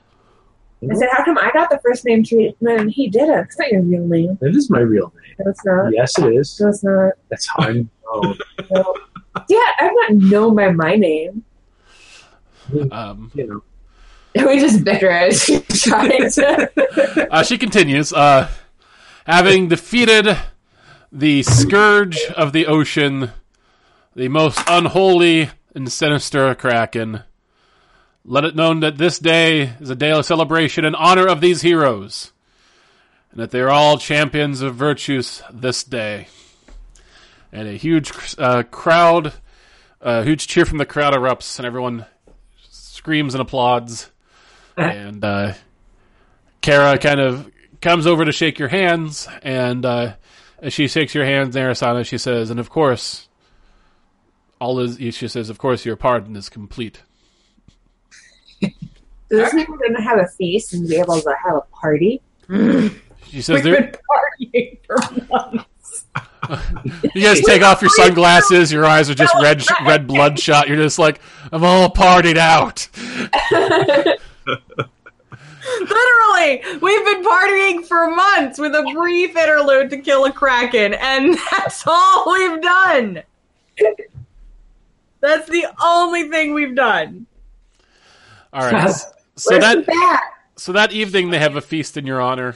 Speaker 5: I said, "How come I got the first name treatment and he didn't? It's not your real name.
Speaker 2: that is my real name.
Speaker 5: No, it's not.
Speaker 2: Yes, it is.
Speaker 5: No, it's not.
Speaker 2: That's how I'm known.
Speaker 5: No. yeah, I'm not known by my name. [LAUGHS]
Speaker 1: Um,
Speaker 2: You know,
Speaker 5: We just bicker as [LAUGHS] she's trying to. [LAUGHS]
Speaker 1: Uh, she continues, uh, having defeated the scourge of the ocean, the most unholy and sinister kraken. Let it known that this day is a day of celebration in honor of these heroes, and that they are all champions of virtues this day. And a huge uh, crowd, a huge cheer from the crowd erupts, and everyone screams and applauds. And uh, Kara kind of comes over to shake your hands, and uh, as she shakes your hands, Narasana, she says, and of course, all is, she says, of course, your pardon is complete.
Speaker 5: Does this mean we're gonna have a feast and be able to have a party?
Speaker 1: She
Speaker 8: we've
Speaker 1: says, there,
Speaker 8: been partying for months.
Speaker 1: you guys take off your sunglasses, your eyes are just red, red bloodshot. You're just like, I'm all partied out.
Speaker 3: Literally, we've been partying for months with a brief interlude to kill a kraken, and [LAUGHS] that's all we've done. That's the only thing we've done.
Speaker 1: All right. So
Speaker 5: Where's
Speaker 1: that
Speaker 5: the bat?
Speaker 1: so that evening they have a feast in your honor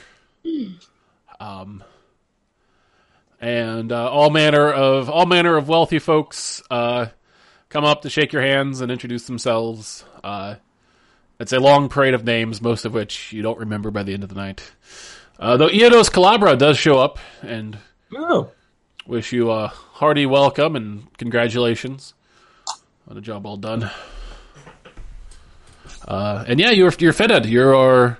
Speaker 1: um and uh, all manner of all manner of wealthy folks uh come up to shake your hands and introduce themselves uh it's a long parade of names most of which you don't remember by the end of the night uh though Iodos Calabra does show up and
Speaker 4: Oh,
Speaker 1: wish you a hearty welcome and congratulations on a job well done. Uh, and yeah, you're you're fitted. You are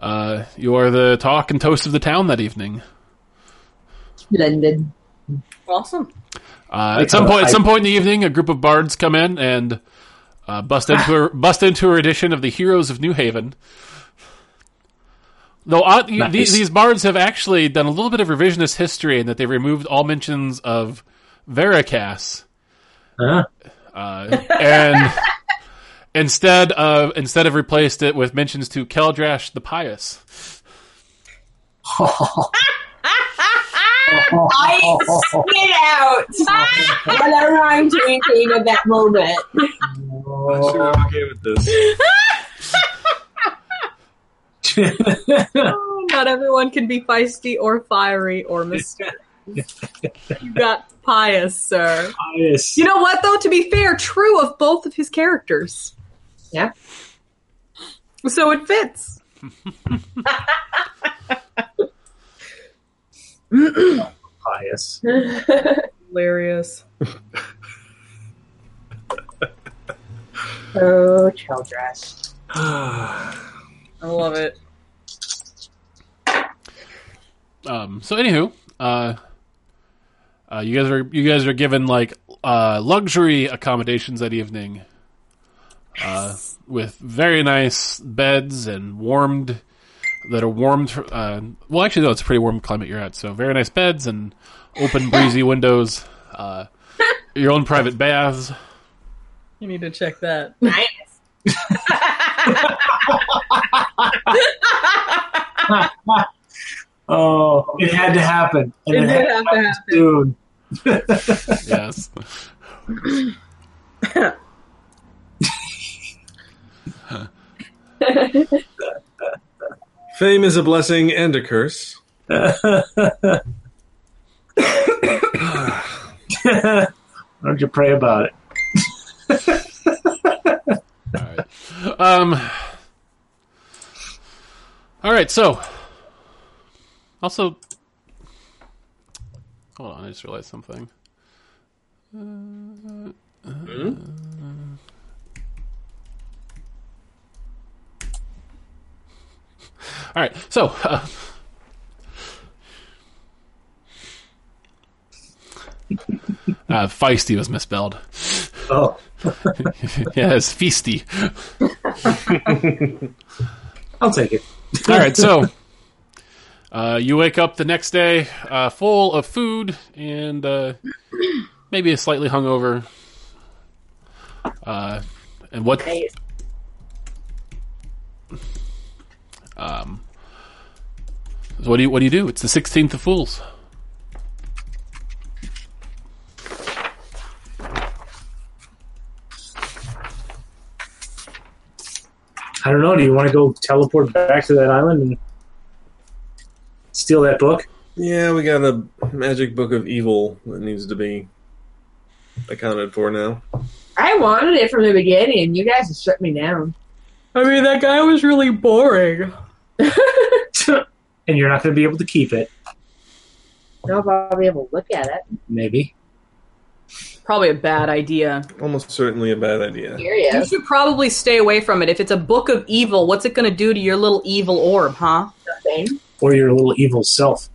Speaker 1: uh, you are the talk and toast of the town that evening.
Speaker 5: [LAUGHS]
Speaker 7: Splendid.
Speaker 8: Awesome.
Speaker 1: Uh, at some point, at some point in the evening, a group of bards come in and uh, bust into a, bust into a edition of the Heroes of New Haven. Though odd, you-
Speaker 2: Nice.
Speaker 1: these, these bards have actually done a little bit of revisionist history in that they removed all mentions of Veracast
Speaker 2: huh?
Speaker 1: uh, and instead of instead of replaced it with mentions to Keldrash the Pious.
Speaker 5: I
Speaker 2: [LAUGHS]
Speaker 5: spit out whatever I'm drinking at that moment.
Speaker 4: I'm not sure I'm okay with this.
Speaker 2: [LAUGHS]
Speaker 8: Oh, not everyone can be feisty or fiery or mysterious. you got pious, sir.
Speaker 2: Pious.
Speaker 8: You know what, though? To be fair, true of both of his characters.
Speaker 5: Yeah.
Speaker 8: So it fits.
Speaker 2: Pious.
Speaker 8: Hilarious.
Speaker 5: oh, Childress.
Speaker 8: I love it.
Speaker 1: Um, so, anywho, Uh, uh, you guys are you guys are given like uh, luxury accommodations that evening, uh, with very nice beds and warmed that are warmed. Uh, well, actually, no, it's a pretty warm climate you're at, so very nice beds and open breezy windows. Uh, your own private baths.
Speaker 3: You need to check [LAUGHS] that.
Speaker 10: Nice.
Speaker 2: Oh, it had to happen. And
Speaker 3: It
Speaker 2: it,
Speaker 3: did
Speaker 2: happened
Speaker 3: have to happen.
Speaker 2: soon.
Speaker 1: Yes.
Speaker 4: Fame is a blessing and a curse.
Speaker 2: Why don't you pray about it?
Speaker 1: Um. All right, so also, hold on, I just realized something. Uh, All right, so uh, uh, feisty was misspelled.
Speaker 2: Oh,
Speaker 1: yeah, it's feisty.
Speaker 2: I'll take it.
Speaker 1: All right, so uh, you wake up the next day uh, full of food and uh, maybe slightly hungover. Uh, and what?
Speaker 10: Nice.
Speaker 1: Um, so what do you what do you do? It's the sixteenth of Fools. [LAUGHS]
Speaker 2: I don't know. Do you want to go teleport back to that island and steal that book? [LAUGHS]
Speaker 4: Yeah, we got a magic book of evil that needs to be accounted for now.
Speaker 5: I wanted it from the beginning. You guys have shut me down.
Speaker 3: I mean, that guy was really boring.
Speaker 2: and you're not going to be able to keep it,
Speaker 5: No, if I'll be able to look at it.
Speaker 2: maybe.
Speaker 3: Probably a bad idea.
Speaker 4: Almost certainly a bad
Speaker 11: You
Speaker 4: idea.
Speaker 5: Curious.
Speaker 11: should probably stay away from it. If it's a book of evil, what's it going to do to your little evil orb, huh?
Speaker 5: Nothing.
Speaker 2: Or your little evil self.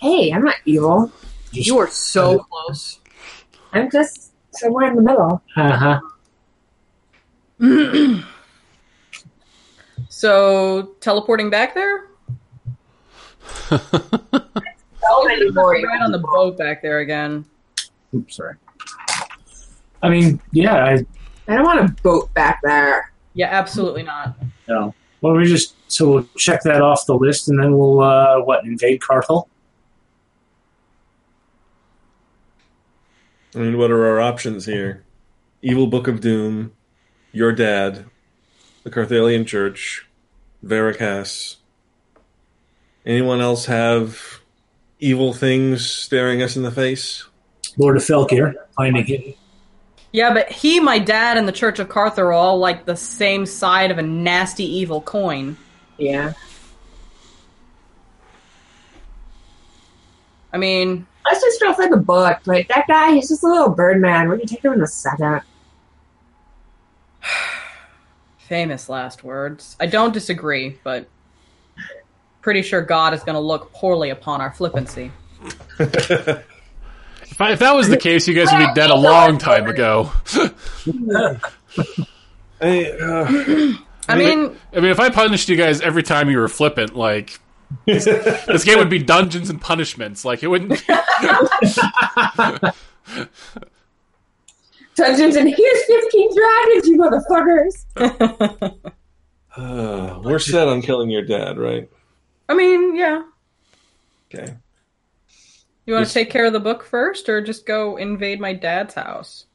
Speaker 5: Hey, I'm not evil.
Speaker 2: Just,
Speaker 11: You are so close.
Speaker 5: I'm just somewhere in the middle.
Speaker 2: uh-huh.
Speaker 3: So, teleporting back there?
Speaker 5: So many more.
Speaker 3: Right on the boat back there again.
Speaker 2: Oops, sorry. I mean, yeah, I
Speaker 5: I don't want a boat back there.
Speaker 3: Yeah, absolutely not.
Speaker 2: No. Well, we just so we'll check that off the list, and then we'll uh, what invade Carthel?
Speaker 4: I mean, what are our options here? Evil Book of Doom, your dad, the Carthalian Church, Veracast. Anyone else have evil things staring us in the face?
Speaker 2: Lord of Felkir, finding it.
Speaker 3: Yeah, but he, my dad, and the Church of Carthor are all like the same side of a nasty evil coin.
Speaker 5: Yeah.
Speaker 3: I mean,
Speaker 5: Let's just go for the book. Like, that guy, he's just a little bird man. We can take him in a second.
Speaker 3: famous last words. I don't disagree, but pretty sure God is going to look poorly upon our flippancy.
Speaker 1: If, I, if that was the case, you guys would be dead a long time ago. [LAUGHS]
Speaker 4: I, uh,
Speaker 3: I mean,
Speaker 1: I mean, if I punished you guys every time you were flippant, like this, this game would be Dungeons and Punishments. Like it [LAUGHS] wouldn't.
Speaker 5: Dungeons and here's 15 dragons, you motherfuckers.
Speaker 4: uh, we're set on killing your dad, right?
Speaker 3: I mean, yeah.
Speaker 4: Okay.
Speaker 3: You want
Speaker 4: Yes.
Speaker 3: to take care of the book first, or just go invade my dad's house?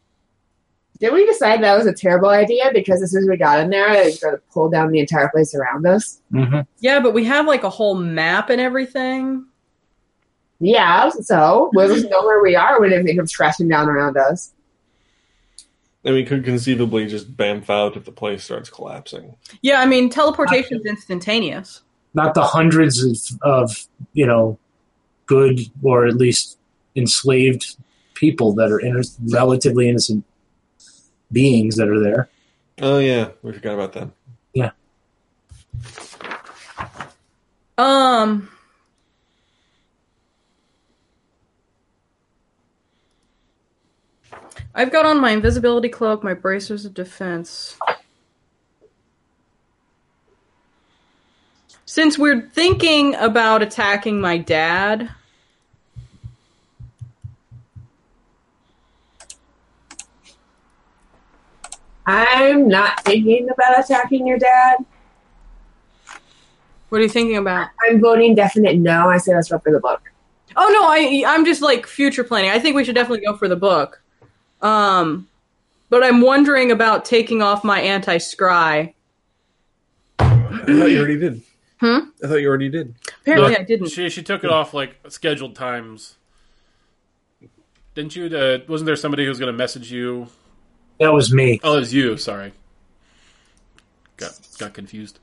Speaker 5: Did we decide that was a terrible idea? Because as soon as we got in there, it was going to pull down the entire place around us.
Speaker 2: Mm-hmm.
Speaker 3: Yeah, but we have like a whole map and everything.
Speaker 5: Yeah, so we'll just know where we are when everything comes crashing down around us.
Speaker 4: And we could conceivably just bamf out if the place starts collapsing.
Speaker 3: Yeah, I mean, teleportation's instantaneous.
Speaker 2: Not the hundreds of, of you know good or at least enslaved people that are inno- relatively innocent beings that are there.
Speaker 4: Oh, yeah, we forgot about that.
Speaker 3: Um, I've got on my invisibility cloak, my bracers of defense. Since we're thinking about attacking my dad,
Speaker 5: I'm not thinking about attacking your dad.
Speaker 3: what are you thinking about?
Speaker 5: I'm voting definite no. I say let's go for the book.
Speaker 3: Oh no, I I'm just like future planning. I think we should definitely go for the book. Um but I'm wondering about taking off my anti-scry.
Speaker 4: I thought you already did.
Speaker 3: Hmm?
Speaker 4: I thought you already did.
Speaker 3: Apparently
Speaker 1: No.
Speaker 3: I didn't.
Speaker 1: She she took it off like scheduled times. Didn't you? Uh, wasn't there somebody who was going to message you?
Speaker 12: That was me.
Speaker 1: Oh, it was you. Sorry, got got confused.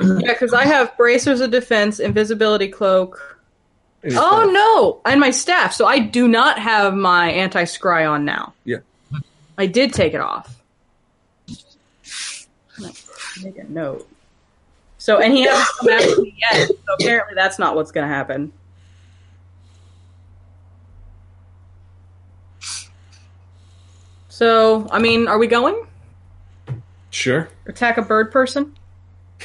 Speaker 3: Yeah, cuz I have bracers of defense, invisibility cloak.
Speaker 4: Any
Speaker 3: Oh
Speaker 4: thought?
Speaker 3: no, and my staff. So I do not have my anti-scry on now.
Speaker 4: Yeah.
Speaker 3: I did take it off. Let's Make a note. So and he hasn't come back to me yet. So apparently that's not what's going to happen. So I mean, are we going
Speaker 4: Sure.
Speaker 3: attack a bird person?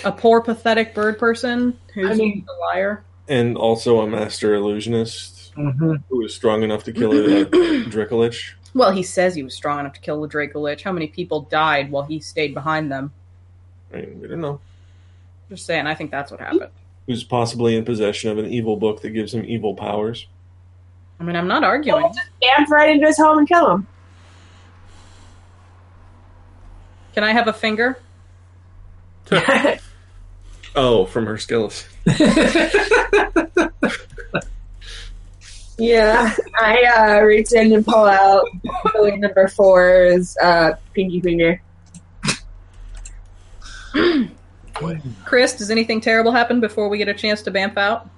Speaker 3: A poor, pathetic bird person who's
Speaker 5: I mean-
Speaker 3: a liar.
Speaker 4: And also a master illusionist
Speaker 12: Mm-hmm.
Speaker 4: who is strong enough to kill
Speaker 3: [CLEARS THROAT]
Speaker 4: a Drikolich.
Speaker 3: Well, he says he was strong enough to kill the Draco Lich. How many people died while he stayed behind them?
Speaker 4: I mean, we don't know.
Speaker 3: Just saying, I think that's what happened.
Speaker 4: Who's possibly in possession of an evil book that gives him evil powers.
Speaker 3: I mean, I'm not arguing.
Speaker 5: Bamf right into his home and kill him.
Speaker 3: Can I have a finger?
Speaker 5: [LAUGHS]
Speaker 4: Oh, from her skills.
Speaker 5: Yeah,
Speaker 13: I uh, reach in and pull out Billy number four's uh, pinky finger.
Speaker 3: Chris, does anything terrible happen before we get a chance to bamf out?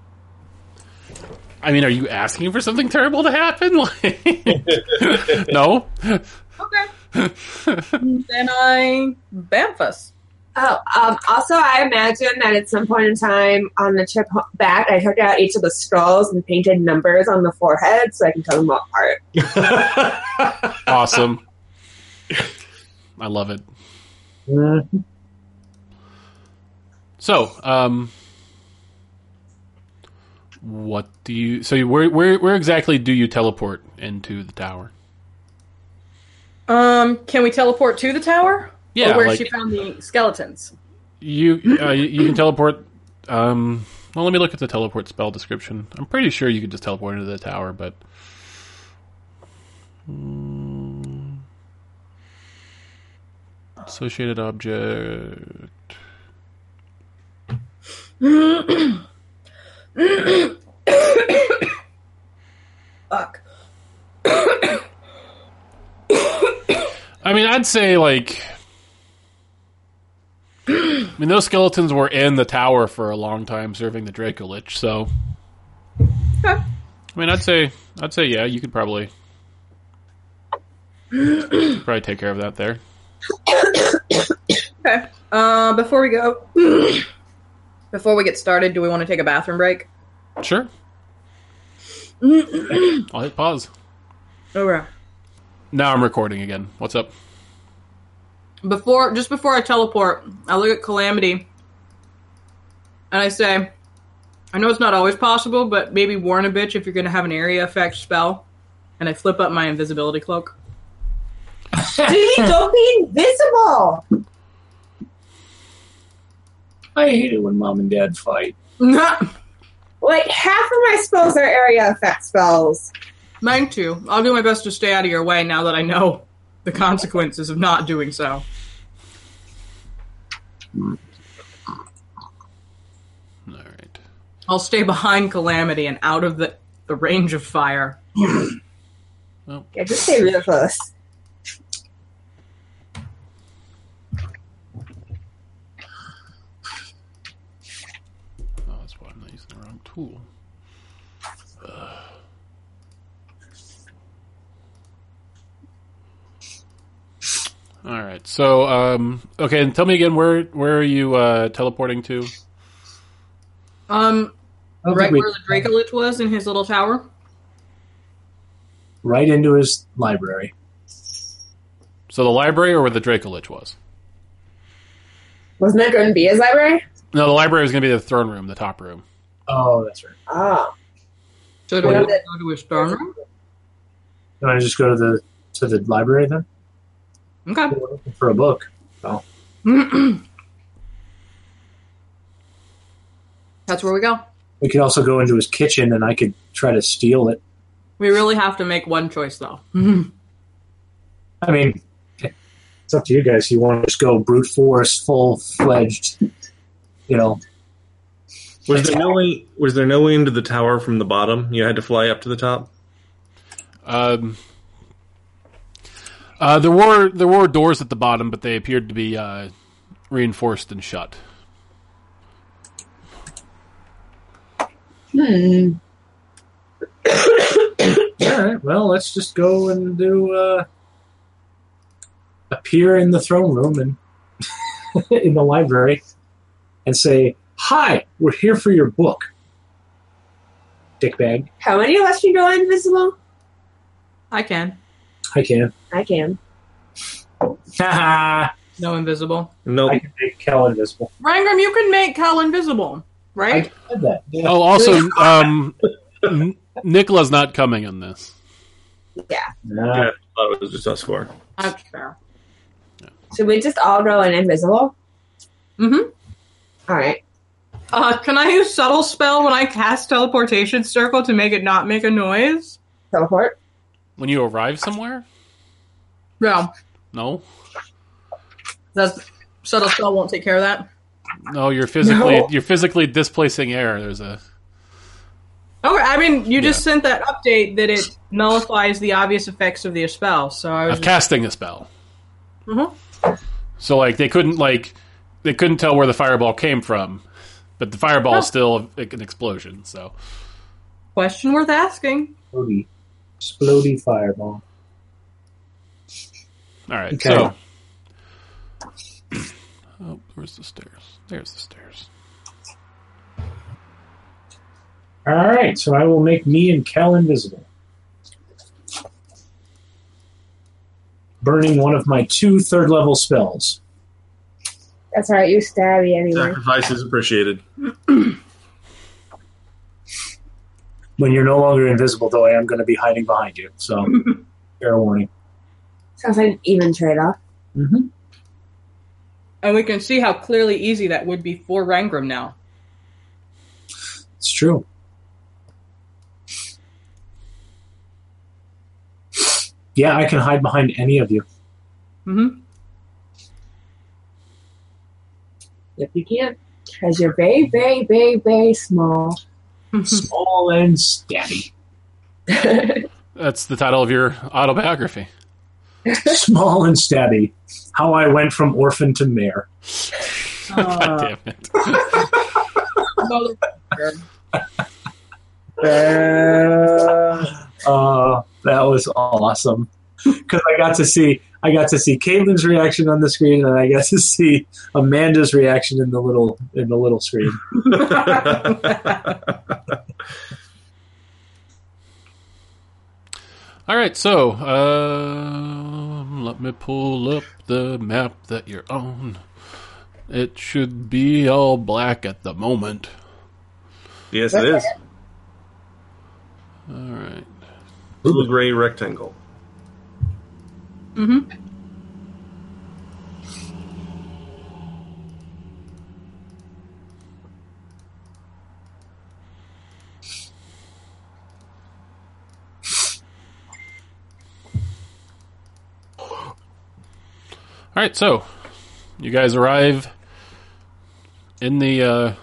Speaker 1: I mean, are you asking for something terrible to happen? [LAUGHS] Like, no. [LAUGHS]
Speaker 3: Okay. then I bamf us.
Speaker 5: Oh, um, also, I imagine that at some point in time on the trip ho- back, I took out each of the skulls and painted numbers on the forehead so I can tell them all apart.
Speaker 13: [LAUGHS]
Speaker 1: Awesome. I love it. So, um, what do you? So, you- where where where exactly do you teleport into the tower?
Speaker 3: Um, can we teleport to the tower?
Speaker 1: Yeah,
Speaker 3: or where
Speaker 1: like-
Speaker 3: she found the skeletons.
Speaker 1: You uh, you you can teleport. Um, well, let me look at the teleport spell description. I'm pretty sure you could just teleport into the tower, but Mm. associated object.
Speaker 3: Fuck.
Speaker 1: I mean, I'd say like. I mean, those skeletons were in the tower for a long time, serving the Draco Lich. So,
Speaker 3: Okay.
Speaker 1: I mean, I'd say, I'd say, yeah, you could probably probably take care of that there.
Speaker 3: Okay. Uh, before we go, [CLEARS THROAT] before we get started, do we want to take a bathroom break?
Speaker 1: Sure. I'll hit pause.
Speaker 3: Okay.
Speaker 1: Now I'm recording again. What's up?
Speaker 3: Before, just before I teleport, I look at Calamity, and I say, "I know it's not always possible, but maybe warn a bitch if you're going to have an area effect spell." And I flip up my invisibility cloak. [LAUGHS]
Speaker 13: Dude, don't be invisible.
Speaker 2: I hate it when mom and dad fight.
Speaker 3: Mine
Speaker 13: Like half of my spells are area effect spells.
Speaker 3: too. I'll do my best to stay out of your way now that I know the consequences of not doing so.
Speaker 1: All right.
Speaker 3: I'll stay behind Calamity and out of the, the range of fire.
Speaker 13: Yeah, just stay real close.
Speaker 1: Oh, that's why I'm not using the wrong tool. Ugh. All right. So, um, okay, and tell me again where where are you uh, teleporting to?
Speaker 3: Um,
Speaker 12: I don't
Speaker 3: right
Speaker 12: think we-
Speaker 3: where the Dracolich was in his little tower.
Speaker 2: right into his library.
Speaker 1: So the library or where the Draco Lich was?
Speaker 5: Wasn't that going to be his library?
Speaker 1: No, the library was going to be the throne room, the top room.
Speaker 2: Oh, that's right.
Speaker 5: Oh.
Speaker 3: So do we
Speaker 2: Well,
Speaker 3: have to go to a storm room?
Speaker 2: Can I just go to the to the library then
Speaker 3: Okay.
Speaker 2: We're looking for a book?
Speaker 3: [CLEARS THROAT] That's where we go.
Speaker 2: We could also go into his kitchen, and I could try to steal it.
Speaker 3: We really have to make one choice though.
Speaker 2: I mean, it's up to you guys. You want to just go brute force, full fledged, you know?
Speaker 4: Was there no way? Was there no way into the tower from the bottom? You had to fly up to the top.
Speaker 1: Um, uh, there were there were doors at the bottom, but they appeared to be uh, reinforced and shut.
Speaker 13: Hmm.
Speaker 2: All right. Well, let's just go and do uh, appear in the throne room and [LAUGHS] in the library, and say, "Hi, we're here for your book." Dickbag,
Speaker 5: How many of us can go invisible?
Speaker 3: [LAUGHS] I can.
Speaker 2: I [LAUGHS] can.
Speaker 5: I can.
Speaker 2: I
Speaker 3: No invisible.
Speaker 4: No,
Speaker 2: can make Cal invisible.
Speaker 3: Rangram, you can make Cal invisible,
Speaker 2: I
Speaker 3: right?
Speaker 2: did that. Yeah.
Speaker 1: Oh, also, um, N- Nicola's not coming on this.
Speaker 2: Nah.
Speaker 4: yeah, I thought it was just us four.
Speaker 3: That's fair.
Speaker 5: Should we just all go in invisible?
Speaker 3: Mm-hmm.
Speaker 5: All right.
Speaker 3: Uh, can I use subtle spell when I cast teleportation circle to make it not make a noise?
Speaker 5: Teleport.
Speaker 1: When you arrive somewhere,
Speaker 3: No,
Speaker 1: no,
Speaker 3: that's subtle spell won't take care of that.
Speaker 1: no, you're physically
Speaker 5: No.
Speaker 1: you're physically displacing air. There's a
Speaker 3: Okay, I mean, you just sent that update that it nullifies the obvious effects of the spell. So I was
Speaker 1: of casting a spell.
Speaker 3: just, Mhm.
Speaker 1: So like they couldn't like they couldn't tell where the fireball came from, but the fireball is still an explosion. So
Speaker 3: question worth asking.
Speaker 2: Explody, explody fireball.
Speaker 1: all right,
Speaker 2: Okay.
Speaker 1: so oh, where's the stairs? There's the stairs.
Speaker 2: All right, so I will make me and Cal invisible. Burning one of my two third level spells.
Speaker 5: That's all right. You're stabby anyway.
Speaker 4: Sacrifice is appreciated.
Speaker 2: When you're no longer invisible, though, I am going to be hiding behind you, so fair warning.
Speaker 5: Sounds like an even trade off.
Speaker 2: Mm-hmm.
Speaker 3: And we can see how clearly easy that would be for Rangram now.
Speaker 2: It's true. Yeah, I can hide behind any of you.
Speaker 3: Mm-hmm.
Speaker 5: If you can. Because you're very, very, very, very [LAUGHS] small.
Speaker 2: Small and stabby.
Speaker 1: That's the title of your autobiography.
Speaker 2: Small and stabby. How I went from orphan to mayor.
Speaker 1: [LAUGHS] [LAUGHS]
Speaker 3: Uh,
Speaker 1: God damn it!
Speaker 2: Uh, that was awesome because I got to see I got to see Caitlin's reaction on the screen, and I got to see Amanda's reaction in the little in the little screen.
Speaker 1: All right, so um, let me pull up the map that you're on. It should be all black at the moment.
Speaker 4: yes, it is.
Speaker 1: All right.
Speaker 4: Little gray rectangle.
Speaker 3: Mm-hmm.
Speaker 1: All right, so you guys arrive in the uh,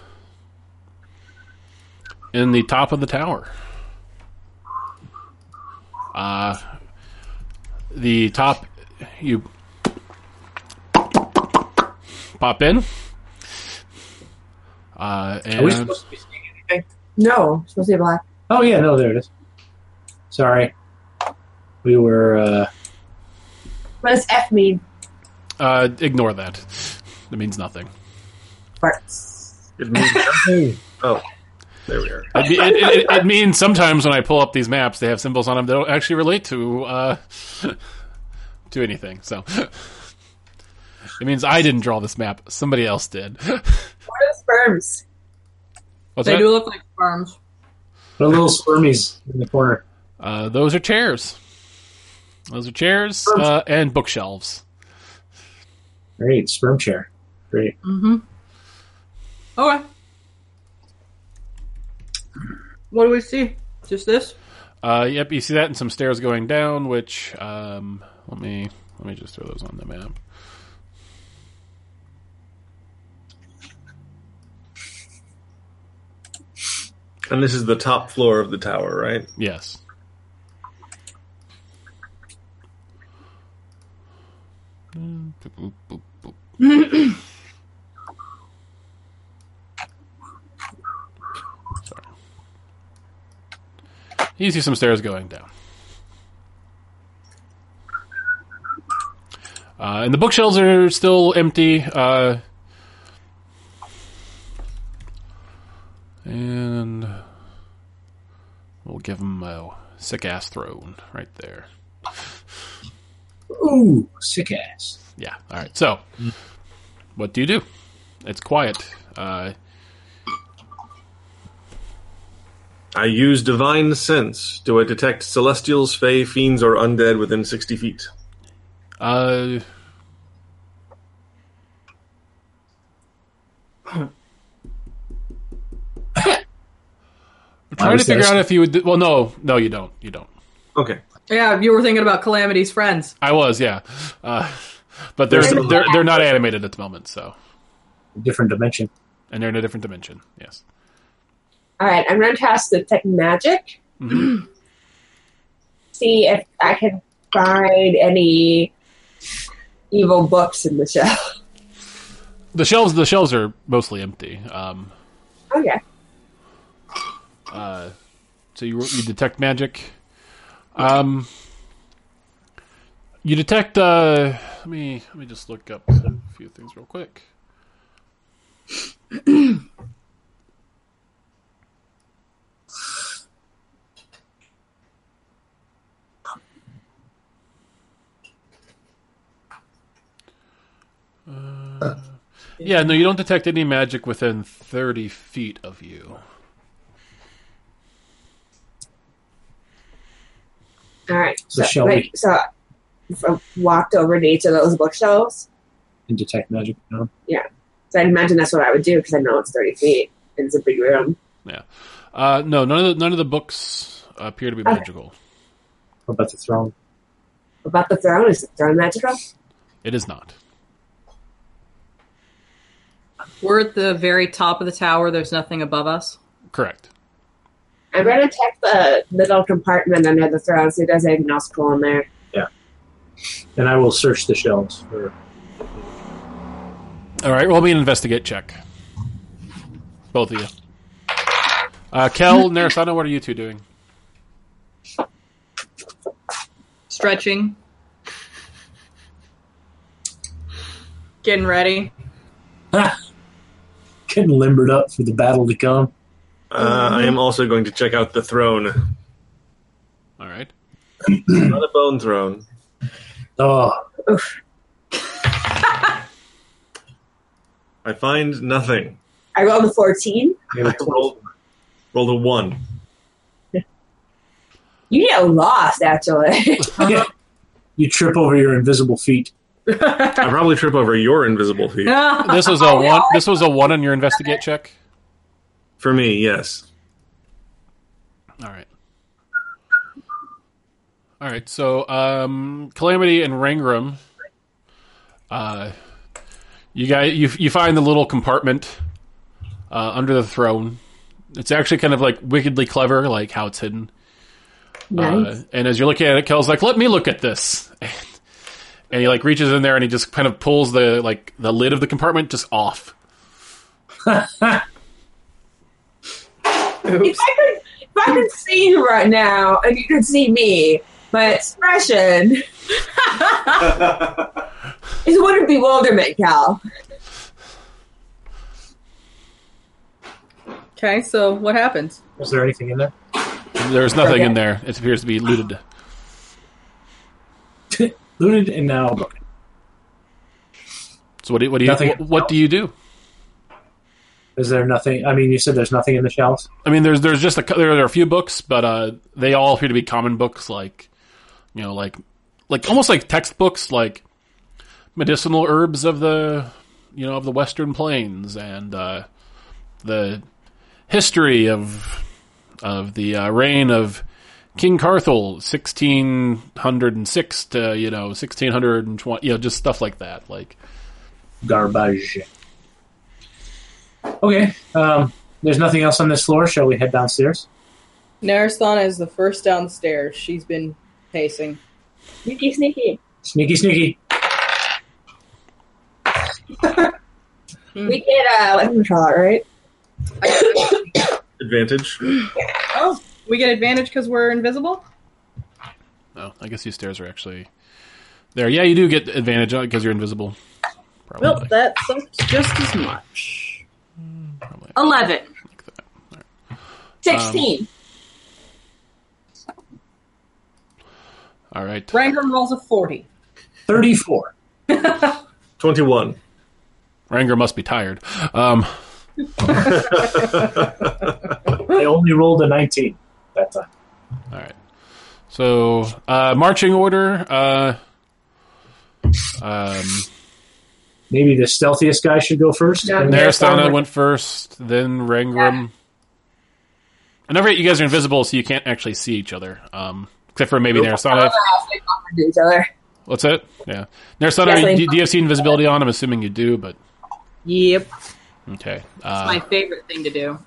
Speaker 1: in the top of the tower. Uh, the top you pop in. Uh,
Speaker 2: Are we
Speaker 1: and
Speaker 2: supposed to be seeing anything?
Speaker 5: No, supposed to be black.
Speaker 2: Oh yeah, no, there it is. Sorry, we were. Uh,
Speaker 5: What does F mean?
Speaker 1: uh, ignore that. It means nothing.
Speaker 5: Farts.
Speaker 4: It means- oh, There we are.
Speaker 1: It, me- it, it, it means sometimes when I pull up these maps, they have symbols on them that don't actually relate to uh, [LAUGHS] to anything. So it means I didn't draw this map; somebody else did. [LAUGHS]
Speaker 14: What are the sperms?
Speaker 1: What's
Speaker 3: They
Speaker 1: that?
Speaker 3: do look like sperms.
Speaker 2: The little spermies in the corner.
Speaker 1: Uh, those are chairs. Those are chairs uh, and bookshelves.
Speaker 2: Great sperm chair. Great.
Speaker 3: Mm-hmm. Okay. What do we see? Just this?
Speaker 1: Uh, yep, you see that, and some stairs going down. Which um, let me let me just throw those on the map.
Speaker 4: And this is the top floor of the tower, right?
Speaker 1: Yes. Sorry. You see some stairs going down. Uh, and the bookshelves are still empty. Uh, and we'll give them a sick ass throne right there.
Speaker 2: Ooh, sick ass.
Speaker 1: Yeah. All right. So, what do you do? It's quiet. Uh,
Speaker 4: I use divine sense. Do I detect celestials, fey, fiends, or undead within sixty feet?
Speaker 1: uh, I'm trying to
Speaker 15: was
Speaker 1: figure
Speaker 15: this-
Speaker 1: out if you would. Well, no, no, you don't. You don't.
Speaker 4: Okay.
Speaker 3: Yeah, you were thinking about Calamity's friends.
Speaker 1: I was, yeah. Uh, but they're
Speaker 4: There's-
Speaker 1: they're they're not animated at the moment, so
Speaker 2: Different dimension.
Speaker 1: and they're in a different dimension. Yes.
Speaker 5: All right, I'm going to cast detect magic.
Speaker 1: Mhm.
Speaker 5: [CLEARS THROAT] See if I can find any evil books in the shelf.
Speaker 1: The shelves the shelves are mostly empty. Um,
Speaker 5: [LAUGHS] Okay.
Speaker 1: Uh, so you, you detect magic. Um, you detect. Uh, let me let me just look up a few things real quick. Uh, yeah, no, you don't detect any magic within thirty feet of you.
Speaker 5: All right.
Speaker 2: So
Speaker 5: So,
Speaker 2: shall
Speaker 5: like, so I walked over to each of those bookshelves.
Speaker 2: And detect magic. No.
Speaker 5: So I'd imagine that's what I would do because I know it's 30 feet and it's a big room.
Speaker 1: Uh, no, none of the, none of the books appear to be
Speaker 5: Okay.
Speaker 1: magical.
Speaker 2: What about the throne?
Speaker 5: About the throne, is the throne magical?
Speaker 1: It is not.
Speaker 3: We're at the very top of the tower. There's nothing above us.
Speaker 1: Correct.
Speaker 5: I'm going to check the little compartment under the throne, see if there's anything else cool in there.
Speaker 2: And I will search the shelves for
Speaker 1: All right, roll me an investigate check. Both of you. Uh, Kel, Narasana, what are you two doing?
Speaker 3: Stretching. Getting ready.
Speaker 2: getting limbered up for the battle to come.
Speaker 4: Uh, I am also going to check out the throne.
Speaker 1: All right.
Speaker 4: Not a bone throne.
Speaker 2: Oh,
Speaker 4: I find nothing.
Speaker 5: I rolled a 14.
Speaker 2: I
Speaker 4: [LAUGHS]
Speaker 2: got a
Speaker 4: I rolled, rolled a one.
Speaker 5: You get lost,
Speaker 2: [LAUGHS]
Speaker 5: actually.
Speaker 2: 12. Yeah. You trip over your invisible feet.
Speaker 4: I probably trip over your invisible feet.
Speaker 3: Uh, [LAUGHS]
Speaker 1: This was a one. This was a one on your investigate check.
Speaker 4: For me, yes.
Speaker 1: All right. All right. So, um, Calamity and Rangram, uh, you guys, you you find the little compartment uh, under the throne. It's actually kind of like wickedly clever, like how it's hidden. Uh, and as you're looking at it, Kel's like, "Let me look at this." [LAUGHS] And, and he like reaches in there and he just kind of pulls the like the lid of the compartment just off.
Speaker 5: if, I could, if I could see you right now and you could see me, my expression [LAUGHS] is one of bewilderment, Cal.
Speaker 8: Okay, so what happens?
Speaker 2: Is there anything in there? [LAUGHS]
Speaker 1: There's nothing in there. It appears to be looted.
Speaker 2: Looted and now broken.
Speaker 1: So what do you, what do you
Speaker 2: Nothing.
Speaker 1: what, what do you do?
Speaker 2: Is there nothing? I mean, you said there's nothing in the shelves.
Speaker 1: I mean, there's there's just a cou- there are a few books, but uh, they all appear to be common books, like you know, like like almost like textbooks, like medicinal herbs of the you know of the Western Plains and uh, the history of of the uh, reign of King Carthel, sixteen hundred and six to you know sixteen hundred and twenty, you know, just stuff like that, like.
Speaker 2: Garbage. Okay. Um, there's nothing else on this floor. Shall we head downstairs?
Speaker 8: Narasana is the first downstairs. She's been pacing.
Speaker 5: Sneaky, sneaky.
Speaker 2: Sneaky, sneaky.
Speaker 5: We get a weapon shot, right?
Speaker 4: Advantage.
Speaker 8: Oh, we get advantage because we're invisible?
Speaker 1: Oh, I guess these stairs are actually there. Yeah, you do get advantage because you're invisible. Probably.
Speaker 8: Well, that sucks just as much.
Speaker 1: probably.
Speaker 3: Eleven.
Speaker 1: like that.
Speaker 5: 16.
Speaker 1: All right.
Speaker 8: Rangram rolls a 40.
Speaker 2: Thirty-four.
Speaker 4: Twenty-one.
Speaker 1: Ranger must be tired. Um,
Speaker 2: I only rolled a nineteen that time.
Speaker 1: all right. So, uh, marching order. Uh, um,
Speaker 2: Maybe the stealthiest guy should go first.
Speaker 7: Yeah.
Speaker 2: And
Speaker 1: Narasana went first, then Rangram. And don't forget, you guys are invisible, so you can't actually see each other. Um, except for maybe Narasana.
Speaker 7: to each other.
Speaker 1: What's it? Yeah. Narasana,
Speaker 7: Yes, I-
Speaker 1: do, do you have seen invisibility on? I'm assuming you do, but
Speaker 8: Yep. That's
Speaker 1: okay.
Speaker 3: My
Speaker 1: Uh,
Speaker 3: favorite thing to do.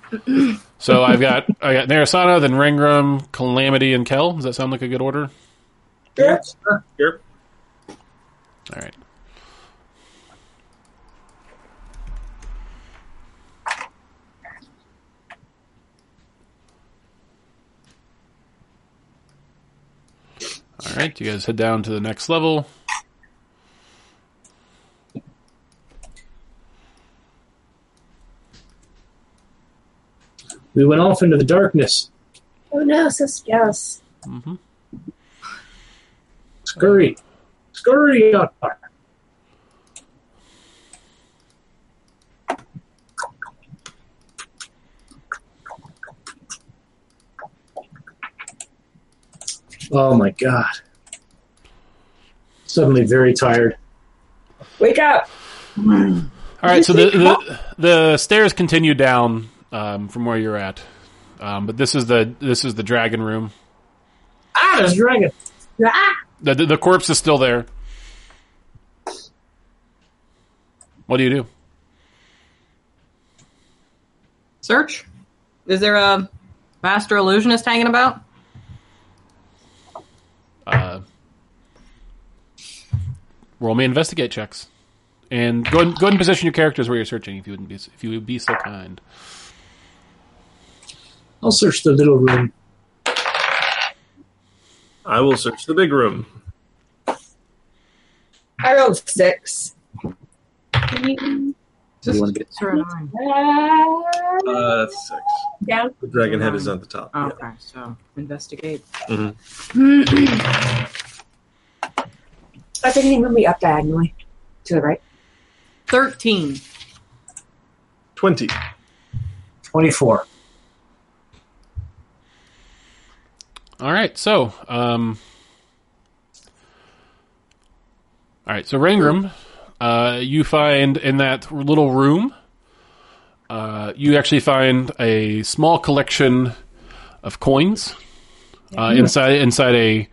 Speaker 1: so I've got I got Narasana, then Rangram, Calamity, and Kel. Does that sound like a good order?
Speaker 4: Yep.
Speaker 1: All right. All right, you guys head down to the next level.
Speaker 2: We went off into the darkness.
Speaker 5: Oh no, so yes.
Speaker 1: hmm
Speaker 2: Scurry, scurry out. Oh my god! Suddenly, very tired.
Speaker 5: Wake up.
Speaker 1: All right, so the, the the stairs continue down um, from where you're at, um, but this is the this is the dragon room.
Speaker 2: Ah, there's a dragon.
Speaker 5: ah,
Speaker 1: The, the the corpse is still there. What do you do?
Speaker 8: Search? Is there a master illusionist hanging about?
Speaker 1: Uh, roll me investigate checks, and go ahead, go ahead and position your characters where you're searching. If you wouldn't be if you would be so kind.
Speaker 2: I'll search the little room.
Speaker 4: I will search the big room.
Speaker 7: I rolled six.
Speaker 8: Just
Speaker 2: wanna get-
Speaker 8: sort of mine.
Speaker 4: Uh, that's six.
Speaker 5: Yeah.
Speaker 4: The dragon head is on the top.
Speaker 8: Oh, okay, so investigate.
Speaker 7: That's anything move me up diagonally to the right.
Speaker 8: 13.
Speaker 4: Twenty.
Speaker 2: Twenty-four.
Speaker 1: All right, so um, all right, so Rangram, uh, you find in that little room, uh, you actually find a small collection of coins uh, inside inside a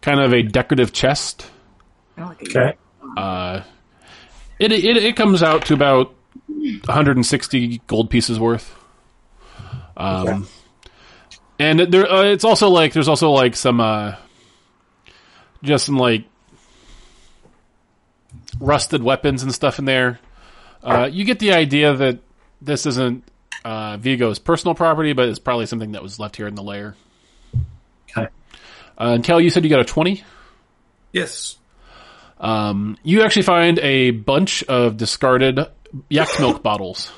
Speaker 1: kind of a decorative chest.
Speaker 8: I don't like it.
Speaker 2: Okay.
Speaker 1: Uh, it, it it comes out to about 160 gold pieces worth. Um, and there uh, it's also like there's also like some uh, just some like rusted weapons and stuff in there. Uh, you get the idea that this isn't uh, Vigo's personal property, but it's probably something that was left here in the lair.
Speaker 2: Okay.
Speaker 1: Uh, and Kel, you said you got a 20?
Speaker 4: Yes.
Speaker 1: Um, you actually find a bunch of discarded yak milk bottles.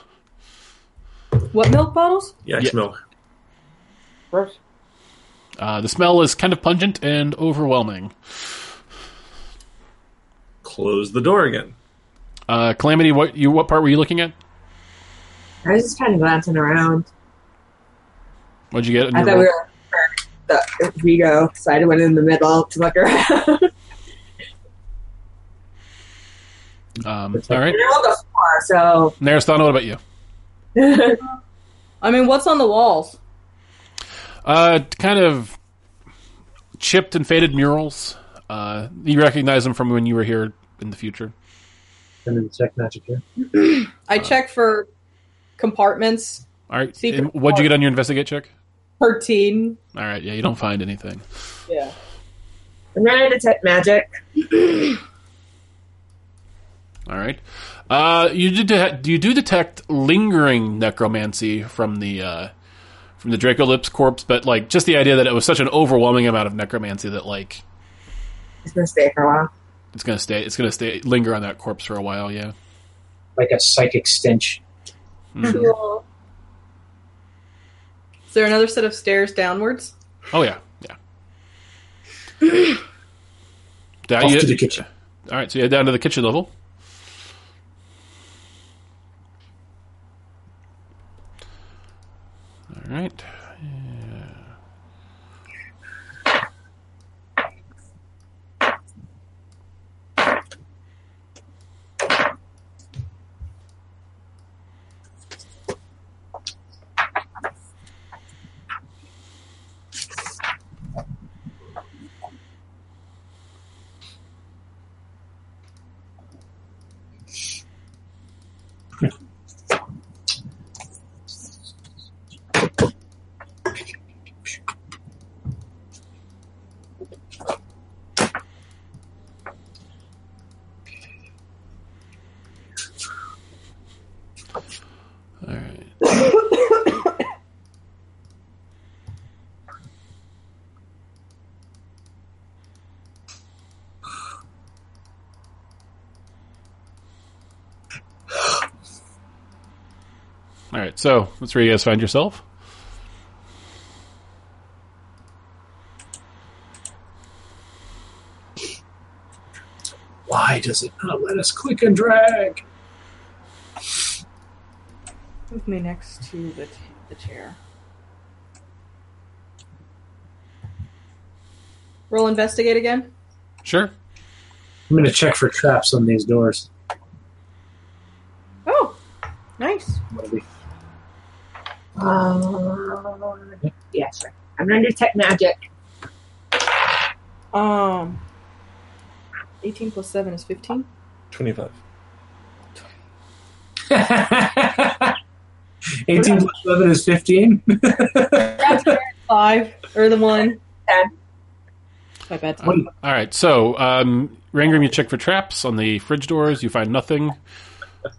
Speaker 3: What milk bottles?
Speaker 4: Yak
Speaker 1: Yeah.
Speaker 4: milk.
Speaker 3: Gross.
Speaker 1: Uh, the smell is kind of pungent and overwhelming.
Speaker 4: Close the door again.
Speaker 1: Uh, Calamity, what you what part were you looking at?
Speaker 5: I was just kind of glancing around.
Speaker 1: What'd you get? in
Speaker 5: I
Speaker 1: your
Speaker 5: thought we
Speaker 1: roll?
Speaker 5: were the Vigo, so I went in the middle to look around.
Speaker 1: um, all right,
Speaker 5: I rolled a four, [LAUGHS] so
Speaker 1: Narasthana, what about you?
Speaker 3: I mean, what's on the walls?
Speaker 1: Uh, kind of chipped and faded murals. Uh, you recognize them from when you were here in the future.
Speaker 2: And then check magic here.
Speaker 3: I check for compartments.
Speaker 1: All right,
Speaker 3: Secret
Speaker 1: and what'd you get on your investigate check?
Speaker 3: Thirteen.
Speaker 1: All right, yeah, you don't find anything.
Speaker 3: Yeah.
Speaker 5: I'm going to detect magic.
Speaker 1: All right, uh, you did de- you do detect lingering necromancy from the uh, from the Draco Lips corpse, but like just the idea that it was such an overwhelming amount of necromancy that like
Speaker 5: It's going to stay for a while.
Speaker 1: it's gonna stay it's gonna stay linger on that corpse for a while. Yeah.
Speaker 2: Like a psychic stench.
Speaker 1: Mhm.
Speaker 5: Cool.
Speaker 3: Is there another set of stairs downwards?
Speaker 1: Oh yeah, yeah.
Speaker 2: [CLEARS THROAT]
Speaker 1: Down-
Speaker 2: Off
Speaker 1: you-
Speaker 2: to the kitchen.
Speaker 1: All right, so you're down to the kitchen level. All right. All right. All right, so that's where you guys find yourself.
Speaker 2: Why does it not let us click and drag?
Speaker 3: Move me next to the, t- the chair. Roll investigate again.
Speaker 1: Sure.
Speaker 2: I'm gonna check for traps on these doors.
Speaker 3: Oh, nice.
Speaker 2: Maybe.
Speaker 5: Um, yeah, sure. I'm going to detect magic.
Speaker 3: Um, eighteen plus seven is fifteen.
Speaker 4: 25.
Speaker 2: [LAUGHS] 18 plus 11 is [LAUGHS] 15.
Speaker 3: Five or the one.
Speaker 5: Ten.
Speaker 3: My bad.
Speaker 1: All right, so um, Rangram, you check for traps on the fridge doors. You find nothing.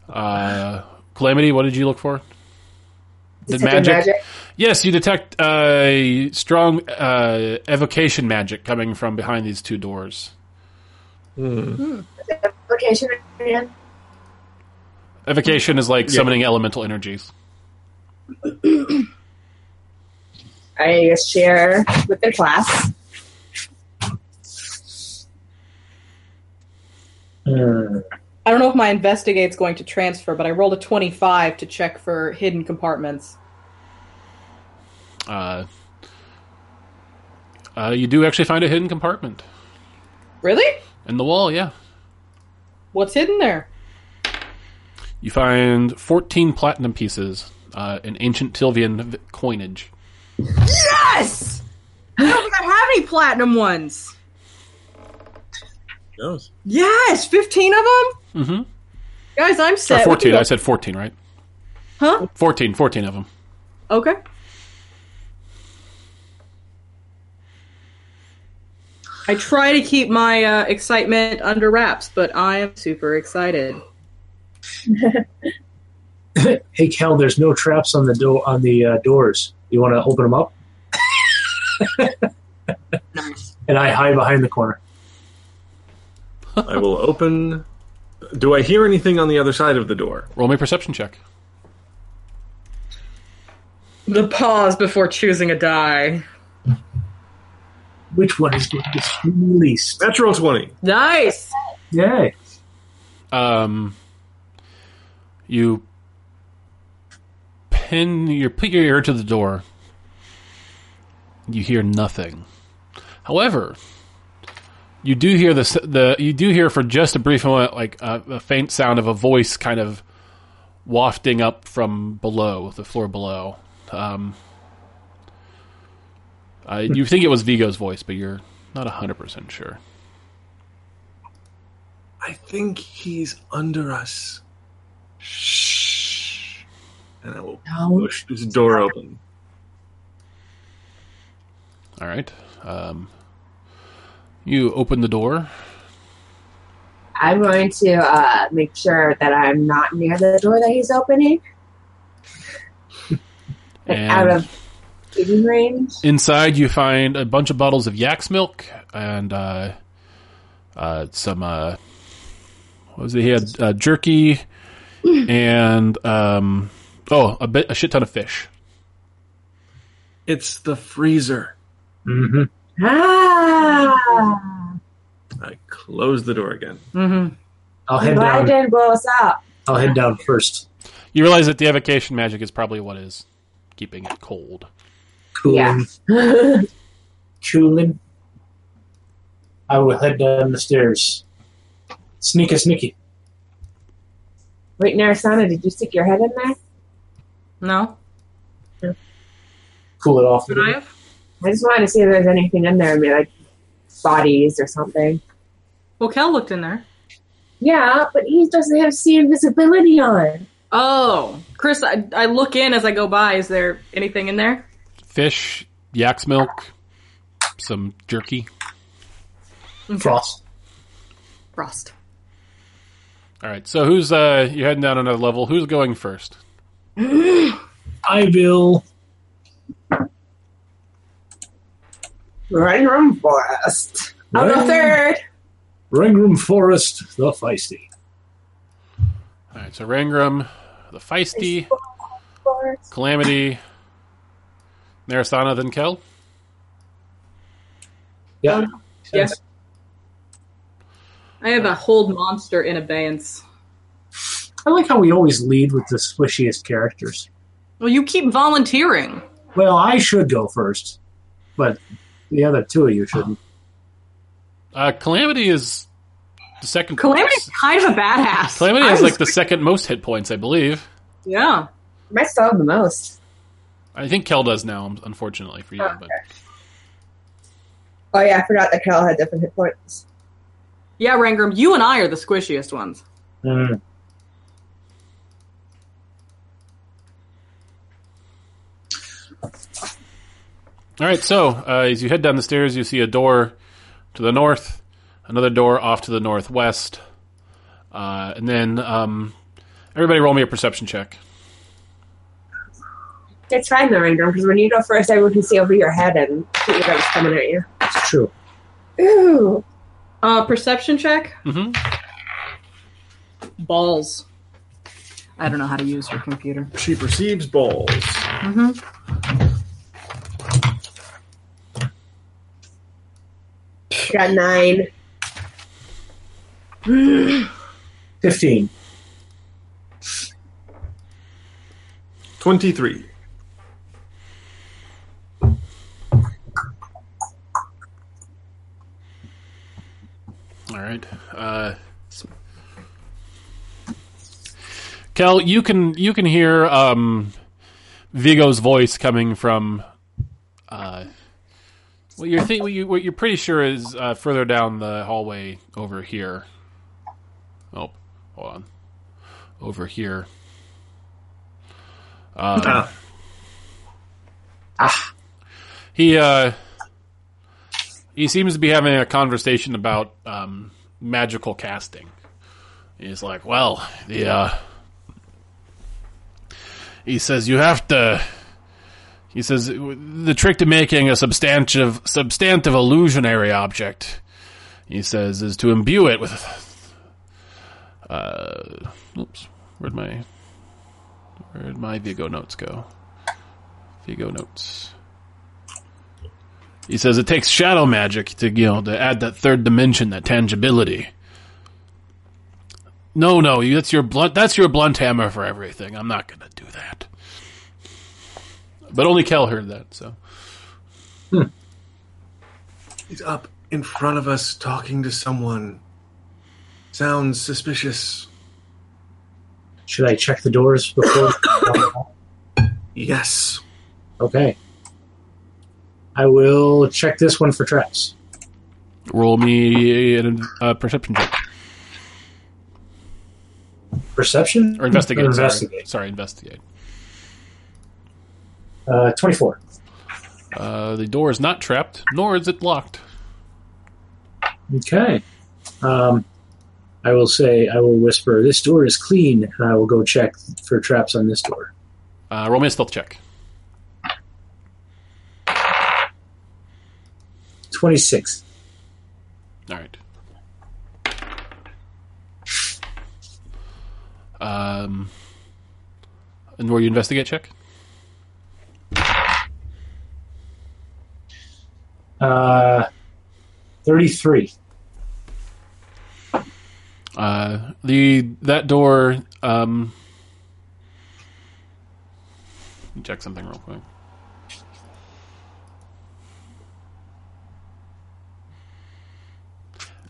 Speaker 1: Uh, Calamity, what did you look for? Did
Speaker 5: Detecting
Speaker 1: Yes, you detect uh, strong uh, evocation magic coming from behind these two doors.
Speaker 4: Hmm.
Speaker 5: Application again.
Speaker 1: Evocation is like
Speaker 4: Yeah.
Speaker 1: summoning elemental energies.
Speaker 5: I share with the class.
Speaker 2: Hmm.
Speaker 3: I don't know if my investigate's going to transfer, but I rolled a twenty-five to check for hidden compartments.
Speaker 1: Uh, uh, you do actually find a hidden compartment
Speaker 3: Really?
Speaker 1: in the wall. Yeah,
Speaker 3: What's hidden there?
Speaker 1: you find fourteen platinum pieces uh, in ancient Tilvian v- coinage.
Speaker 3: Yes. I don't think I have any platinum ones.
Speaker 4: Yes.
Speaker 3: Yes, fifteen of them.
Speaker 1: Mm-hmm.
Speaker 3: Guys, I'm
Speaker 1: Or
Speaker 3: set.
Speaker 1: fourteen. I said fourteen, right?
Speaker 3: Huh?
Speaker 1: 14, 14 of them.
Speaker 3: Okay. I try to keep my uh, excitement under wraps, but I am super excited.
Speaker 2: Hey, Cal, there's no traps on the door on the uh, doors. You want to open them up?
Speaker 3: Nice.
Speaker 2: And I hide behind the corner.
Speaker 4: I will open. Do I hear anything on the other side of the door?
Speaker 1: Roll me a perception check.
Speaker 3: The pause before choosing a die.
Speaker 2: Which one is going to be released?
Speaker 4: Natural 20.
Speaker 3: Nice.
Speaker 2: Yay.
Speaker 1: um, you pin your put your ear to the door. You hear nothing. However, you do hear the s- the you do hear for just a brief moment like uh, a, a faint sound of a voice kind of wafting up from below the floor below. Um, uh, you think it was Vigo's voice, but you're not hundred percent sure.
Speaker 4: I think he's under us. Shh. And I will
Speaker 5: Um,
Speaker 4: push this door open.
Speaker 1: All right. Um, you open the door.
Speaker 5: I'm going to uh, make sure that I'm not near the door that he's opening, like
Speaker 1: And
Speaker 5: out of shooting range.
Speaker 1: inside, you find a bunch of bottles of yak's milk and uh, uh, some. Uh, what was it? He had uh, jerky and um, oh, a bit a shit ton of fish.
Speaker 4: It's the freezer.
Speaker 2: Mm-hmm.
Speaker 5: Ah!
Speaker 4: I close the door again.
Speaker 3: Mm-hmm.
Speaker 2: I'll
Speaker 5: I'm
Speaker 2: head
Speaker 5: glad it
Speaker 2: down.
Speaker 5: didn't blow us up.
Speaker 2: I'll head down first.
Speaker 1: You realize that the evocation magic is probably what is keeping it cold.
Speaker 2: Cooling.
Speaker 5: Yeah. [LAUGHS]
Speaker 2: Cooling. I will head down the stairs. Sneaky, sneaky.
Speaker 5: Wait, Narasana, did you stick your head in there?
Speaker 3: No.
Speaker 2: Cool it off. a
Speaker 3: Should
Speaker 1: Mm-hmm.
Speaker 3: I
Speaker 2: little.
Speaker 3: have?
Speaker 5: I just wanted to see if there's anything in there, maybe like bodies or something.
Speaker 3: Well, Kel looked in there.
Speaker 5: Yeah, but he doesn't have sea invisibility on.
Speaker 3: Oh, Chris, I, I look in as I go by. Is there anything in there?
Speaker 1: Fish, yak's milk, some jerky.
Speaker 3: Okay.
Speaker 2: Frost.
Speaker 3: Frost.
Speaker 1: All right. So who's uh, you're heading down another level? Who's going first?
Speaker 2: I will.
Speaker 5: Running room forest.
Speaker 2: I'm the
Speaker 5: third.
Speaker 2: Rangram Forest, the feisty.
Speaker 1: All right, so Rangram, the Feisty, Calamity, Narasana, then Kel.
Speaker 2: Yeah.
Speaker 3: Yes. I have a hold monster in abeyance.
Speaker 2: I like how we always lead with the squishiest characters.
Speaker 3: Well, you keep volunteering.
Speaker 2: Well, I should go first, but the other two of you shouldn't.
Speaker 1: Uh, Calamity is the second.
Speaker 3: Calamity's kind of a badass.
Speaker 1: Calamity
Speaker 3: I
Speaker 1: has
Speaker 3: was-
Speaker 1: like the second most hit points, I believe.
Speaker 3: yeah.
Speaker 5: I still have the most.
Speaker 1: I think Kel does now, unfortunately for you. But
Speaker 16: Oh yeah, I forgot that Cal had different hit points.
Speaker 3: Yeah, Rangram, you and I are the squishiest ones.
Speaker 2: Mm.
Speaker 1: all right, so uh, as you head down the stairs, you see a door to the north, another door off to the northwest, uh, and then um, everybody roll me a perception check.
Speaker 5: It's fine, though, Ranger, because when you go first, everyone can see over your head and shoot whatever's coming at you.
Speaker 2: It's true.
Speaker 5: Ooh.
Speaker 3: Uh, perception check?
Speaker 1: hmm
Speaker 3: Balls. I don't know how to use your computer.
Speaker 4: She perceives balls.
Speaker 3: Mm-hmm.
Speaker 5: Got nine.
Speaker 2: 15.
Speaker 4: 23.
Speaker 1: All right. Uh, Kel, you can you can hear um, Vigo's voice coming from uh, what you're think, what, you, what you're pretty sure is uh, further down the hallway over here. Oh, hold on, over here. Uh,
Speaker 4: Ah.
Speaker 1: He uh, he seems to be having a conversation about um, magical casting. He's like, well, the uh, he says you have to. He says the trick to making a substantive substantive illusionary object. He says is to imbue it with. Uh, oops, where'd my where'd my Vigo notes go? Vigo notes. He says it takes shadow magic to you know to add that third dimension, that tangibility. No, no, you- that's your blunt. That's your blunt hammer for everything. I'm not gonna do that. But only Kel heard that, so
Speaker 4: He's up in front of us talking to someone. Sounds suspicious.
Speaker 2: Should I check the doors before? [COUGHS]
Speaker 4: Yes.
Speaker 2: okay. I will check this one for traps.
Speaker 1: roll me a, a perception check
Speaker 2: Perception
Speaker 1: or investigate.
Speaker 2: Or
Speaker 1: Sorry.
Speaker 2: investigate.
Speaker 1: sorry, investigate.
Speaker 2: Uh, Twenty-four.
Speaker 1: Uh, the door is not trapped, nor is it locked.
Speaker 2: Okay. Um, I will say. I will whisper. This door is clean, and I will go check for traps on this door.
Speaker 1: Uh, roll me a stealth check.
Speaker 2: Twenty-six.
Speaker 1: All right. Um, and where you investigate check?
Speaker 2: Uh, Thirty-three.
Speaker 1: Uh, the that door. Um, let me check something real quick.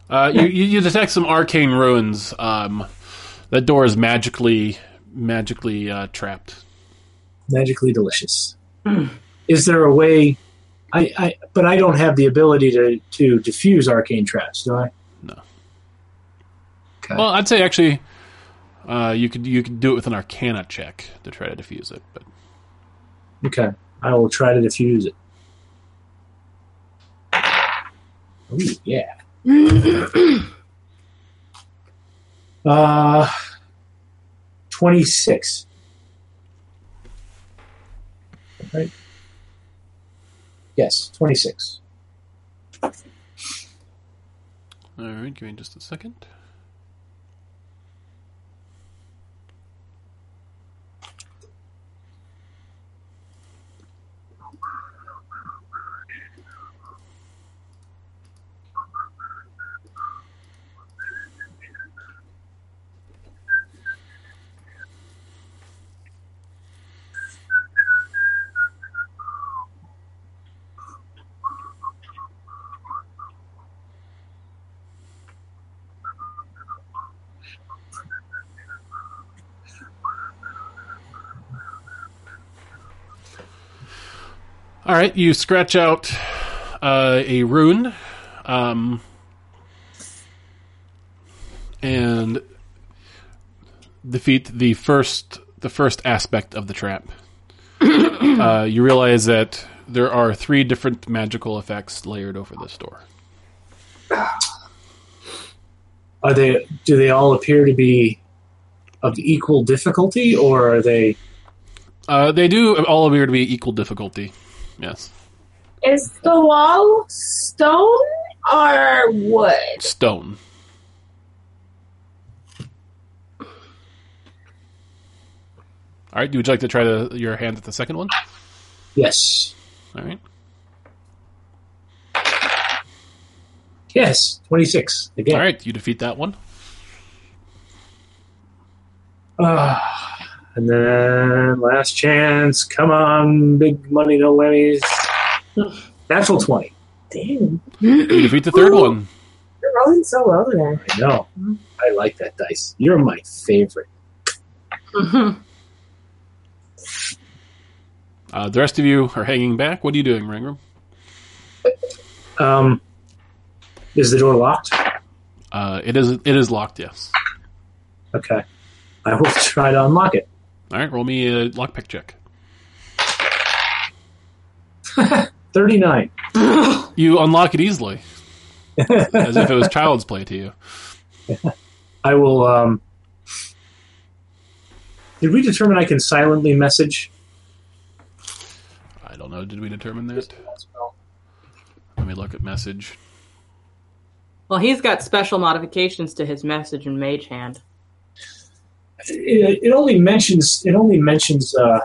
Speaker 1: Uh, you, you you detect some arcane ruins. Um, that door is magically magically uh, trapped.
Speaker 2: magically delicious. Is there a way? I, I but I don't have the ability to to diffuse arcane traps, do I?
Speaker 1: No.
Speaker 2: Okay.
Speaker 1: Well, I'd say actually, uh, you could you could do it with an Arcana check to try to defuse it. But
Speaker 2: okay. I will try to diffuse it. Ooh, yeah. uh, twenty six. Right. Yes, twenty six.
Speaker 1: all right, give me just a second. All right, you scratch out uh, a rune, um, and defeat the first the first aspect of the trap. uh, you realize that there are three different magical effects layered over this door.
Speaker 2: Are they? Do they all appear to be of equal difficulty, or are they?
Speaker 1: Uh, they do all appear to be equal difficulty. Yes,
Speaker 7: Is the wall stone or wood?
Speaker 1: stone. All right. Would you like to try the, your hand at the second one?
Speaker 2: Yes,
Speaker 1: All right.
Speaker 2: yes, twenty six again.
Speaker 1: All right. You defeat that one.
Speaker 2: Ah, and then last chance. Come on, big money, no whammies. Natural twenty.
Speaker 7: Damn,
Speaker 1: You defeat the third one.
Speaker 7: you're rolling so well today.
Speaker 2: I know. I like that dice. You're my favorite.
Speaker 1: Uh, the rest of you are hanging back. What are you doing, Rangram?
Speaker 2: Um, is the door locked?
Speaker 1: Uh, it is. It is locked. Yes.
Speaker 2: Okay. I will [LAUGHS] try to unlock it.
Speaker 1: All right. Roll me a lockpick check.
Speaker 2: Thirty nine.
Speaker 1: You unlock it easily, as if it was child's play to you.
Speaker 2: I will. Um, did we determine I can silently message?
Speaker 1: I don't know. Did we determine that? Let me look at message.
Speaker 8: Well, he's got special modifications to his message in Mage Hand.
Speaker 2: It, it only mentions. It only mentions. Uh,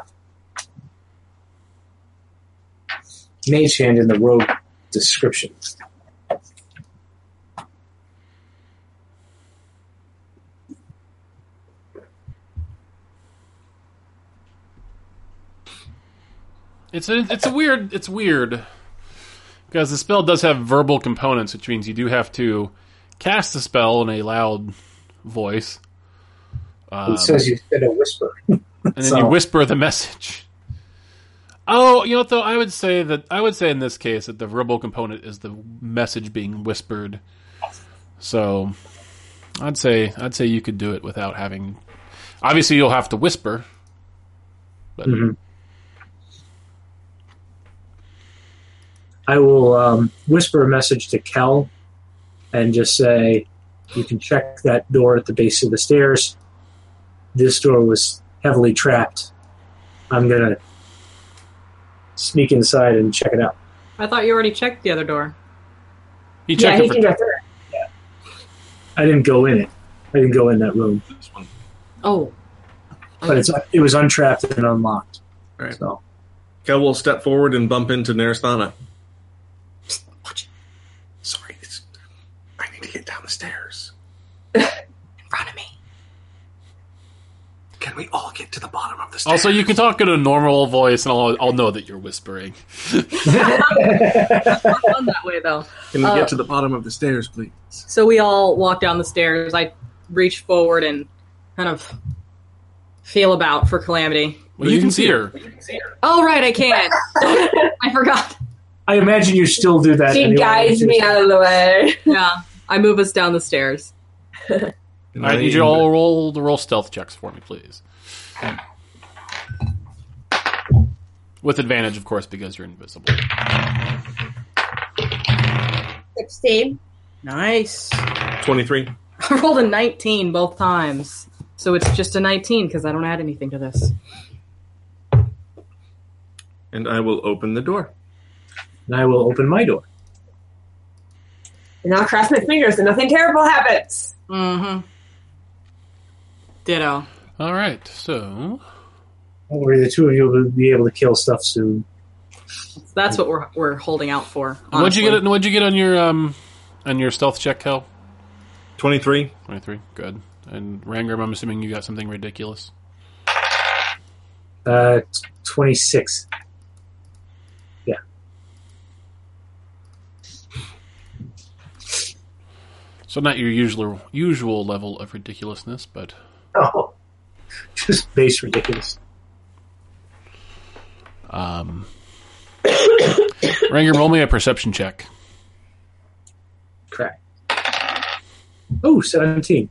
Speaker 17: mage hand in the rogue description.
Speaker 1: It's a, it's a weird it's weird because the spell does have verbal components, which means you do have to cast the spell in a loud voice. Um,
Speaker 17: it says you said a whisper.
Speaker 1: and then you
Speaker 17: So-
Speaker 1: whisper the [LAUGHS] message. Oh, you know what though? I would say that I would say in this case that the verbal component is the message being whispered. So, I'd say I'd say you could do it without having. Obviously, you'll have to whisper. But
Speaker 17: Mm-hmm.
Speaker 2: Mhm. I will um, whisper a message to Kel and just say, you can check that door at the base of the stairs. This door was heavily trapped. I'm going to sneak inside and check it out.
Speaker 3: I thought you already checked the other door.
Speaker 1: he
Speaker 5: yeah,
Speaker 1: checked
Speaker 5: he
Speaker 1: it
Speaker 5: can
Speaker 1: for.
Speaker 5: go through. it.
Speaker 2: I didn't go in it. I didn't go in that room,
Speaker 4: This one.
Speaker 3: Oh.
Speaker 2: but it's it was untrapped and unlocked.
Speaker 4: Right.
Speaker 2: So
Speaker 4: Kel will step forward and bump into Narasthana. Watch. Sorry, it's, I need to get down the stairs.
Speaker 3: in front of me.
Speaker 4: Can we all get to the bottom of the stairs?
Speaker 1: Also, you can talk in a normal voice, and I'll I'll know that you're whispering.
Speaker 3: [LAUGHS] Fun that way though.
Speaker 4: Can we
Speaker 3: uh,
Speaker 4: get to the bottom of the stairs, please?
Speaker 3: So we all walk down the stairs. I reach forward and kind of feel about for Calamity.
Speaker 1: Well, you can see her.
Speaker 3: Oh right, I can. I forgot.
Speaker 2: I imagine you still do that.
Speaker 5: She
Speaker 2: anyway.
Speaker 5: guides me out of the way. [LAUGHS]
Speaker 3: Yeah, I move us down the stairs.
Speaker 4: And
Speaker 1: I need you all roll the roll stealth checks for me, please. With advantage, of course, because you're invisible.
Speaker 18: 16.
Speaker 3: Nice.
Speaker 4: 23.
Speaker 3: I rolled a 19 both times. So it's just a 19 because I don't add anything to this.
Speaker 4: And I will open the door.
Speaker 2: And I will open my door.
Speaker 5: And I'll cross my fingers and nothing terrible happens.
Speaker 3: Mm hmm. Ditto.
Speaker 1: All right, so
Speaker 2: Don't worry, the two of you will be able to kill stuff soon.
Speaker 3: That's what we're, we're holding out for.
Speaker 1: what'd you
Speaker 3: honestly.
Speaker 1: get? What'd you get on your um on your stealth check, Kel?
Speaker 4: 23.
Speaker 1: Twenty three. Good. And Rangram, I'm assuming you got something ridiculous.
Speaker 2: Uh, twenty six. Yeah.
Speaker 1: So not your usual usual level of ridiculousness, but
Speaker 2: Oh, [LAUGHS] just base ridiculous.
Speaker 1: um, Rangram, roll me a perception check.
Speaker 2: Crap. Oh, 17.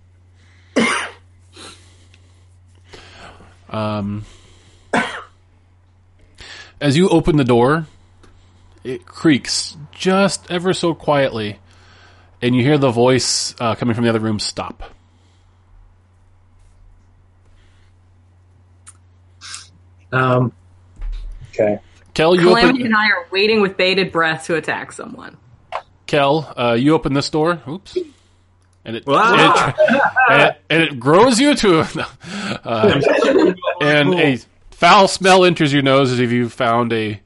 Speaker 1: Um, as you open the door, it creaks just ever so quietly, and you hear the voice uh, coming from the other room stop.
Speaker 2: Um, okay.
Speaker 1: Kel, you
Speaker 3: Calamity
Speaker 1: open.
Speaker 3: and I are waiting with bated breath to attack someone.
Speaker 1: Kel, uh, you open this door. Oops. And it,
Speaker 4: Wow.
Speaker 1: and, it, and it and it grows you to [LAUGHS] uh, and a foul smell enters your nose as if you found a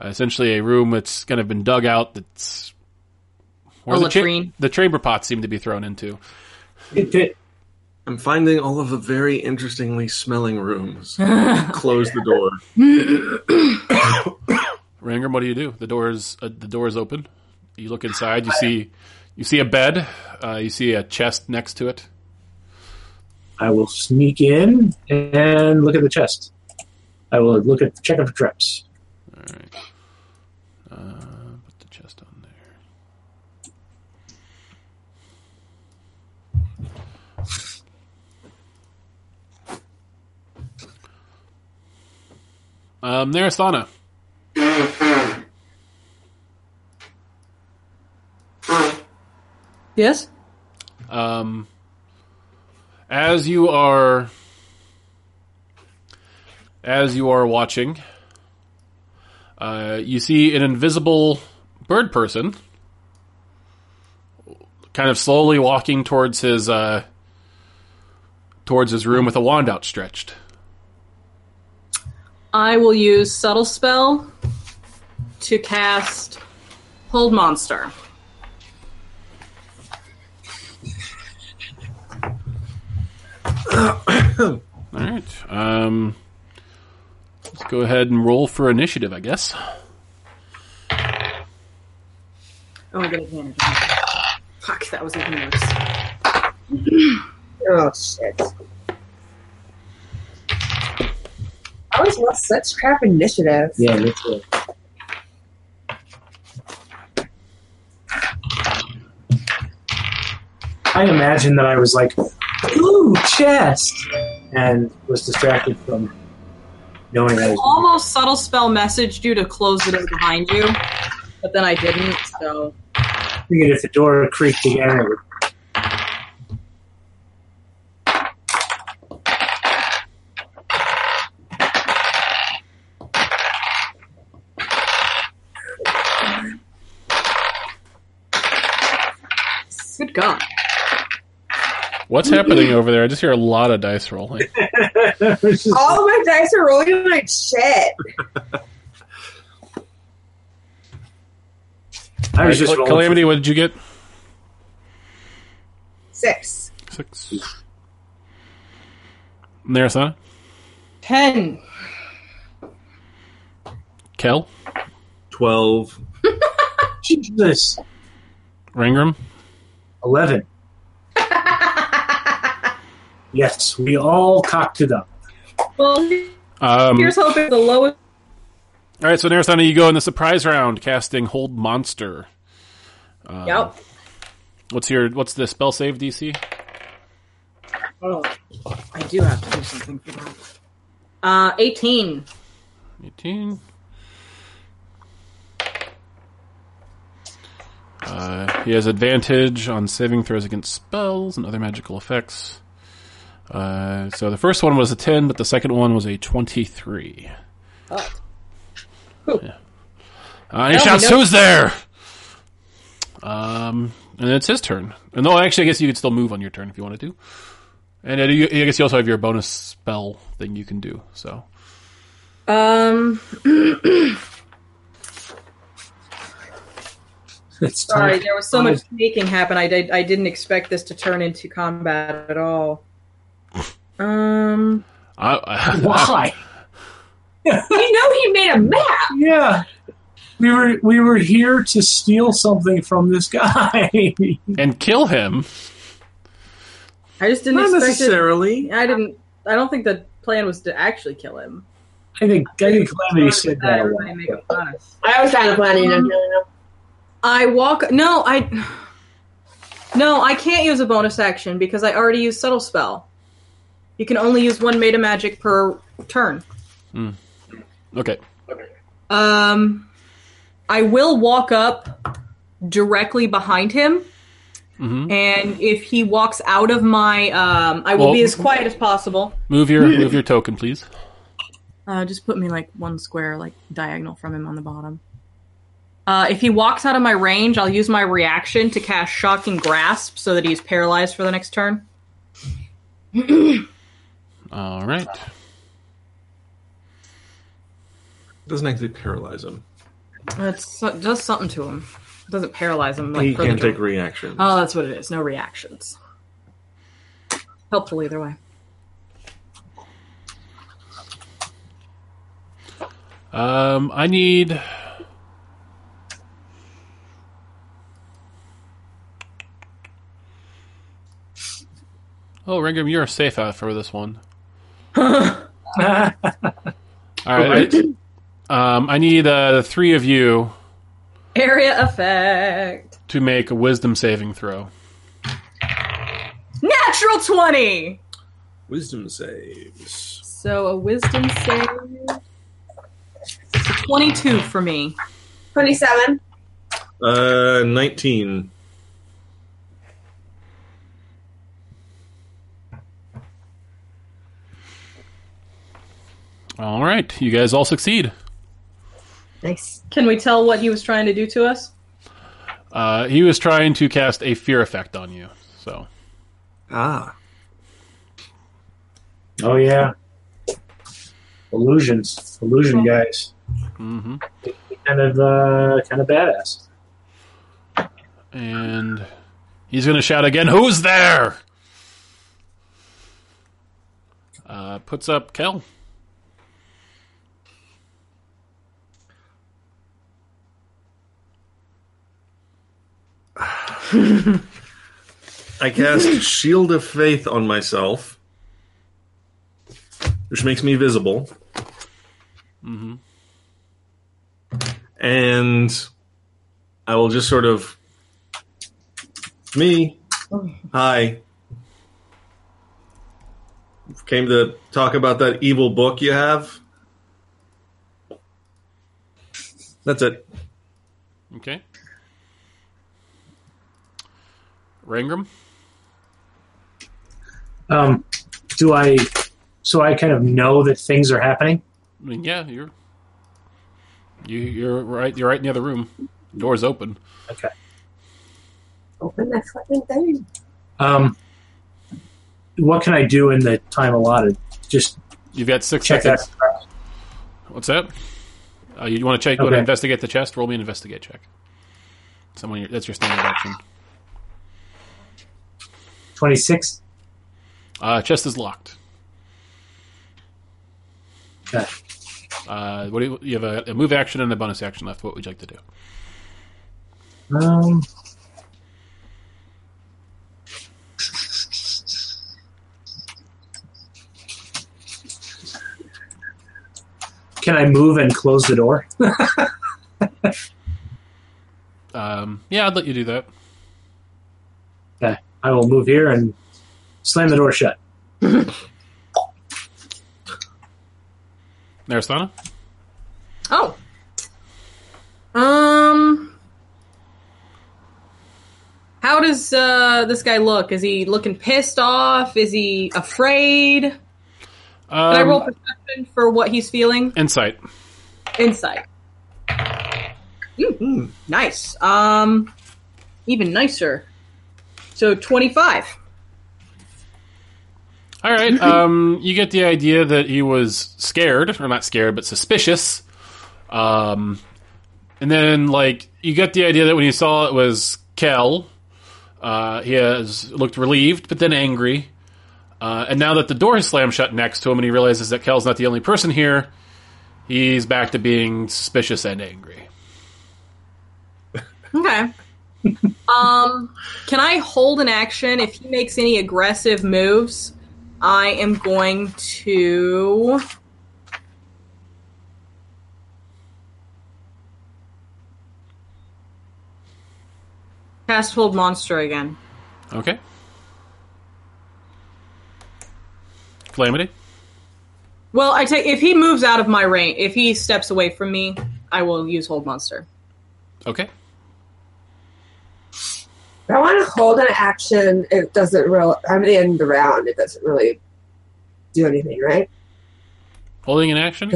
Speaker 1: essentially a room that's kind of been dug out that's where
Speaker 3: A
Speaker 1: the, cha-
Speaker 3: latrine.
Speaker 1: the chamber pots seem to be thrown into.
Speaker 2: It did.
Speaker 4: I'm finding all of the very interestingly smelling rooms. Close the door.
Speaker 1: Rangram, what do you do? The door is uh, the door is open. You look inside. You see you see a bed. Uh, you see a chest next to it.
Speaker 2: I will sneak in and look at the chest. I will look at check out for traps.
Speaker 1: All right. Uh, put the chest on there. Um, Narasana.
Speaker 3: Yes?
Speaker 1: Um, as you are, as you are watching, uh, you see an invisible bird person, kind of slowly walking towards his uh, towards his room with a wand outstretched.
Speaker 3: I will use Subtle Spell to cast Hold Monster.
Speaker 1: All right. Um, let's go ahead and roll for initiative, I guess.
Speaker 3: Oh, I get advantage. Fuck, that was even worse.
Speaker 5: Oh shit. I always love such crap initiative.
Speaker 19: Yeah, me too.
Speaker 2: I imagine that I was like, ooh, chest, and was distracted from knowing I was.
Speaker 3: Almost subtle spell messaged you to close the door behind you, but then I didn't, so.
Speaker 2: I figured if the door creaked again, it would. [LAUGHS]
Speaker 3: Good God.
Speaker 1: What's happening over there? I just hear a lot of dice rolling.
Speaker 2: It was just-
Speaker 5: All of my dice are rolling like shit.
Speaker 2: I was just
Speaker 1: Cal-
Speaker 2: rolling
Speaker 1: Calamity, what did you get?
Speaker 5: Six.
Speaker 1: Six. Narasana?
Speaker 3: Ten.
Speaker 1: Kel?
Speaker 4: Twelve.
Speaker 2: for- Jesus,
Speaker 1: Rangram?
Speaker 2: eleven. yes, we all cocked it up.
Speaker 20: Well,
Speaker 1: Um,
Speaker 20: here's hoping the lowest.
Speaker 1: all right, so Narasana, you go in the surprise round, casting Hold Monster.
Speaker 3: Yep.
Speaker 1: What's your What's the spell save DC?
Speaker 3: Oh, I do have to do something for that. Uh, 18.
Speaker 1: 18. Uh, he has advantage on saving throws against spells and other magical effects. Uh, so the first one was a 10, but the second one was a 23. Yeah. Uh, he shouts, Who's there? Um, and it's his turn. And no, actually, I guess you could still move on your turn if you wanted to. And uh, you, I guess you also have your bonus spell thing you can do. So
Speaker 3: Um,
Speaker 2: It's
Speaker 3: sorry,
Speaker 2: time.
Speaker 3: there was so much sneaking happen. I, did, I didn't expect this to turn into combat at all. Um,
Speaker 1: I, I, [LAUGHS]
Speaker 2: Why?
Speaker 5: You know he made a map.
Speaker 2: Yeah. We were we were here to steal something from this guy. [LAUGHS]
Speaker 1: and kill him.
Speaker 3: I just didn't
Speaker 4: Not
Speaker 3: expect it.
Speaker 4: necessarily.
Speaker 3: I didn't. I don't think the plan was to actually kill him.
Speaker 2: I think I think Calamity said
Speaker 3: Uh,
Speaker 2: that. a
Speaker 3: everybody
Speaker 2: lot.
Speaker 3: make a fuss.
Speaker 5: I always found a planning and I'm feeling up.
Speaker 3: I walk. No, I. No, I can't use a bonus action because I already used subtle spell. You can only use one made of magic per turn.
Speaker 1: Okay.
Speaker 3: Um, I will walk up directly behind him,
Speaker 1: hmm
Speaker 3: and if he walks out of my, um, I will
Speaker 1: Well-
Speaker 3: be as quiet as possible.
Speaker 1: Move your move your token, please.
Speaker 3: Uh, just put me like one square, like diagonal from him on the bottom. Uh, if he walks out of my range, I'll use my reaction to cast Shocking Grasp so that he's paralyzed for the next turn.
Speaker 1: All right.
Speaker 4: Doesn't actually paralyze him.
Speaker 3: It does something to him. It doesn't paralyze him. Like,
Speaker 4: he
Speaker 3: for the
Speaker 4: can't
Speaker 3: turn.
Speaker 4: take reactions.
Speaker 3: oh, that's what it is. No reactions. Helpful either way.
Speaker 1: Um, I need. Oh, Ringram, you're safe out for this one. All right. Um, I need uh, the three of you
Speaker 3: Area effect.
Speaker 1: to make a wisdom saving throw.
Speaker 3: Natural 20!
Speaker 4: Wisdom saves.
Speaker 3: So a wisdom save. So 22 for me.
Speaker 5: 27.
Speaker 4: Uh, nineteen.
Speaker 1: All right. You guys all succeed.
Speaker 5: Nice.
Speaker 3: Can we tell what he was trying to do to us?
Speaker 1: Uh, he was trying to cast a fear effect on you. So.
Speaker 4: Ah,
Speaker 2: Oh yeah. Illusions. Illusion guys.
Speaker 1: hmm
Speaker 2: They kind of uh, kind of badass.
Speaker 1: And he's going to shout again, Who's there? Uh, puts up Kel.
Speaker 4: I cast Shield of Faith on myself, which makes me visible.
Speaker 1: Mm-hmm.
Speaker 4: and I will just sort of me. Hi. Came to talk about that evil book you have. That's it.
Speaker 1: Okay. Rangram?
Speaker 2: Um, do I? So I kind of know that things are happening.
Speaker 1: I mean, yeah, you're you, you're right. You're right in the other room. Door's open.
Speaker 5: Open that fucking thing.
Speaker 2: Um, what can I do in the time allotted? Just
Speaker 1: You've got six
Speaker 2: check that.
Speaker 1: seconds. What's that? Uh, you want to check? Go to
Speaker 2: Okay.
Speaker 1: investigate the chest. Roll me an investigate check. Someone, that's your standard action.
Speaker 2: Twenty six.
Speaker 1: Uh, chest is locked.
Speaker 2: Okay.
Speaker 1: Uh, what do you, you have a, a move action and a bonus action left. What would you like to do?
Speaker 2: Um. Can I move and close the door?
Speaker 1: Um, yeah, I'd let you do that.
Speaker 2: Okay. I will move here and slam the door shut. [LAUGHS]
Speaker 1: Narasana?
Speaker 21: Oh. Um.
Speaker 3: How does uh, this guy look? Is he looking pissed off? Is he afraid? Can I
Speaker 1: Um,
Speaker 3: roll perception for what he's feeling?
Speaker 1: insight.
Speaker 3: Insight. Mm, Nice. Um, even nicer. So twenty-five.
Speaker 1: All right. Um, you get the idea that he was scared, or not scared, but suspicious. Um, and then, like, you get the idea that when you saw it was Kel, uh, he has looked relieved, but then angry. Uh, and now that the door is slammed shut next to him, and he realizes that Kel's not the only person here, he's back to being suspicious and angry.
Speaker 3: Okay. [LAUGHS] um, can I hold an action if he makes any aggressive moves? I am going to. Cast hold monster again.
Speaker 1: Okay. Calamity.
Speaker 3: Well, I take if he moves out of my range, if he steps away from me, I will use hold monster.
Speaker 1: Okay.
Speaker 5: If I want to hold an action, it doesn't really. I'm in the round. It doesn't really do anything, right?
Speaker 1: Holding an action.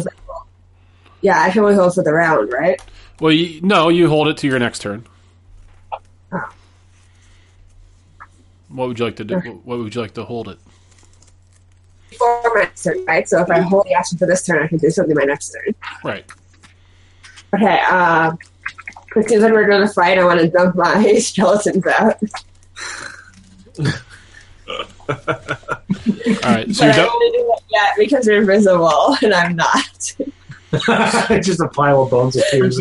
Speaker 5: Yeah, I can only hold for the round, right?
Speaker 1: Well, you, no, you hold it to your next turn. What would you like to do? What would you like to hold it?
Speaker 5: For my next turn, right? So if I hold the action for this turn, I can do something my next turn.
Speaker 1: Right.
Speaker 5: Okay. Um, but since we're going to fight, I want to dump my [LAUGHS] skeletons out.
Speaker 1: All right. So
Speaker 5: But
Speaker 1: you're
Speaker 5: I
Speaker 1: done.
Speaker 5: only do that yet because they're invisible [LAUGHS] and I'm not.
Speaker 2: Just a pile of bones of tears.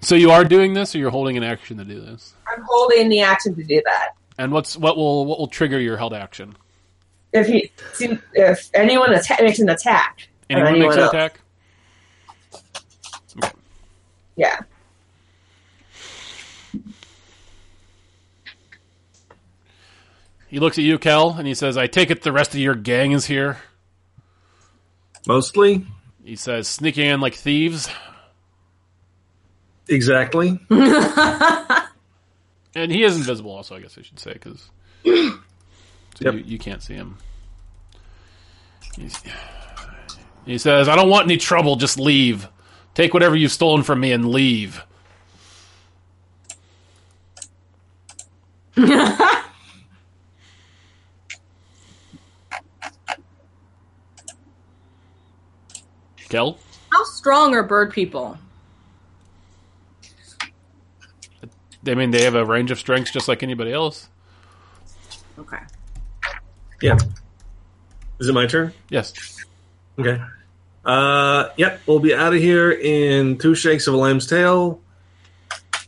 Speaker 1: So you are doing this, or you're holding an action to do this.
Speaker 5: I'm holding the action to do that.
Speaker 1: And what's what will what will trigger your held action?
Speaker 5: If he, see, if anyone atta- makes an attack, or
Speaker 1: Anyone, makes an
Speaker 5: else.
Speaker 1: attack.
Speaker 5: Yeah.
Speaker 1: He looks at you, Kel, and he says, "I take it the rest of your gang is here."
Speaker 4: Mostly?
Speaker 1: He says, "Sneaking in like thieves."
Speaker 4: Exactly.
Speaker 1: And he is invisible, also. I guess I should say because
Speaker 4: Yep.
Speaker 1: you, you can't see him. He's- he says, "I don't want any trouble. Just leave. Take whatever you've stolen from me and leave." Kel,
Speaker 3: How strong are bird people?
Speaker 1: I mean, they have a range of strengths just like anybody else.
Speaker 3: Okay.
Speaker 4: Yeah. Is it my turn?
Speaker 1: Yes.
Speaker 4: Okay. Uh, yep, we'll be out of here in two shakes of a lamb's tail.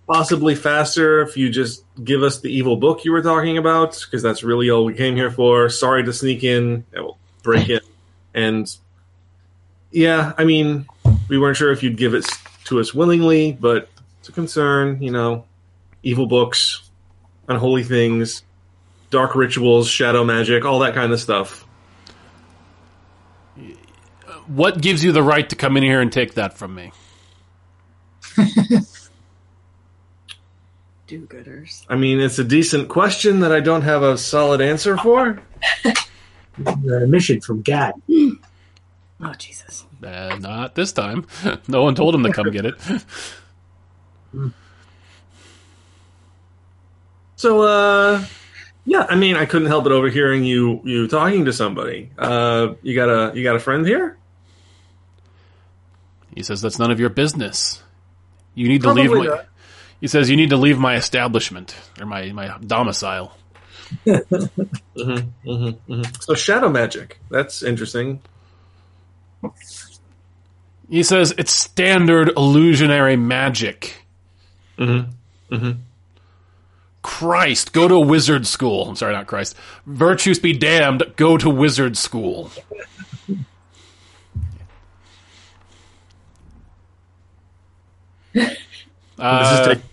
Speaker 4: Possibly faster if you just give us the evil book you were talking about, because that's really all we came here for. Sorry to sneak in. I will break it. And yeah, I mean, we weren't sure if you'd give it s- to us willingly, but it's a concern, you know. Evil books, unholy things, dark rituals, shadow magic, all that kind of stuff.
Speaker 1: What gives you the right to come in here and take that from me?
Speaker 3: Do-gooders.
Speaker 4: I mean, it's a decent question that I don't have a solid answer for.
Speaker 2: The mission from God.
Speaker 3: Oh Jesus.
Speaker 1: Uh, not this time. [LAUGHS] no one told him to come
Speaker 4: [LAUGHS]
Speaker 1: get it.
Speaker 4: So, uh, yeah, I mean, I couldn't help but overhearing you you talking to somebody. Uh, you got a you got a friend here?
Speaker 1: He says that's none of your business. You need to
Speaker 4: Probably
Speaker 1: leave. My,
Speaker 4: not.
Speaker 1: He says you need to leave my establishment or my my domicile.
Speaker 4: Mm-hmm, mm-hmm, mm-hmm. So shadow magic. That's interesting.
Speaker 1: He says it's standard illusionary magic.
Speaker 4: Mm-hmm.
Speaker 1: Christ, go to wizard school. I'm sorry, not Christ. Virtues be damned. Go to wizard
Speaker 4: [LAUGHS]
Speaker 1: school. Uh,
Speaker 4: This is taking-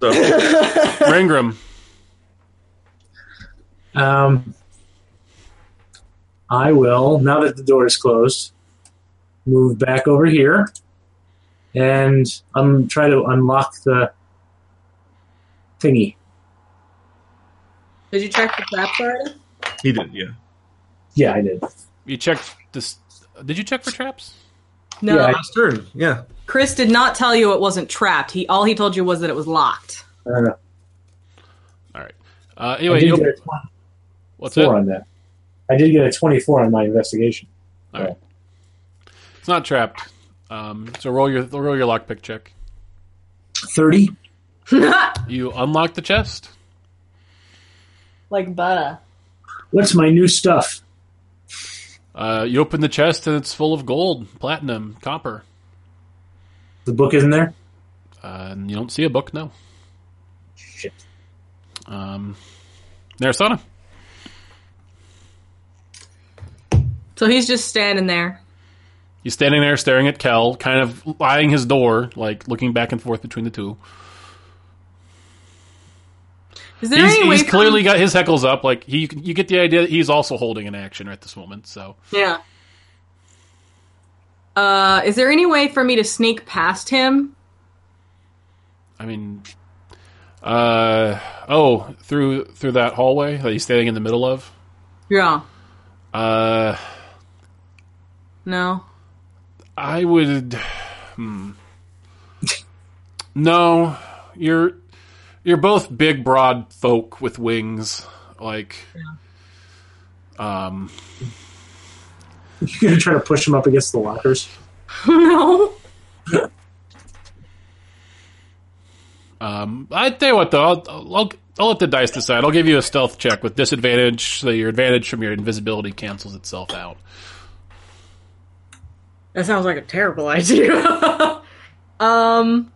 Speaker 4: so,
Speaker 1: Rangram,
Speaker 2: Um, I will, now that the door is closed, move back over here and um, try to unlock the thingy.
Speaker 3: Did you check the traps already?
Speaker 4: he did, yeah.
Speaker 2: Yeah, I did.
Speaker 1: you checked this. Did you check for traps?
Speaker 3: No.
Speaker 2: Yeah, I-
Speaker 4: Last turn, yeah.
Speaker 3: Chris did not tell you it wasn't trapped. He all he told you was that it was locked.
Speaker 2: I don't know.
Speaker 1: All right. Uh,
Speaker 2: I
Speaker 1: anyway,
Speaker 2: did
Speaker 1: you-
Speaker 2: get a
Speaker 1: what's that?
Speaker 2: 24 on that. I did get a 24 on my investigation.
Speaker 1: All right. It's not trapped. Um, so roll your roll your lockpick check.
Speaker 2: 30?
Speaker 1: You unlock the chest.
Speaker 3: Like butter.
Speaker 2: What's my new stuff?
Speaker 1: Uh, you open the chest and it's full of gold, platinum, copper.
Speaker 2: The book isn't there?
Speaker 1: Uh, and you don't see a book, no.
Speaker 2: Shit.
Speaker 1: Um, Narasana.
Speaker 3: So he's just standing there.
Speaker 1: He's standing there staring at Kel, kind of eyeing his door, like looking back and forth between the two.
Speaker 3: Is there
Speaker 1: He's,
Speaker 3: any way
Speaker 1: he's
Speaker 3: for-
Speaker 1: clearly got his heckles up. Like he, you get the idea that he's also holding an action at this moment. So
Speaker 3: Yeah. Uh, is there any way for me to sneak past him?
Speaker 1: I mean, uh, oh, through through that hallway that he's standing in the middle of.
Speaker 3: Yeah.
Speaker 1: Uh,
Speaker 3: No. [LAUGHS]
Speaker 1: I would. Hmm. No, you're you're both big, broad folk with wings. Like, um,
Speaker 2: You're going to try to push him up against the lockers?
Speaker 3: no.
Speaker 1: um, I tell you what though, I'll, I'll I'll let the dice decide. I'll give you a stealth check with disadvantage, so your advantage from your invisibility cancels itself out.
Speaker 3: That sounds like a terrible [LAUGHS] idea. um.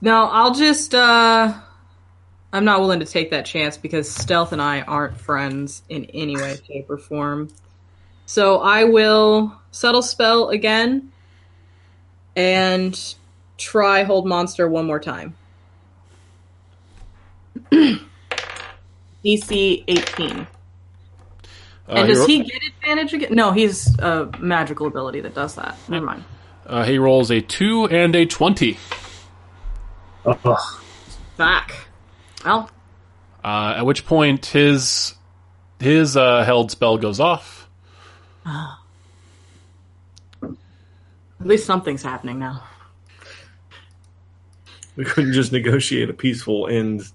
Speaker 3: No, I'll just. Uh, I'm not willing to take that chance because Stealth and I aren't friends in any way, shape, or form. So I will settle spell again and try hold monster one more time. DC 18.
Speaker 1: Uh,
Speaker 3: and does
Speaker 1: ro-
Speaker 3: he get advantage again? No, he's a magical ability that does that. Never mind.
Speaker 1: uh, he rolls a two and a twenty.
Speaker 2: Oh,
Speaker 3: Back. Well,
Speaker 1: Uh, at which point his his uh, held spell goes off.
Speaker 3: at least something's happening now.
Speaker 4: We couldn't just negotiate a peaceful end.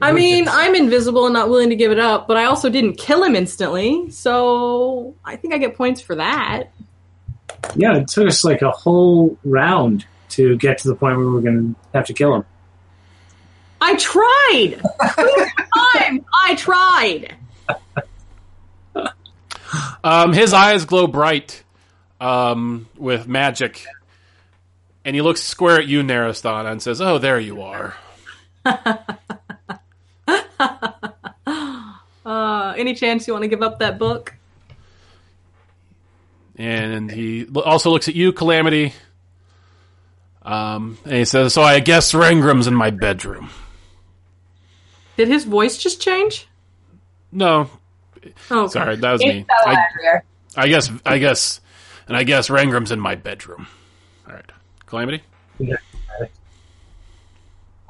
Speaker 3: I mean, I'm invisible and not willing to give it up, but I also didn't kill him instantly, so I think I get points for that.
Speaker 2: Yeah, it took us like a whole round to get to the point where we are going to have to kill him.
Speaker 3: I
Speaker 1: [LAUGHS]
Speaker 3: tried. Time. I tried.
Speaker 1: Um, his eyes glow bright um, with magic, and he looks square at you, Narastan, and says, "Oh, there you are."
Speaker 3: Uh, any chance you want to give up that book?
Speaker 1: And he l- also looks at you, Calamity, um, and he says, "So I guess Rengram's in my bedroom."
Speaker 8: Did his voice just change?
Speaker 1: No,
Speaker 8: Oh, okay.
Speaker 1: sorry, that was
Speaker 7: It's
Speaker 1: me.
Speaker 7: so
Speaker 1: I,
Speaker 7: everywhere.
Speaker 1: I guess, I guess, and I guess Rengram's in my bedroom. All right, Calamity,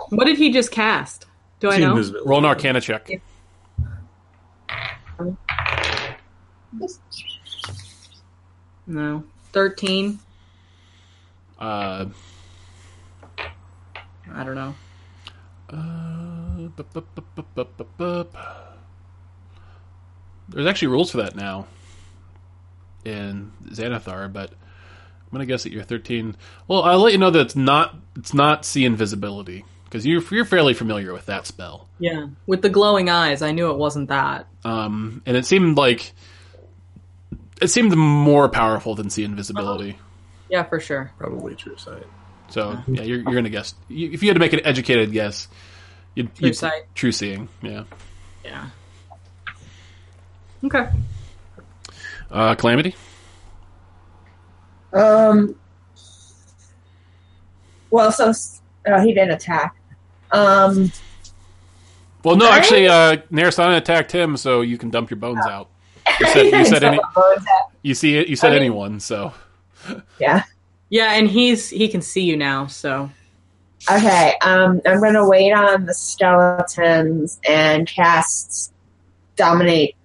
Speaker 8: What did he just cast? Do I
Speaker 4: It's
Speaker 8: know?
Speaker 4: invisible.
Speaker 1: roll an Arcana check.
Speaker 8: No. 13.
Speaker 1: Uh,
Speaker 8: I don't know.
Speaker 1: Uh, bup, bup, bup, bup, bup, bup, bup. There's actually rules for that now in Xanathar, but I'm gonna guess that you're 13. Well, I'll let you know that it's not it's not see invisibility because you're you're fairly familiar with that spell.
Speaker 8: Yeah. With the glowing eyes, I knew it wasn't that.
Speaker 1: Um, and it seemed like it seemed more powerful than see
Speaker 8: Uh-huh.
Speaker 1: invisibility.
Speaker 8: Yeah, for sure.
Speaker 4: Probably true sight.
Speaker 1: So yeah, you're you're gonna guess you, if you had to make an educated guess, you'd,
Speaker 8: True
Speaker 1: you'd-
Speaker 8: sight.
Speaker 1: true seeing. Yeah,
Speaker 8: Yeah. Okay.
Speaker 1: uh, calamity.
Speaker 5: Um. Well, so uh, he didn't attack. Um.
Speaker 1: Well, no,
Speaker 5: Right?
Speaker 1: actually, uh, Narasana attacked him, so you can dump your bones out. You said,
Speaker 5: [LAUGHS]
Speaker 1: you said any, you see, you said
Speaker 5: I mean-
Speaker 1: anyone, so
Speaker 5: yeah.
Speaker 8: Yeah, and he's he can see you now, so
Speaker 5: Okay. Um. I'm gonna wait on the skeletons and cast dominate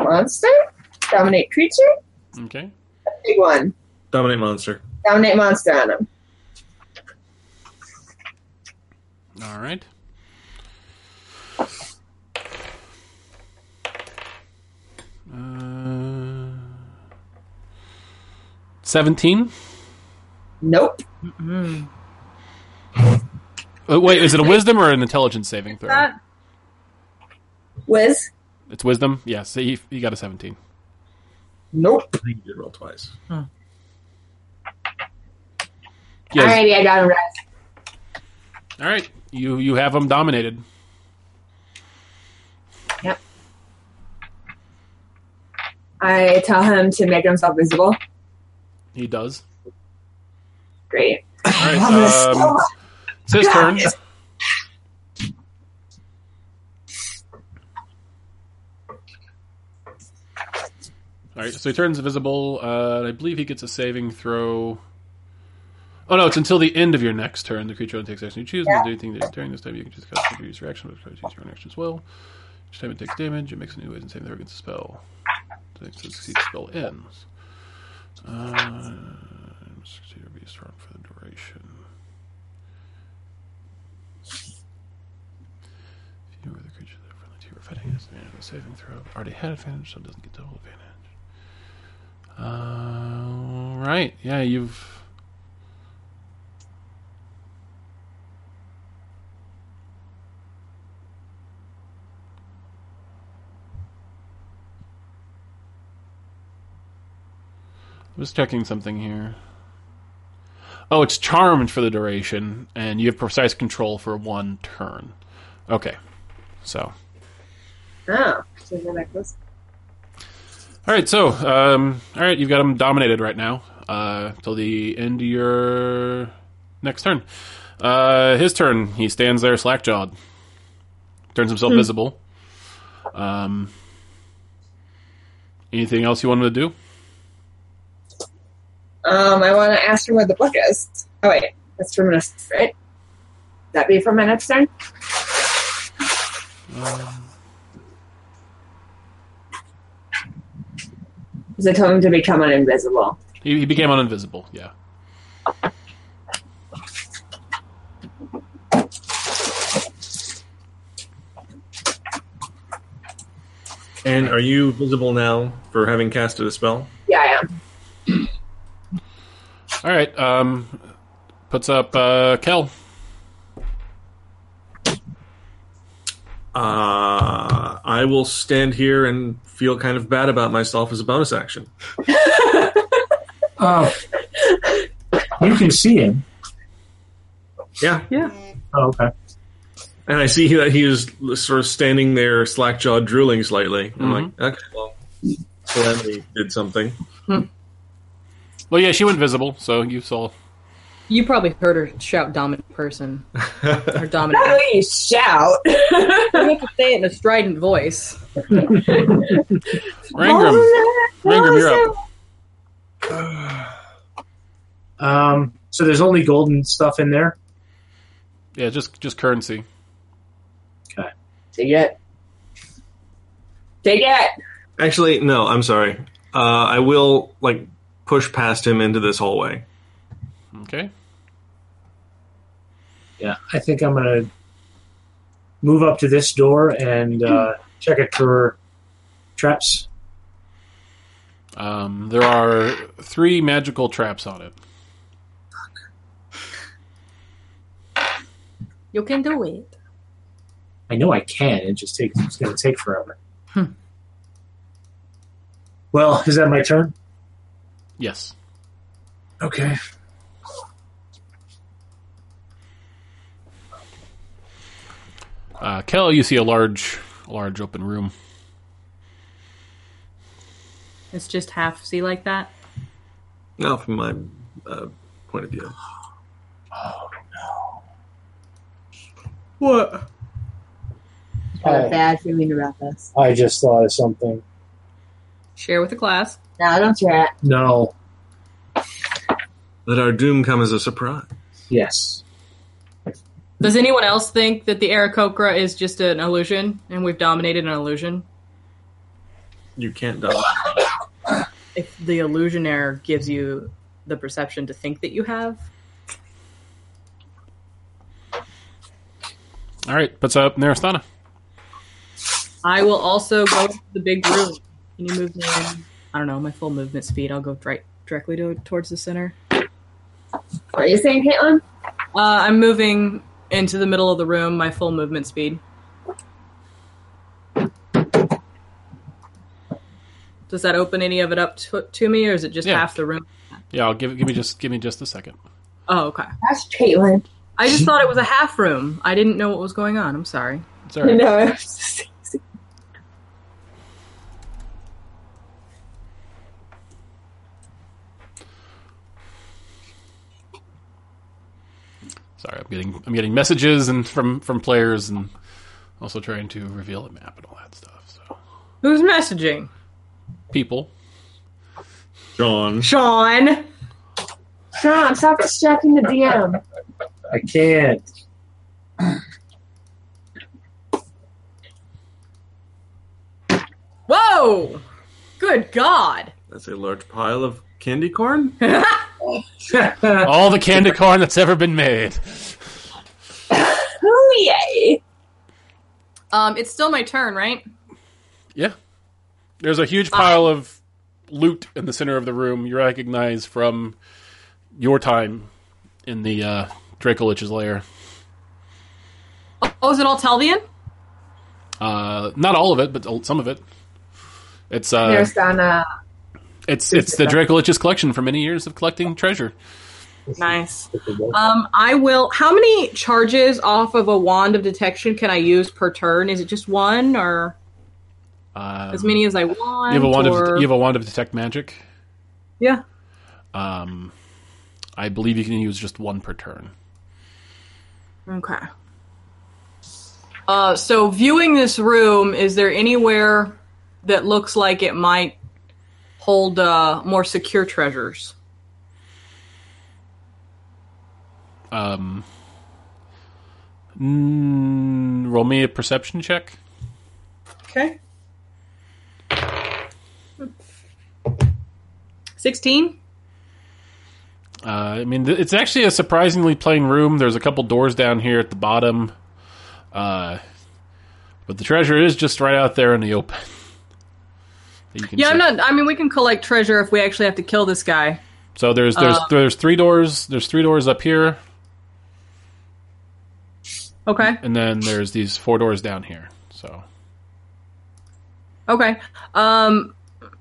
Speaker 5: monster, dominate creature,
Speaker 1: okay.
Speaker 5: big one,
Speaker 4: Dominate monster.
Speaker 5: dominate monster on him.
Speaker 1: All right. Uh, Seventeen.
Speaker 5: Nope.
Speaker 1: Oh, wait, is it a wisdom or an intelligence saving throw?
Speaker 5: Uh,
Speaker 8: that
Speaker 5: Wiz.
Speaker 1: It's wisdom. Yeah, so you, you got a seventeen.
Speaker 5: Nope.
Speaker 4: I think you did roll twice.
Speaker 1: Yes.
Speaker 5: Alrighty, I got him. Right.
Speaker 1: All right. You you have them dominated.
Speaker 7: I tell him to make himself visible.
Speaker 1: He does.
Speaker 7: Great.
Speaker 1: All right. Um, it's his turn. All right, so he turns visible. Uh, and I believe he gets a saving throw. Oh no, it's until the end of your next turn. The creature only takes action you choose. And to do anything that during this time, you can choose to cast a use reaction, but choose your own action as well. Each time it takes damage, it makes a new wisdom saving throw against the spell. So it succeeds, the spell ends. Uh, succeed or be strong for the duration. If you were the creature that friendly to you were fighting against, man, a saving throw already had advantage, so it doesn't get double advantage. Uh, right. Yeah, you've. I was checking something here. Oh, it's charmed for the duration, and you have precise control for one turn. Okay. So. All
Speaker 5: Oh. So the necklace.
Speaker 1: right. So, um, all right, you've got them dominated right now uh, till the end of your next turn. Uh, his turn. He stands there, slack jawed. Turns himself visible. Um, anything else you want him to do?
Speaker 5: Um, I want to ask him where the book is. Oh wait, that's from minutes, right? That be from my next turn. Um.
Speaker 7: Because I told him to become an invisible.
Speaker 1: He, he became uninvisible. Yeah.
Speaker 4: And are you visible now for having casted a spell?
Speaker 5: Yeah, I am.
Speaker 1: All right. Um, puts up uh, Kel.
Speaker 4: Uh, I will stand here and feel kind of bad about myself as a bonus action.
Speaker 2: Uh, you can see him.
Speaker 4: Yeah.
Speaker 2: Oh, okay.
Speaker 4: And I see that he is sort of standing there, slack jawed, drooling slightly. I'm like, okay, well, Calamity did something. [LAUGHS]
Speaker 1: Well, yeah, she went visible, so you saw.
Speaker 3: You probably heard her shout dominant person. Or dominant. [LAUGHS]
Speaker 5: Not only you shout.
Speaker 3: I have to say it in a strident voice.
Speaker 1: Rangram, Rangram, you're up.
Speaker 2: Um, so there's only golden stuff in there.
Speaker 1: Yeah, just just currency.
Speaker 5: Take it. Take it.
Speaker 4: Actually, no, I'm sorry. Uh, I will, like, push past him into this hallway.
Speaker 1: Okay.
Speaker 2: Yeah, I think I'm gonna move up to this door and uh, check it for traps.
Speaker 1: Um, there are three magical traps on it.
Speaker 3: You can do it.
Speaker 2: I know I can. It just takes. It's gonna take forever. Well, is that my turn?
Speaker 1: Yes.
Speaker 2: Okay.
Speaker 1: Uh, Kel, you see a large, large open room.
Speaker 3: It's just half see like that.
Speaker 4: Now, from my uh, point of view.
Speaker 3: What?
Speaker 22: Got a
Speaker 2: bad feeling about this. I just thought of something.
Speaker 3: Share with the class.
Speaker 22: No, don't share it.
Speaker 2: No.
Speaker 4: Let our doom come as a surprise.
Speaker 2: Yes.
Speaker 3: Does anyone else think that the Aarakocra is just an illusion and we've dominated an illusion?
Speaker 4: You can't die.
Speaker 3: If the illusionaire gives you the perception to think that you have,
Speaker 1: All right, puts up Naristana.
Speaker 3: I will also go to the big room. Can you move me? In? I don't know my full movement speed. I'll go right directly to, towards the center.
Speaker 5: What are you saying, Caitlin?
Speaker 3: Uh, I'm moving into the middle of the room. My full movement speed. Does that open any of it up to, to me, or is it just
Speaker 1: Yeah.
Speaker 3: half the room?
Speaker 1: Yeah, I'll give give me just give me just a second.
Speaker 3: Oh, okay.
Speaker 5: That's Caitlin.
Speaker 3: I just thought it was a half room. I didn't know what was going on. I'm sorry.
Speaker 1: It's all right.
Speaker 5: [LAUGHS] [LAUGHS]
Speaker 22: [LAUGHS]
Speaker 5: No.
Speaker 1: Sorry, I'm getting I'm getting messages and from from players and also trying to reveal a map and all that stuff. So
Speaker 3: Who's messaging?
Speaker 1: people,
Speaker 4: John.
Speaker 3: Sean.
Speaker 5: Sean, stop distracting the DM.
Speaker 2: I can't. [LAUGHS]
Speaker 3: Whoa! Good God!
Speaker 4: That's a large pile of candy corn? [LAUGHS]
Speaker 1: all the candy corn that's ever been made.
Speaker 5: Oh, yay.
Speaker 3: Um, it's still my turn, right?
Speaker 1: Yeah, there's a huge pile of loot in the center of the room. You recognize from your time in the uh, Draco Lich's lair.
Speaker 3: Oh, is it all Telvian?
Speaker 1: Uh, not all of it, but some of it. It's uh,
Speaker 5: There's Donna.
Speaker 1: it's it's the Draco Lich's collection for many years of collecting treasure.
Speaker 3: Nice. Um, I will. How many charges off of a wand of detection can I use per turn? Is it just one, or
Speaker 1: Uh,
Speaker 3: as many as I want?
Speaker 1: you have a wand
Speaker 3: or-
Speaker 1: of you have a wand of detect magic.
Speaker 3: yeah.
Speaker 1: Um, I believe you can use just one per turn.
Speaker 3: Okay. Uh, so viewing this room, is there anywhere that looks like it might hold uh, more secure treasures?
Speaker 1: Um, mm, roll me a perception check.
Speaker 3: Okay. Sixteen.
Speaker 1: Uh, I mean, th- it's actually a surprisingly plain room. There's a couple doors down here at the bottom, uh, but the treasure is just right out there in the open. [LAUGHS] that you can
Speaker 3: Yeah,
Speaker 1: see.
Speaker 3: I'm not. I mean, we can collect treasure if we actually have to kill this guy.
Speaker 1: So there's there's
Speaker 3: Uh,
Speaker 1: there's three doors. There's three doors up here,
Speaker 3: Okay.
Speaker 1: and then there's these four doors down here. So
Speaker 3: Okay. Um,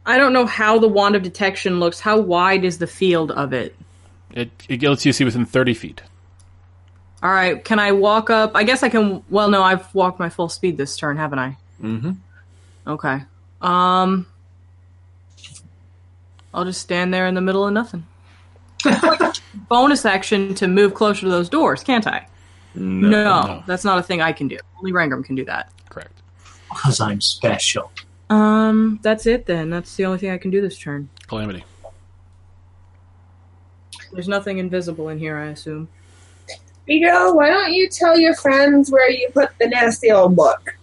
Speaker 3: I don't know how the wand of detection looks. How wide is the field of it?
Speaker 1: it it lets you see within thirty feet.
Speaker 3: All right. Can I walk up? I guess I can. Well, no, I've walked my full speed this turn, haven't I?
Speaker 1: Mm-hmm.
Speaker 3: Okay. Um, I'll just stand there in the middle of nothing. Bonus action to move closer to those doors, can't I?
Speaker 4: No.
Speaker 1: No.
Speaker 3: that's not a thing I can do. Only Rangram can do that.
Speaker 1: Correct.
Speaker 2: Because I'm special.
Speaker 3: Um, that's it then. That's the only thing I can do this turn.
Speaker 1: Calamity.
Speaker 3: There's nothing invisible in here, I assume.
Speaker 5: Vito, why don't you tell your friends where you put the nasty old book?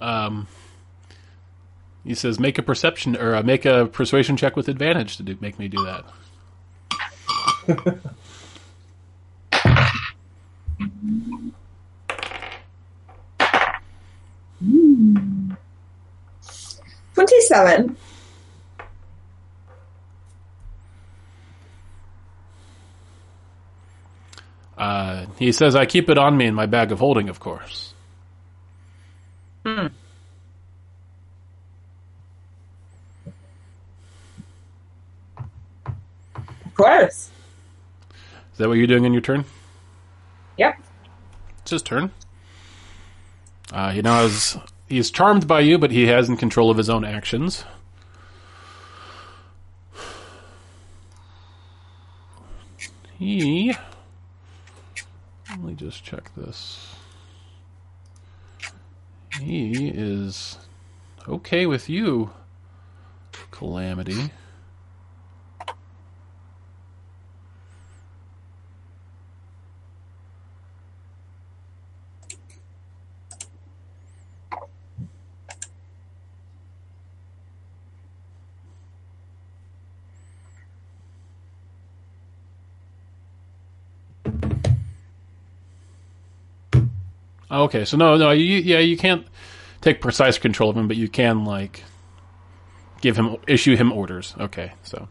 Speaker 1: Um, he says, make a perception or uh, make a persuasion check with advantage to do, make me do that.
Speaker 23: Twenty-seven.
Speaker 1: Uh, he says, I keep it on me in my bag of holding, of course.
Speaker 23: Of course.
Speaker 1: Is that what you're doing in your turn?
Speaker 23: Yep.
Speaker 1: It's his turn. Uh, he now has he's charmed by you, but he has in control of his own actions. He let me just check this. He is okay with you, Calamity. Okay, so no, no, you, yeah, you can't take precise control of him, but you can like give him issue him orders. Okay, so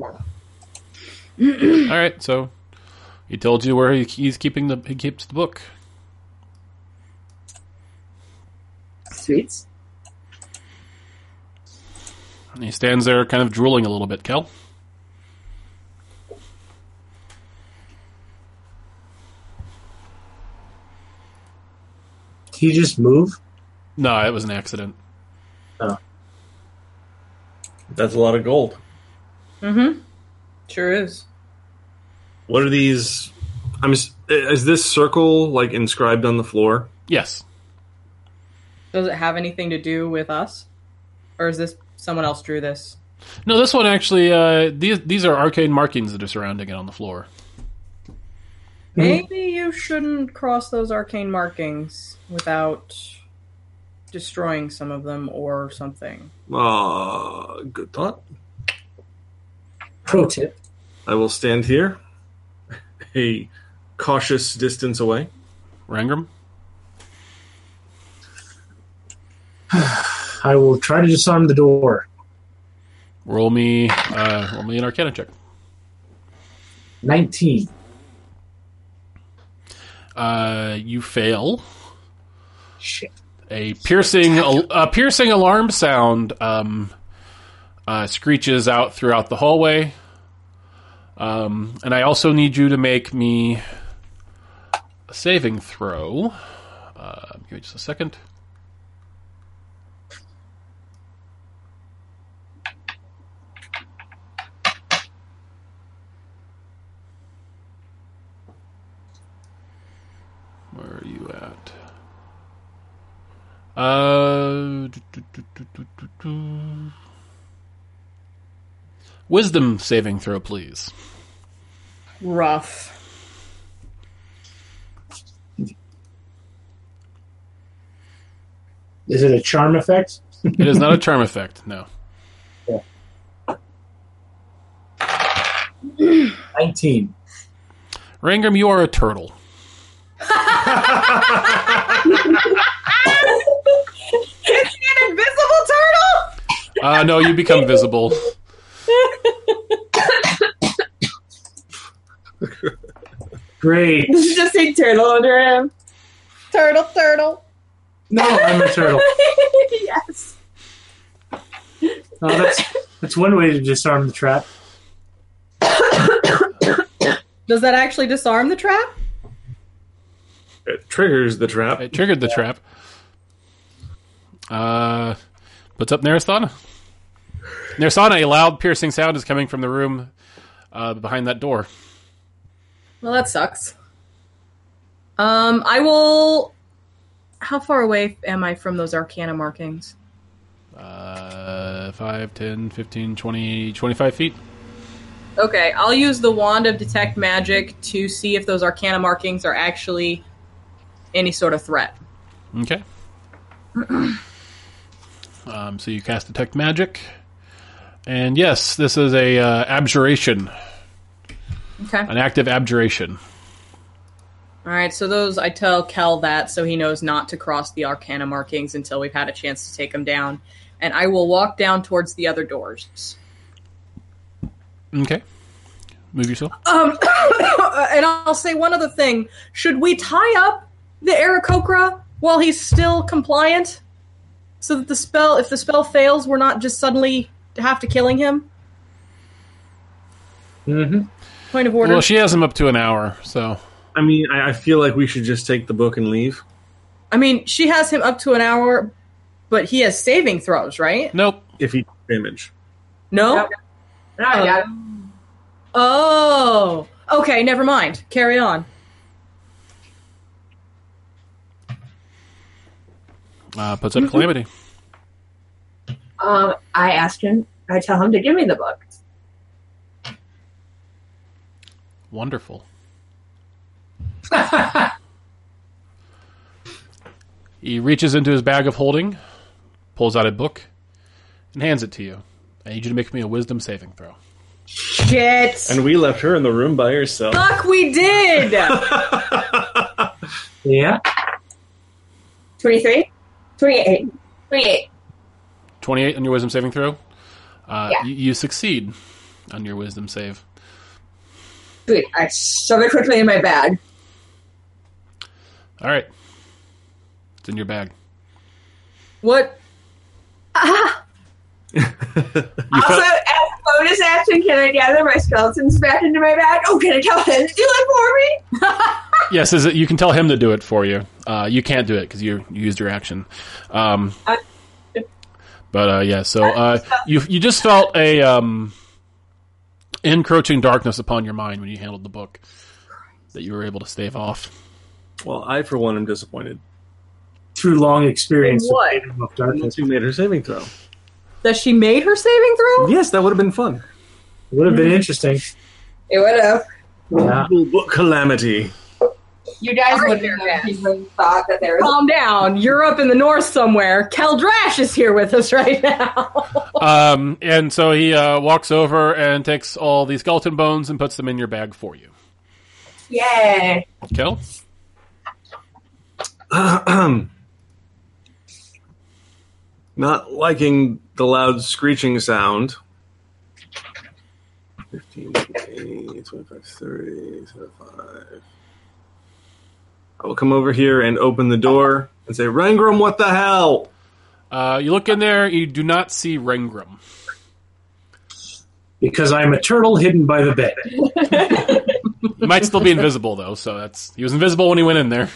Speaker 1: all right, so he told you where he, he's keeping the he keeps the book.
Speaker 5: [LAUGHS]
Speaker 23: Sweets.
Speaker 1: And he stands there, kind of drooling a little bit. Kel,
Speaker 2: Did he just move?
Speaker 1: no, it was an accident.
Speaker 4: That's a lot of gold.
Speaker 3: Mm-hmm. Sure is.
Speaker 4: What are these? I'm. s- Is this circle like inscribed on the floor?
Speaker 1: Yes,
Speaker 3: Does it have anything to do with us, or is this someone else drew this?
Speaker 1: no, this one actually. Uh, these these are arcane markings that are surrounding it on the floor.
Speaker 3: Maybe you shouldn't cross those arcane markings without destroying some of them or something.
Speaker 4: Ah, good thought.
Speaker 2: Pro tip.
Speaker 4: I will stand here, [LAUGHS] a cautious distance away.
Speaker 1: Rangram,
Speaker 2: I will try to disarm the door.
Speaker 1: roll me uh, roll me an Arcana check.
Speaker 2: 19.
Speaker 1: Uh, you fail.
Speaker 2: Shit.
Speaker 1: a piercing a piercing alarm sound um, uh, screeches out throughout the hallway. Um, and I also need you to make me a saving throw. Uh, give me just a second. Where are you at? Uh, do, do, do, do, do, do, do. Wisdom saving throw, please.
Speaker 3: Rough.
Speaker 2: Is it a charm effect?
Speaker 1: It is not a charm effect. No,
Speaker 2: Nineteen.
Speaker 1: Rangram, you are a turtle.
Speaker 7: It's an invisible turtle.
Speaker 1: Uh, no, you become visible.
Speaker 2: Great.
Speaker 5: Does it just say turtle under him?
Speaker 3: Turtle, turtle.
Speaker 2: No, I'm a turtle.
Speaker 5: [LAUGHS] yes.
Speaker 2: Oh, that's that's one way to disarm the trap.
Speaker 3: Does that actually disarm the trap?
Speaker 4: It triggers the trap.
Speaker 1: It triggered the trap. Uh, puts up Narasana. Narasana, a loud piercing sound is coming from the room uh, behind that door.
Speaker 3: Well, that sucks. Um, I will. How far away am I from those arcana markings?
Speaker 1: Uh, 5, 10, 15, 20, 25 feet.
Speaker 3: Okay, I'll use the wand of detect magic to see if those arcana markings are actually any sort of threat.
Speaker 1: Okay. [CLEARS THROAT] um, so you cast Detect Magic. And yes, this is a uh, abjuration,
Speaker 3: Okay.
Speaker 1: an active abjuration.
Speaker 3: All right, so those I tell Cal that so he knows not to cross the arcana markings until we've had a chance to take them down, and I will walk down towards the other doors.
Speaker 1: Okay. Move yourself.
Speaker 3: Um, and I'll say one other thing: should we tie up the Aarakocra while he's still compliant, so that the spell, if the spell fails, we're not just suddenly have to killing him?
Speaker 2: Mm-hmm.
Speaker 3: Point of order.
Speaker 1: Well, she has him up to an hour, so.
Speaker 4: I mean, I, I feel like we should just take the book and leave.
Speaker 3: I mean, she has him up to an hour, but he has saving throws, right?
Speaker 1: Nope.
Speaker 4: If he damage,
Speaker 3: No.
Speaker 7: No. No, I got it.
Speaker 3: Oh, okay. Never mind. Carry on.
Speaker 1: Uh, puts up Calamity.
Speaker 7: Um, I ask him. I tell him to give me the book.
Speaker 1: Wonderful. he reaches into his bag of holding, pulls out a book, and hands it to you. I need you to make me a wisdom saving throw.
Speaker 3: Shit.
Speaker 4: and we left her in the room by herself.
Speaker 3: Fuck, we did.
Speaker 2: Yeah.
Speaker 5: 23? 28.
Speaker 7: 28.
Speaker 1: 28 on your wisdom saving throw. Uh,
Speaker 7: Yeah.
Speaker 1: you, you succeed on your wisdom save.
Speaker 7: Sweet. I shove it quickly in my bag.
Speaker 1: All right. It's in your bag.
Speaker 3: what?
Speaker 7: Also, as a bonus action, can I gather my skeletons back into my bag? Oh, can I tell him to do it for me?
Speaker 1: Yes, is it, you can tell him to do it for you. Uh, you can't do it because you, you used your action. Um,
Speaker 7: I-
Speaker 1: but uh, yeah, so uh, you you just felt a um, encroaching darkness upon your mind when you handled the book that you were able to stave off.
Speaker 4: Well, I for one am disappointed.
Speaker 2: Through long experience
Speaker 3: In what?
Speaker 2: with Phantom of
Speaker 4: Once
Speaker 2: Darkness,
Speaker 4: you made her saving throw.
Speaker 3: That she made her saving throw?
Speaker 4: Yes, that would have been fun.
Speaker 2: it would have been interesting.
Speaker 5: It would have.
Speaker 2: Yeah.
Speaker 4: Book calamity.
Speaker 5: You guys
Speaker 3: would
Speaker 5: have even thought that there was.
Speaker 3: Calm down. You're up in the north somewhere. Keldrash is here with us right now.
Speaker 1: Um, and so he uh, walks over and takes all the skeleton bones and puts them in your bag for you.
Speaker 5: [LAUGHS]
Speaker 7: Yeah.
Speaker 1: Kel?
Speaker 4: Not [CLEARS THROAT] liking the loud screeching sound. 15, 18, 25, 30, 35. I will come over here and open the door and say, Rangram, what the hell?
Speaker 1: Uh, you look in there, you do not see Rengram.
Speaker 2: Because I'm a turtle hidden by the bed.
Speaker 1: He might still be invisible though, so that's he was invisible when he went in there.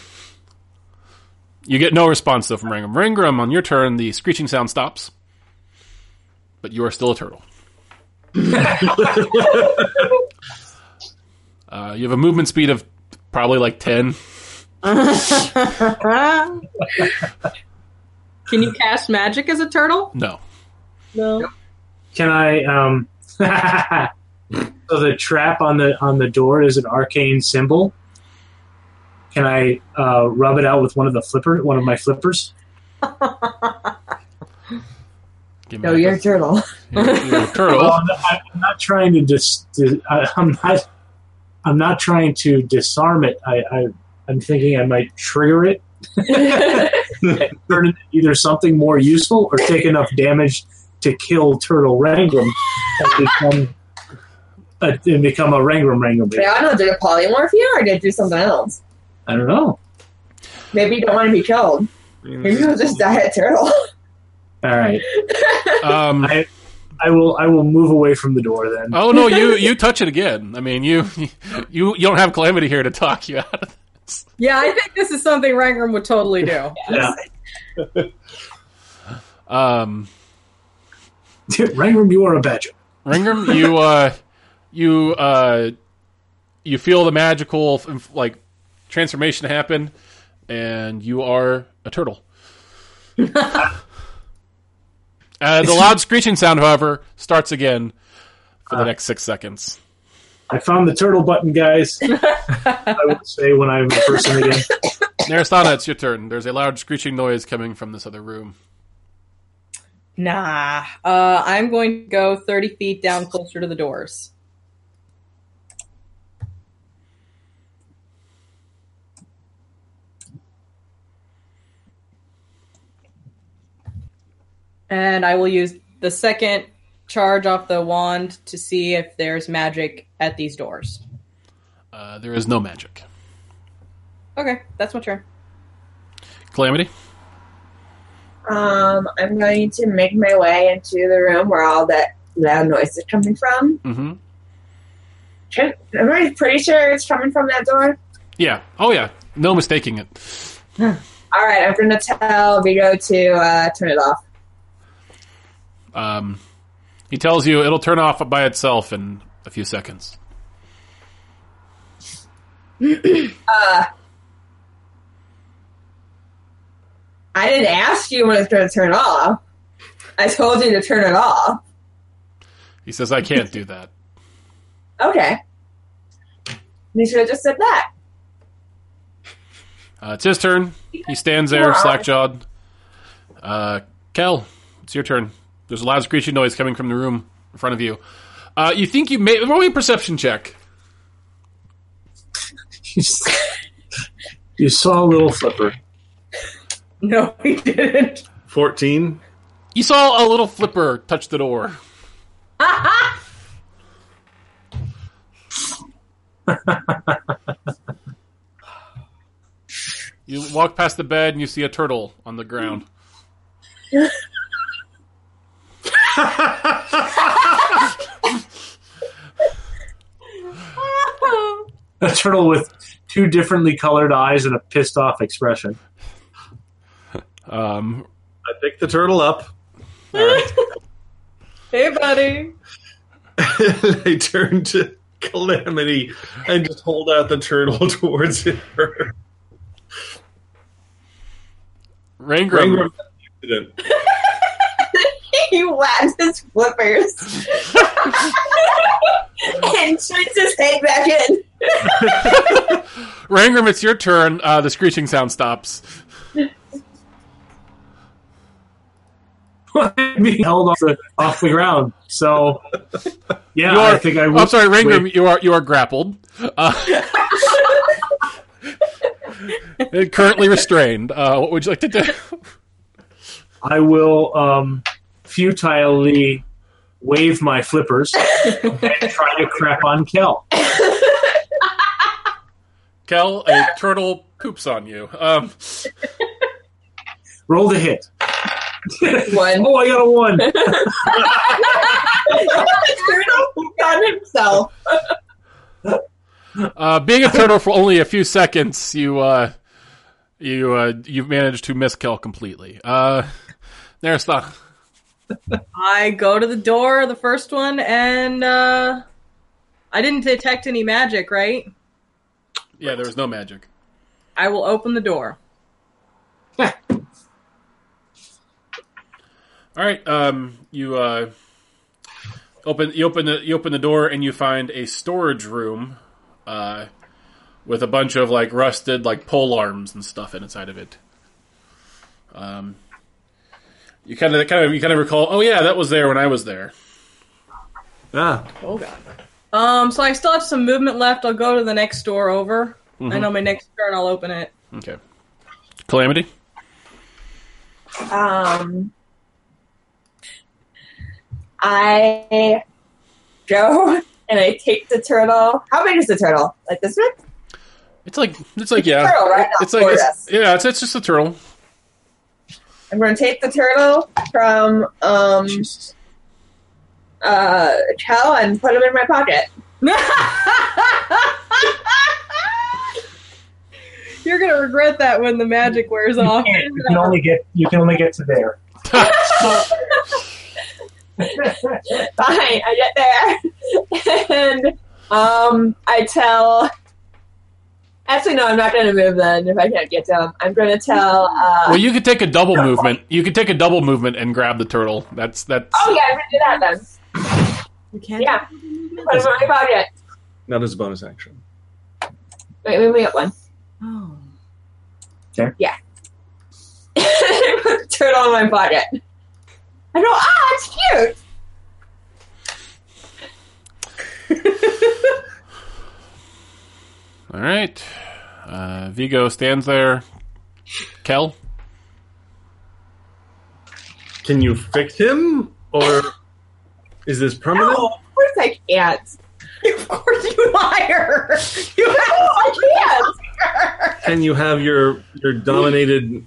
Speaker 1: You get no response though from Rangram. Rangram, on your turn, the screeching sound stops, but you are still a turtle. uh, you have a movement speed of probably like ten.
Speaker 3: [LAUGHS] Can you cast magic as a turtle?
Speaker 1: No,
Speaker 3: No.
Speaker 2: Can I? Um, [LAUGHS] so the trap on the on the door is an arcane symbol. Can I uh, rub it out with one of the flipper, one of my flippers?
Speaker 1: Give me
Speaker 7: No,
Speaker 1: that.
Speaker 7: you're a turtle.
Speaker 1: [LAUGHS] You're- you're a
Speaker 2: Well,
Speaker 1: turtle.
Speaker 2: I'm, not, I'm not trying to just. I- I'm not I'm not trying to disarm it. I, I I'm thinking I might trigger it, turn it into either something more useful or take enough damage to kill Turtle Rangram and become a, and become a Rangram Rangram.
Speaker 5: But I don't know, did it polymorph you or did it do something else?
Speaker 2: I don't know.
Speaker 5: Maybe you don't want to be killed. Maybe you'll just die a turtle.
Speaker 2: All right,
Speaker 1: Um,
Speaker 2: I I will I will move away from the door then.
Speaker 1: oh no, you you touch it again. I mean, you [LAUGHS] you you don't have calamity here to talk you out. of
Speaker 8: Yeah, I think this is something Rangram would totally do.
Speaker 2: Yeah. [LAUGHS]
Speaker 1: Um,
Speaker 2: Rangram, you are a badger.
Speaker 1: Ringram, you uh, you uh, you feel the magical like transformation happen, and you are a turtle. uh, the loud screeching sound, however, starts again for the next six seconds.
Speaker 2: I found the turtle button, guys. I will say when I'm a person again.
Speaker 1: Narasana, it's your turn. There's a loud screeching noise coming from this other room.
Speaker 8: Nah. Uh, I'm going to go 30 feet down closer to the doors. And I will use the second charge off the wand to see if there's magic at these doors.
Speaker 1: Uh, there is no magic.
Speaker 8: Okay, that's my turn.
Speaker 1: Calamity.
Speaker 5: [LAUGHS] Um, I'm going to make my way into the room where all that loud noise is coming from.
Speaker 1: Mm-hmm.
Speaker 5: Tr- Am I pretty sure it's coming from that door?
Speaker 1: Yeah. Oh yeah. No mistaking it.
Speaker 5: All right, I'm going to tell Vito to uh, turn it off.
Speaker 1: Um, he tells you it'll turn off by itself in a few seconds.
Speaker 5: I didn't ask you when it's going to turn off. I told you to turn it off.
Speaker 1: He says, "I can't do that."
Speaker 5: Okay. You should have just said that.
Speaker 1: Uh, it's his turn. He stands there, slack-jawed. Uh, Kel, it's your turn. There's a loud screeching noise coming from the room in front of you. Uh, you think you may roll me a perception check.
Speaker 2: you saw a little flipper.
Speaker 8: No, [LAUGHS] he didn't.
Speaker 4: 14.
Speaker 1: You saw a little flipper touch the door.
Speaker 5: [LAUGHS]
Speaker 1: you walk past the bed and you see a turtle on the ground.
Speaker 2: A turtle with two differently colored eyes and a pissed off expression. [LAUGHS]
Speaker 1: Um,
Speaker 4: I picked the turtle up. [LAUGHS]
Speaker 8: Hey, buddy.
Speaker 4: I turn to Calamity and just hold out the turtle [LAUGHS] towards her.
Speaker 1: Rangram,
Speaker 4: [LAUGHS] Rangram accident.
Speaker 5: He wags his flippers [LAUGHS] and shoots his head back in.
Speaker 1: Rangram, it's your turn. Uh, the screeching sound stops.
Speaker 2: being held off the, off the ground. So, yeah,
Speaker 1: You are,
Speaker 2: I think I
Speaker 1: am Oh, sorry, Rangram. You are you are grappled. Uh, [LAUGHS] and currently restrained. Uh, what would you like to do?
Speaker 2: I will um, futilely wave my flippers and try to crap on Kel.
Speaker 1: Kel, a turtle poops on you. Um,
Speaker 2: Roll the hit. [LAUGHS]
Speaker 5: One.
Speaker 2: Oh, I got a one.
Speaker 5: turtle pooped on himself.
Speaker 1: uh, being a turtle for only a few seconds, you uh, you uh, you've managed to miss Kel completely. Uh, Narasana.
Speaker 8: I go to the door, the first one, and uh, I didn't detect any magic, right?
Speaker 1: Yeah, there was no magic.
Speaker 8: I will open the door.
Speaker 1: All right. Um, you uh, open you open the you open the door and you find a storage room, uh, with a bunch of like rusted like pole arms and stuff inside of it. Um, you kind of kind of you kind of recall. Oh yeah, that was there when I was there.
Speaker 4: Ah,
Speaker 8: Oh god.
Speaker 3: Um, so I still have some movement left. I'll go to the next door over. I
Speaker 1: Mhm.
Speaker 3: know my next turn I'll open it. [LAUGHS]
Speaker 1: Okay. Calamity.
Speaker 5: Um, I go [LAUGHS] and I take the turtle. How big is the turtle? Like this one?
Speaker 1: It's like it's like yeah.
Speaker 5: turtle, right?
Speaker 1: It's like it's,
Speaker 5: Tortoise.
Speaker 1: yeah. It's, it's just a turtle. [LAUGHS]
Speaker 5: I'm going to take the turtle from um, uh, Chow and put him in my pocket. [LAUGHS]
Speaker 3: You're gonna regret that when the magic wears off.
Speaker 2: can't. You can only get you can only get to there.
Speaker 5: Fine, I get there. [LAUGHS] and um, I tell. Actually, no, I'm not going to move then if I can't get down. I'm going to tell. Uh,
Speaker 1: Well, you could take a double movement. You could take a double movement and grab the turtle. That's that's.
Speaker 5: oh, yeah, I'm going to do that then.
Speaker 3: You can't.
Speaker 5: Yeah. Put him in my pocket.
Speaker 4: Not as a bonus action.
Speaker 5: Wait, move me up one. [LAUGHS]
Speaker 3: Oh.
Speaker 5: put the turtle in my pocket. I go, ah, it's cute. Oh.
Speaker 1: All right. Uh, Vigo stands there. Kel.
Speaker 4: Can you fix him, or is this permanent?
Speaker 5: No, Oh, of course I can't.
Speaker 24: [LAUGHS] Of course, you liar.
Speaker 5: You I can't.
Speaker 4: Can you have your your dominated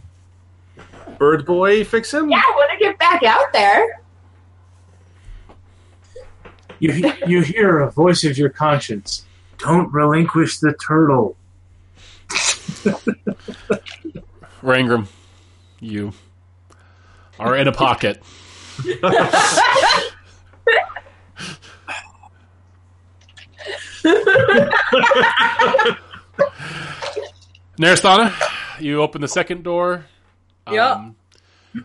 Speaker 4: bird boy fix him?
Speaker 5: Yeah, I want to get back out there.
Speaker 2: You you hear a voice of your conscience. Don't relinquish the turtle.
Speaker 1: Rangram. You are in a pocket. Narasthana, you open the second door.
Speaker 3: Yeah.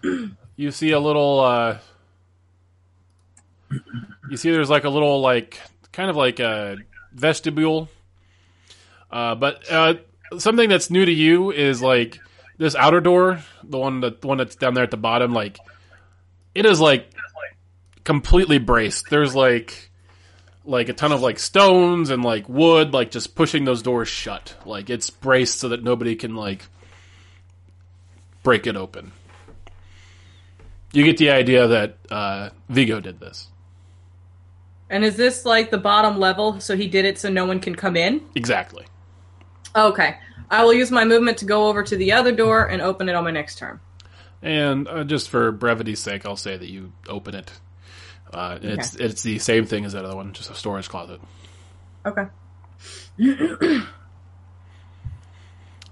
Speaker 1: Um, you see a little. Uh, you see, there's like a little, like kind of like a vestibule. Uh, but uh, something that's new to you is like this outer door, the one that the one that's down there at the bottom. Like it is like completely braced. There's like like a ton of like stones and like wood, like just pushing those doors shut. Like it's braced so that nobody can like break it open. You get the idea that uh, Vigo did this.
Speaker 3: And is this like the bottom level? So he did it so no one can come in.
Speaker 1: Exactly.
Speaker 3: Okay. I will use my movement to go over to the other door and open it on my next turn.
Speaker 1: And uh, just for brevity's sake, I'll say that you open it. Uh, It's it's the same thing as that other one, just a storage closet.
Speaker 3: Okay.
Speaker 1: All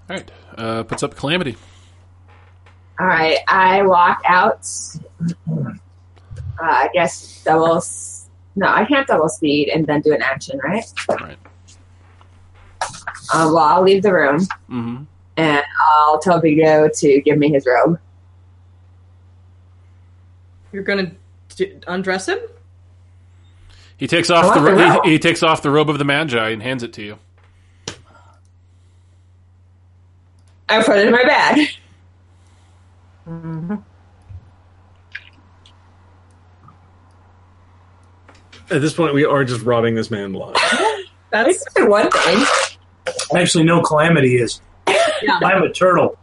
Speaker 1: right, uh, puts up calamity.
Speaker 5: All right, I walk out. Uh, I guess double. s- No, I can't double speed and then do an action, right?
Speaker 1: Right.
Speaker 5: Uh, well, I'll leave the room
Speaker 1: Mm-hmm.
Speaker 5: and I'll tell Vigo to give me his robe.
Speaker 3: You're gonna d- undress him.
Speaker 1: He takes off
Speaker 5: I
Speaker 1: the
Speaker 5: like the
Speaker 1: ro-
Speaker 5: robe.
Speaker 1: he, he takes off the robe of the magi and hands it to you.
Speaker 5: I put it in my bag. [LAUGHS]
Speaker 4: At this point, we are just robbing this man blind.
Speaker 3: That's
Speaker 5: That's one thing.
Speaker 2: Actually, no calamity is.
Speaker 3: Yeah.
Speaker 2: I'm a turtle.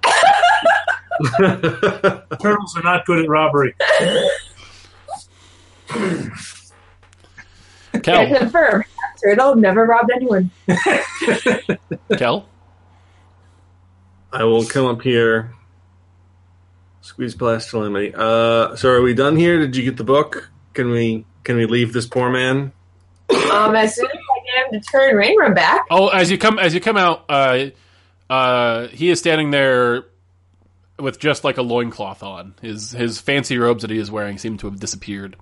Speaker 2: Turtles are not good at robbery.
Speaker 5: I [LAUGHS]
Speaker 1: Kel,
Speaker 5: confirm. Turtle never robbed anyone.
Speaker 1: Kel,
Speaker 4: [LAUGHS] I will come up here. Squeeze past calamity. Uh, so are we done here? Did you get the book? Can we can we leave this poor man?
Speaker 5: Um, as soon as I get him to turn Rainram back,
Speaker 1: Oh, as you come as you come out, uh, uh, he is standing there with just like a loincloth on. His his fancy robes that he is wearing seem to have disappeared.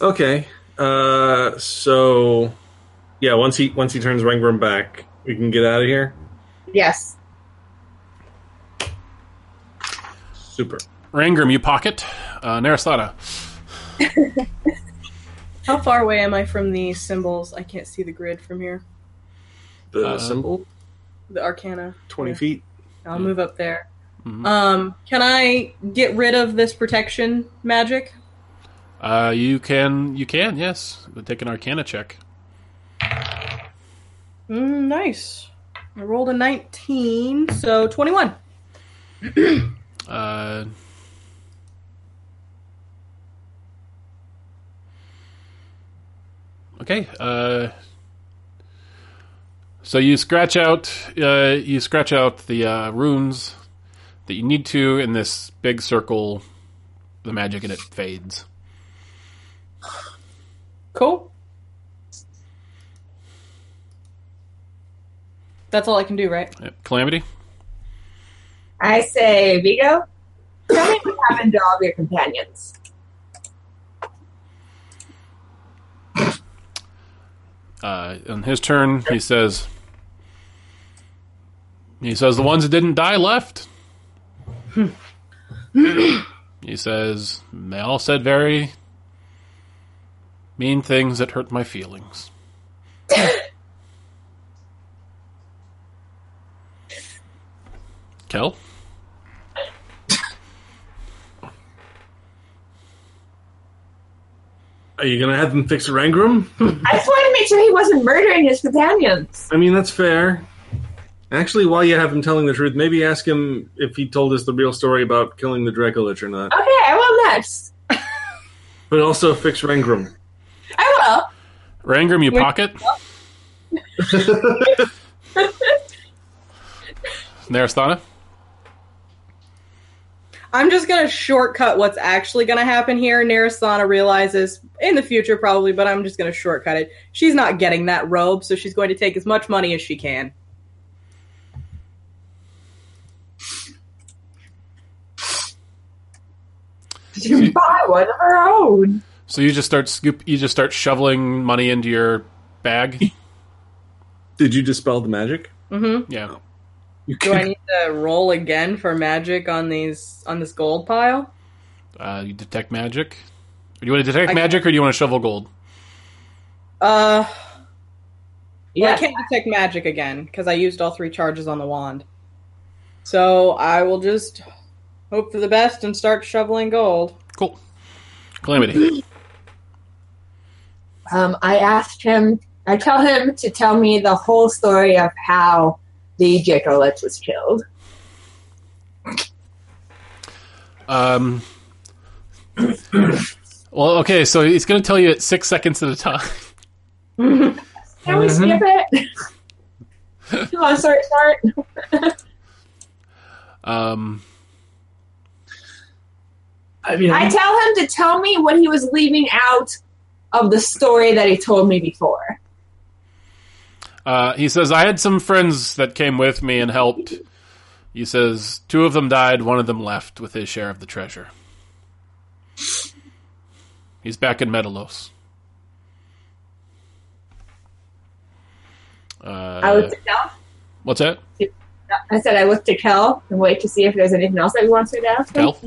Speaker 4: Okay. Uh, so yeah, once he once he turns Rangram back, we can get out of here.
Speaker 5: yes.
Speaker 4: Super.
Speaker 1: Rangram, you pocket. Uh, Narasana,
Speaker 3: how far away am I from the symbols? I can't see the grid from here.
Speaker 4: The
Speaker 1: Uh,
Speaker 4: symbol,
Speaker 3: The Arcana.
Speaker 4: twenty
Speaker 3: Yeah.
Speaker 4: feet.
Speaker 3: I'll move up there.
Speaker 1: Mhm.
Speaker 3: Um, can I get rid of this protection magic?
Speaker 1: Uh, you can, you can, yes. Take an Arcana check.
Speaker 3: Mm, nice. I rolled a 19, so 21.
Speaker 1: Uh, okay. Uh, so you scratch out uh, you scratch out the uh, runes that you need to in this big circle. The magic in it fades.
Speaker 3: Cool. That's all I can do, right?
Speaker 1: Yep. Calamity.
Speaker 5: I say, Vigo, tell me what happened to all of your companions.
Speaker 1: Uh, on his turn, he says, he says the ones that didn't die left. he says they all said very mean things that hurt my feelings. Kel,
Speaker 4: Are you gonna have them fix Rangram?
Speaker 5: I just wanted to make sure he wasn't murdering his companions.
Speaker 4: I mean, that's fair. Actually, while you have him telling the truth, maybe ask him if he told us the real story about killing the Dracolich or not.
Speaker 5: Okay, I will next.
Speaker 4: But also fix Rangram.
Speaker 5: I
Speaker 1: Rangram, you pocket. Narasthana.
Speaker 3: I'm just gonna shortcut what's actually gonna happen here. Narasana realizes in the future probably, but I'm just gonna shortcut it. She's not getting that robe, so she's going to take as much money as she can.
Speaker 5: will. [LAUGHS] You buy one of her own.
Speaker 1: So you just start scoop. You just start shoveling money into your bag.
Speaker 4: Did you dispel the magic?
Speaker 3: Mm-hmm.
Speaker 1: Yeah.
Speaker 4: You
Speaker 3: Do I need to roll again for magic on these on this gold pile?
Speaker 1: Uh, you detect magic. Do you want to detect
Speaker 3: I-
Speaker 1: magic, or do you want to shovel gold?
Speaker 3: Uh, well, I
Speaker 5: Yeah.
Speaker 3: can't detect magic again because I used all three charges on the wand. So I will just hope for the best and start shoveling gold.
Speaker 1: Cool. Calamity.
Speaker 5: Um, I asked him, I tell him to tell me the whole story of how the Jacolich was killed.
Speaker 1: Um, [COUGHS] well, okay, so he's going to tell you at six seconds at a time.
Speaker 5: Can we skip it? [LAUGHS] Come on, start, start.
Speaker 1: Um,
Speaker 2: I mean,
Speaker 5: I
Speaker 2: I'm-
Speaker 5: tell him to tell me what he was leaving out of the story that he told me before.
Speaker 1: uh, he says, I had some friends that came with me and helped. He says, two of them died, one of them left with his share of the treasure. He's back in Metalos.
Speaker 5: I
Speaker 1: Uh,
Speaker 5: looked at Kel.
Speaker 1: what's that?
Speaker 5: I said I looked at Kel and wait to see if there's anything else that he wants me to ask. him.
Speaker 1: Kel?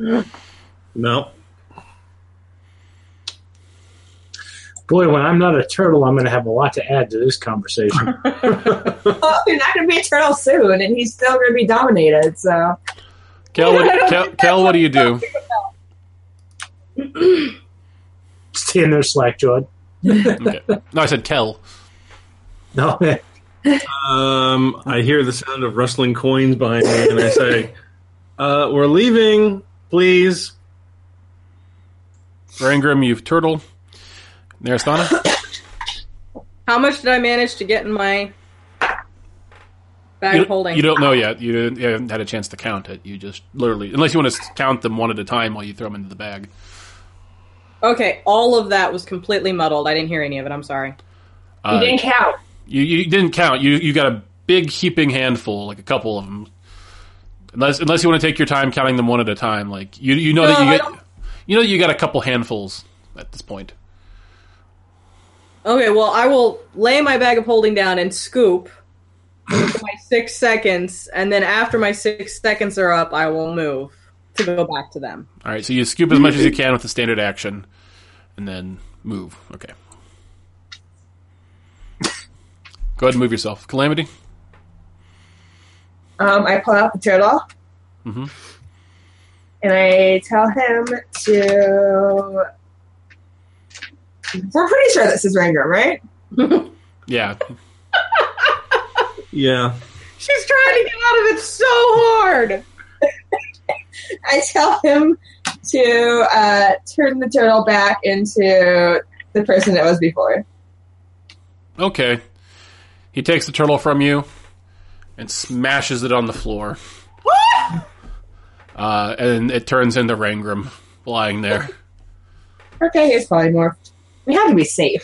Speaker 4: No.
Speaker 2: boy, when I'm not a turtle, I'm going to have a lot to add to this conversation.
Speaker 5: Oh, you're not going to be a turtle soon, and he's still going to be dominated. So
Speaker 1: Kel, what, Kel, Kel, what do you do?
Speaker 2: Stand there, slack-jawed.
Speaker 1: Okay. No, I said Kel.
Speaker 2: No,
Speaker 4: Um, I hear the sound of rustling coins behind me, and I say, uh, "We're leaving, please."
Speaker 1: Rangram, you've turtle. Narasthana?
Speaker 3: How much did I manage to get in my bag
Speaker 1: you,
Speaker 3: of holding?
Speaker 1: you don't know yet. You, didn't, you haven't had a chance to count it. You just literally, unless you want to count them one at a time while you throw them into the bag.
Speaker 3: okay, all of that was completely muddled. I didn't hear any of it. I'm sorry.
Speaker 5: he
Speaker 1: Uh,
Speaker 5: didn't count.
Speaker 1: you, you didn't count. You you got a big heaping handful, like a couple of them. Unless unless you want to take your time counting them one at a time, like you you know
Speaker 3: No,
Speaker 1: that
Speaker 3: I
Speaker 1: you
Speaker 3: don't-
Speaker 1: get, you know that you got a couple handfuls at this point.
Speaker 3: Okay, well, I will lay my bag of holding down and scoop [LAUGHS] for my six seconds, and then after my six seconds are up, I will move to go back to them.
Speaker 1: All right, so you scoop as much as you
Speaker 3: Mm-hmm.
Speaker 1: can with the standard action, and then move. Okay. [LAUGHS] Go ahead and move yourself, Calamity.
Speaker 25: Um, I pull out the turtle.
Speaker 1: Mhm.
Speaker 25: And I tell him to
Speaker 5: We're pretty sure this is Rangram, right?
Speaker 1: Yeah.
Speaker 4: Yeah.
Speaker 3: She's trying to get out of it so hard.
Speaker 5: I tell him to uh, turn the turtle back into the person it was before.
Speaker 1: Okay. He takes the turtle from you and smashes it on the floor. uh, and it turns into Rangram lying there.
Speaker 5: Okay, here's polymorph. We have to be safe.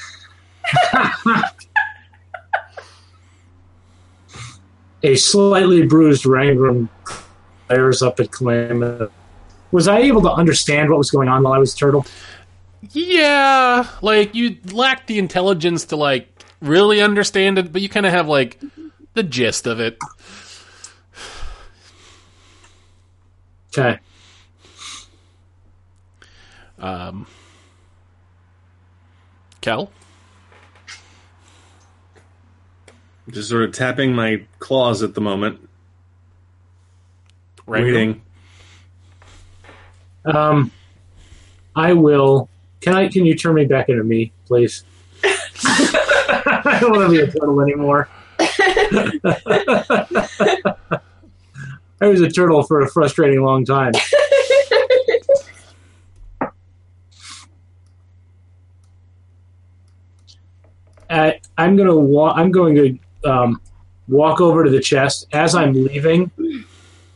Speaker 2: A slightly bruised Rangram glares up at Klamath. Was I able to understand what was going on while I was turtle?
Speaker 1: Yeah, like you lack the intelligence to like really understand it, but you kind of have like the gist of it.
Speaker 2: Okay.
Speaker 1: Um, Cal,
Speaker 4: Just sort of tapping my claws at the moment,
Speaker 1: Rangram?
Speaker 4: waiting.
Speaker 2: Um, I will. Can I? Can you turn me back into me, please? I don't want to be a turtle anymore. I was a turtle for a frustrating long time. Uh, I'm gonna wa- I'm going to um, walk over to the chest as I'm leaving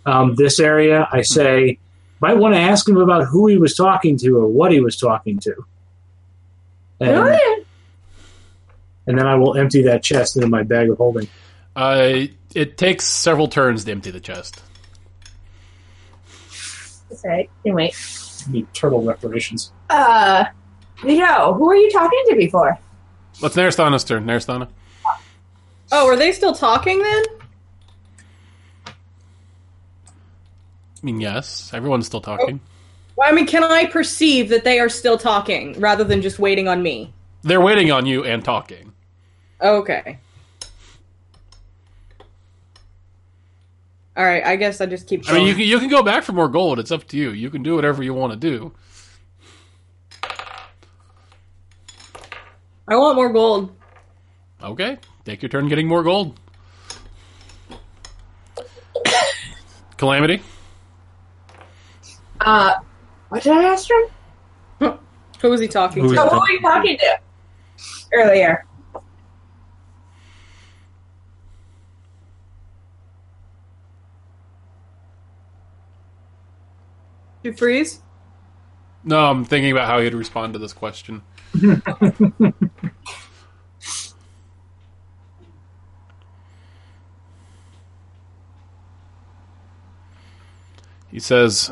Speaker 2: um, this area. I say, might want to ask him about who he was talking to or what he was talking to. And,
Speaker 5: Really?
Speaker 2: and then I will empty that chest into my bag of holding.
Speaker 1: Uh, it takes several turns to empty the chest.
Speaker 26: That's right. Can wait.
Speaker 2: Need turtle reparations.
Speaker 26: Uh, yo, who are you talking to before?
Speaker 1: What's Narasthana's turn? Narasthana?
Speaker 3: Oh, are they still talking then?
Speaker 1: I mean, yes, everyone's still talking.
Speaker 3: Well, I mean, can I perceive that they are still talking rather than just waiting on me?
Speaker 1: They're waiting on you and talking.
Speaker 3: Okay. All right, I guess I just keep.
Speaker 1: I mean,
Speaker 3: going.
Speaker 1: you can, you can go back for more gold. It's up to you. You can do whatever you want to do.
Speaker 3: I want more gold.
Speaker 1: Okay, take your turn getting more gold. [COUGHS] Calamity?
Speaker 26: Uh, what did I ask him?
Speaker 3: Who was he talking
Speaker 4: Who
Speaker 3: to?
Speaker 4: is
Speaker 5: Oh,
Speaker 26: So who are you talking to?
Speaker 5: Earlier.
Speaker 3: You freeze.
Speaker 1: No, I'm thinking about how you'd respond to this question. [LAUGHS] he says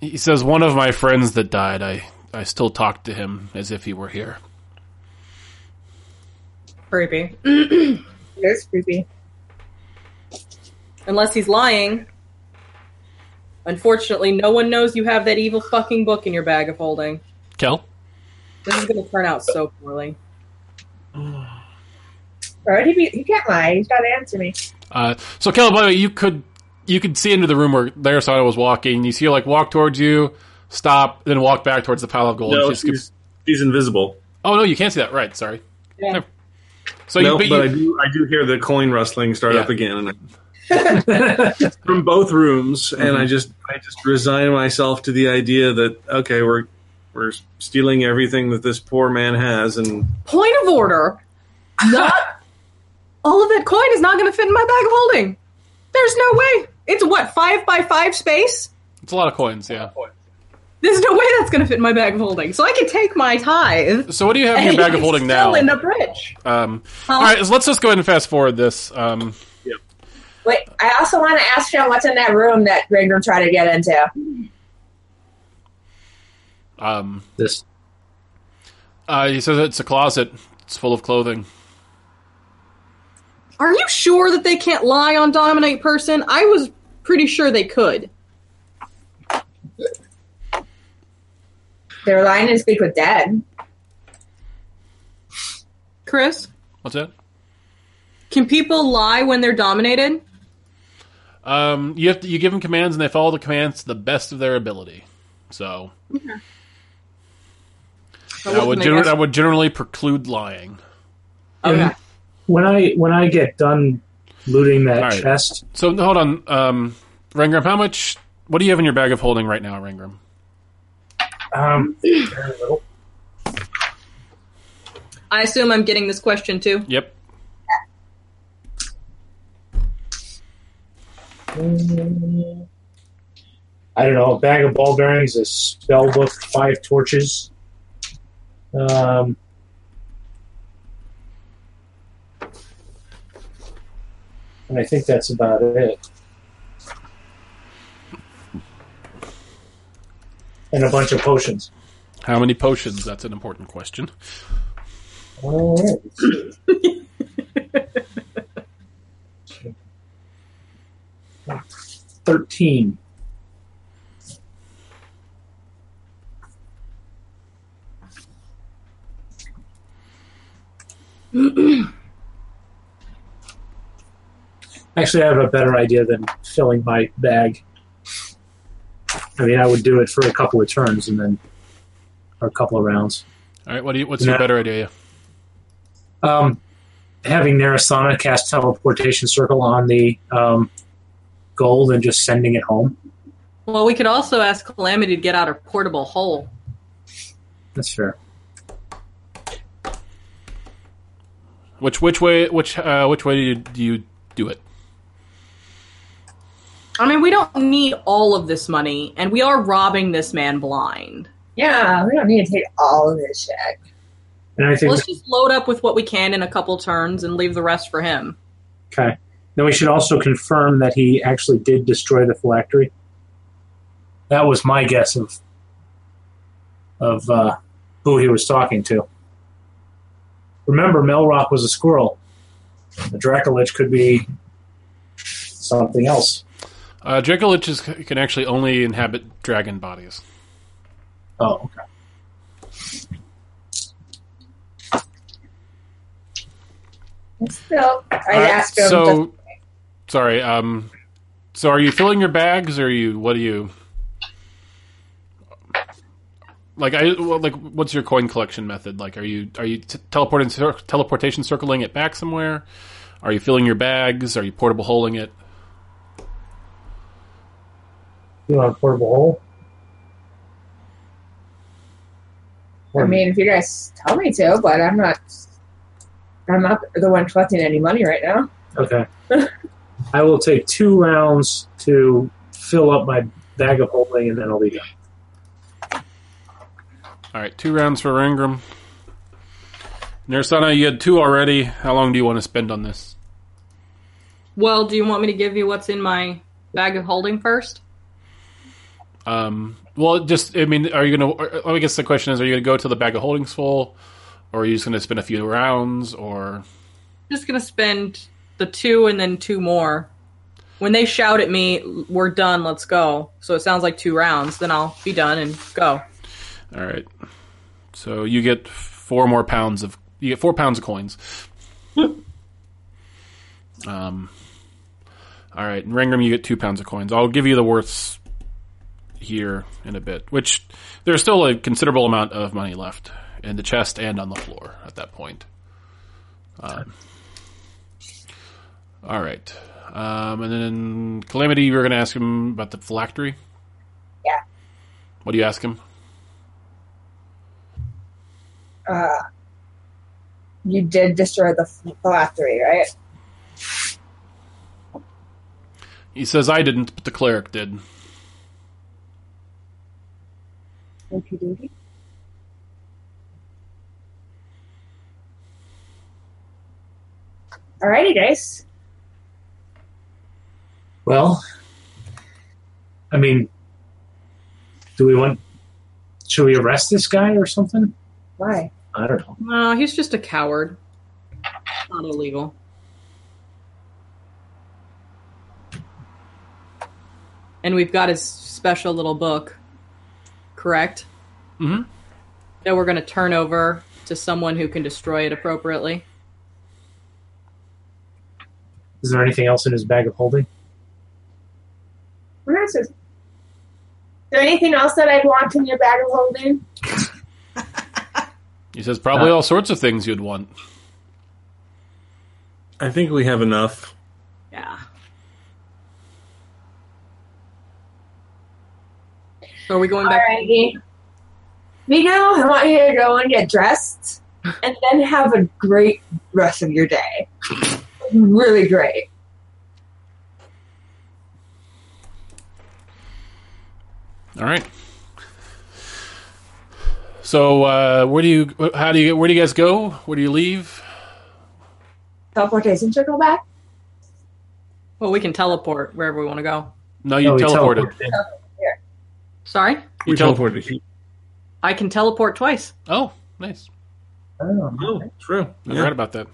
Speaker 1: He says one of my friends that died, I I still talk to him as if he were here.
Speaker 3: Creepy.
Speaker 5: It's creepy.
Speaker 3: Unless he's lying. Unfortunately, no one knows you have that evil fucking book in your bag of holding.
Speaker 1: Kel?
Speaker 3: This is gonna turn out so poorly.
Speaker 5: Why would he be? He can't lie. He's got to answer me.
Speaker 1: Uh, so, Kel, by the way, you could you could see into the room where Larasana was walking. You see her like walk towards you, stop, then walk back towards the pile of gold.
Speaker 4: No,
Speaker 1: She skips-
Speaker 4: she's, she's invisible.
Speaker 1: oh no, you can't see that. Right, sorry.
Speaker 3: Yeah.
Speaker 1: Never- So
Speaker 4: no,
Speaker 1: you,
Speaker 4: but,
Speaker 1: but
Speaker 4: I
Speaker 1: you-
Speaker 4: do I do hear the coin rustling start
Speaker 1: Yeah.
Speaker 4: up again and I- from both rooms and I just I just resign myself to the idea that okay we're we're stealing everything that this poor man has and
Speaker 3: Point of order. Not [LAUGHS] all of that coin is not gonna fit in my bag of holding. There's no way. It's what five by five space.
Speaker 1: it's a lot of coins. Yeah.
Speaker 3: There's no way that's gonna fit in my bag of holding. So I can take my tithe.
Speaker 1: So what do you have in
Speaker 3: [LAUGHS]
Speaker 1: your
Speaker 3: and
Speaker 1: bag of holding now?
Speaker 3: Still end up rich.
Speaker 1: Um, all right, so let's just go ahead and fast forward this. Um,
Speaker 5: Wait, I also want to ask him what's in that room that Rangram tried to get into.
Speaker 1: um,
Speaker 2: This
Speaker 1: uh, he says it's a closet. It's full of clothing.
Speaker 3: Are you sure that they can't lie on dominate person? I was pretty sure they could.
Speaker 5: They were lying and speak with dead.
Speaker 3: Chris,
Speaker 1: What's that?
Speaker 3: can people lie when they're dominated?
Speaker 1: Um, you have to, you give them commands and they follow the commands to the best of their ability. So I would,
Speaker 3: wasn't
Speaker 1: gener-
Speaker 3: against-
Speaker 1: I would generally preclude lying.
Speaker 3: Okay.
Speaker 2: When I when I get done looting that
Speaker 1: All right.
Speaker 2: chest,
Speaker 1: So no, hold on, um, Rangram. How much? What do you have in your bag of holding right now, Rangram?
Speaker 2: um, very little.
Speaker 3: I assume I'm getting this question too.
Speaker 1: Yep.
Speaker 2: Mm, I don't know, a bag of ball bearings, a spell book, five torches. Um, and I think that's about it. And a bunch of potions.
Speaker 1: How many potions? That's an important question.
Speaker 2: All right. Thirteen. [CLEARS THROAT] Actually, I have a better idea than filling my bag. I mean, I would do it for a couple of turns and then, or a couple of rounds.
Speaker 1: All right. What do you? What's
Speaker 2: No.
Speaker 1: your better idea?
Speaker 2: um, having Narasana cast teleportation circle on the um, gold and just sending it home.
Speaker 3: Well, we could also ask Calamity to get out her portable hole.
Speaker 2: That's fair.
Speaker 1: Which which way? Which uh, which way do you, do you do it?
Speaker 3: I mean, we don't need all of this money, and we are robbing this man blind.
Speaker 5: Yeah, we don't need to take all of this shit.
Speaker 2: And I think
Speaker 3: Let's just load up with what we can in a couple turns and leave the rest for him.
Speaker 2: okay. Then we should also confirm that he actually did destroy the phylactery. That was my guess of of uh, who he was talking to. Remember, Melrock was a squirrel. The Dracolich could be something else.
Speaker 1: Uh, Dracoliches can actually only inhabit dragon bodies.
Speaker 2: Oh, okay.
Speaker 5: Still, I
Speaker 1: All right,
Speaker 5: asked him.
Speaker 1: so, sorry. Um, so are you filling your bags, or are you? What do you? Like I well, like, what's your coin collection method? Like, are you are you t- teleporting cir- teleportation circling it back somewhere? Are you filling your bags? Are you portable holding it?
Speaker 2: You want a portable hole?
Speaker 5: I mean, if you guys tell me to, but I'm not. I'm not the one collecting any money right now.
Speaker 2: Okay. I will take two rounds to fill up my bag of holding, and then I'll leave.
Speaker 1: All right, two rounds for Rangram. Narasana, you had two already. How long do you want to spend on this?
Speaker 3: Well, do you want me to give you what's in my bag of holding first?
Speaker 1: Um, well, just I mean, are you gonna? or- or I guess the question is, are you gonna go till the bag of holdings full, or are you just gonna spend a few rounds, or
Speaker 3: just gonna spend the two and then two more. When they shout at me, "We're done, let's go!" So it sounds like two rounds. Then I'll be done and go.
Speaker 1: all right? So you get four more pounds of you get four pounds of coins. um, all right, and Rangram, you get two pounds of coins. I'll give you the worths here in a bit, which there's still a considerable amount of money left in the chest and on the floor at that point. Um, all right. Um, and then Calamity, you were going to ask him about the phylactery?
Speaker 5: Yeah.
Speaker 1: What do you ask him?
Speaker 5: Uh, you did destroy the phylactery, right?
Speaker 1: He says, I didn't, but the cleric did.
Speaker 5: Okie dokie. Alrighty, guys.
Speaker 2: Well, I mean, do we want? Should we arrest this guy or something?
Speaker 5: Why?
Speaker 2: I don't know.
Speaker 3: No, Uh, he's just a coward. Not illegal. And we've got his special little book, correct?
Speaker 1: Mhm.
Speaker 3: That we're gonna turn over to someone who can destroy it appropriately.
Speaker 2: Is there anything else in his bag of holding?
Speaker 5: What else is is there anything else that I'd want in your bag of holding?
Speaker 1: He says probably all sorts of things you'd want.
Speaker 4: I think we have enough.
Speaker 27: Yeah.
Speaker 3: So are we going back?
Speaker 5: Alrighty. Miko, I want you to go and get dressed and then have a great rest of your day. Really great.
Speaker 1: All right. So uh, where do you? How do you? Where do you guys go? Where do you leave?
Speaker 5: Teleportation circle back?
Speaker 3: Well, we can teleport wherever we want to go.
Speaker 1: No, Oh, you
Speaker 2: No, we
Speaker 1: teleported.
Speaker 2: Oh, teleported.
Speaker 3: Sorry,
Speaker 1: You
Speaker 4: We
Speaker 1: tele-
Speaker 4: teleported. He-
Speaker 3: I can teleport twice.
Speaker 1: Oh, nice.
Speaker 2: Oh.
Speaker 4: Oh, true.
Speaker 1: I
Speaker 4: Yeah.
Speaker 1: forgot about that.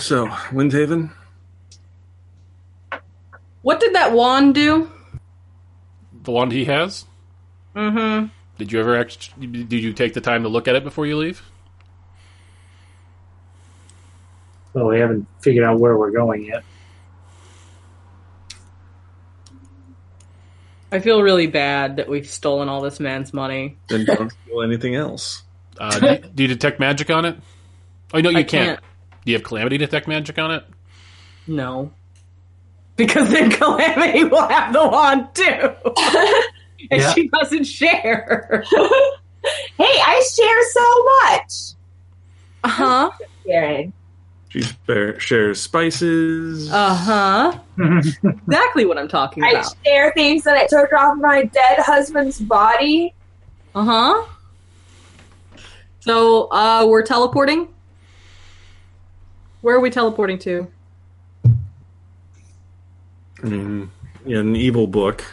Speaker 4: so, Windhaven,
Speaker 3: What did that wand do?
Speaker 1: The wand he has.
Speaker 3: Mm-hmm.
Speaker 1: Did you ever? Act- did you take the time to look at it before you leave?
Speaker 2: Well, Oh, we haven't figured out where we're going yet.
Speaker 3: I feel really bad that we've stolen all this man's money.
Speaker 4: then don't steal anything else.
Speaker 1: Uh, do, you, do you detect magic on it? Oh no, you
Speaker 3: I
Speaker 1: can't. Do you have calamity detect magic on it?
Speaker 3: No. Because then [LAUGHS] Calamity will have the wand too. [LAUGHS] and
Speaker 2: Yeah.
Speaker 3: she doesn't [LAUGHS] share.
Speaker 5: Hey, I share so
Speaker 3: Uh huh.
Speaker 5: much! Sharing.
Speaker 4: She spare- shares spices.
Speaker 3: Uh huh. Exactly what I'm talking
Speaker 5: I
Speaker 3: about.
Speaker 5: share things that I took off my dead husband's body.
Speaker 3: Uh huh. So uh, we're teleporting. Where are we teleporting to?
Speaker 4: I mean, in an evil book.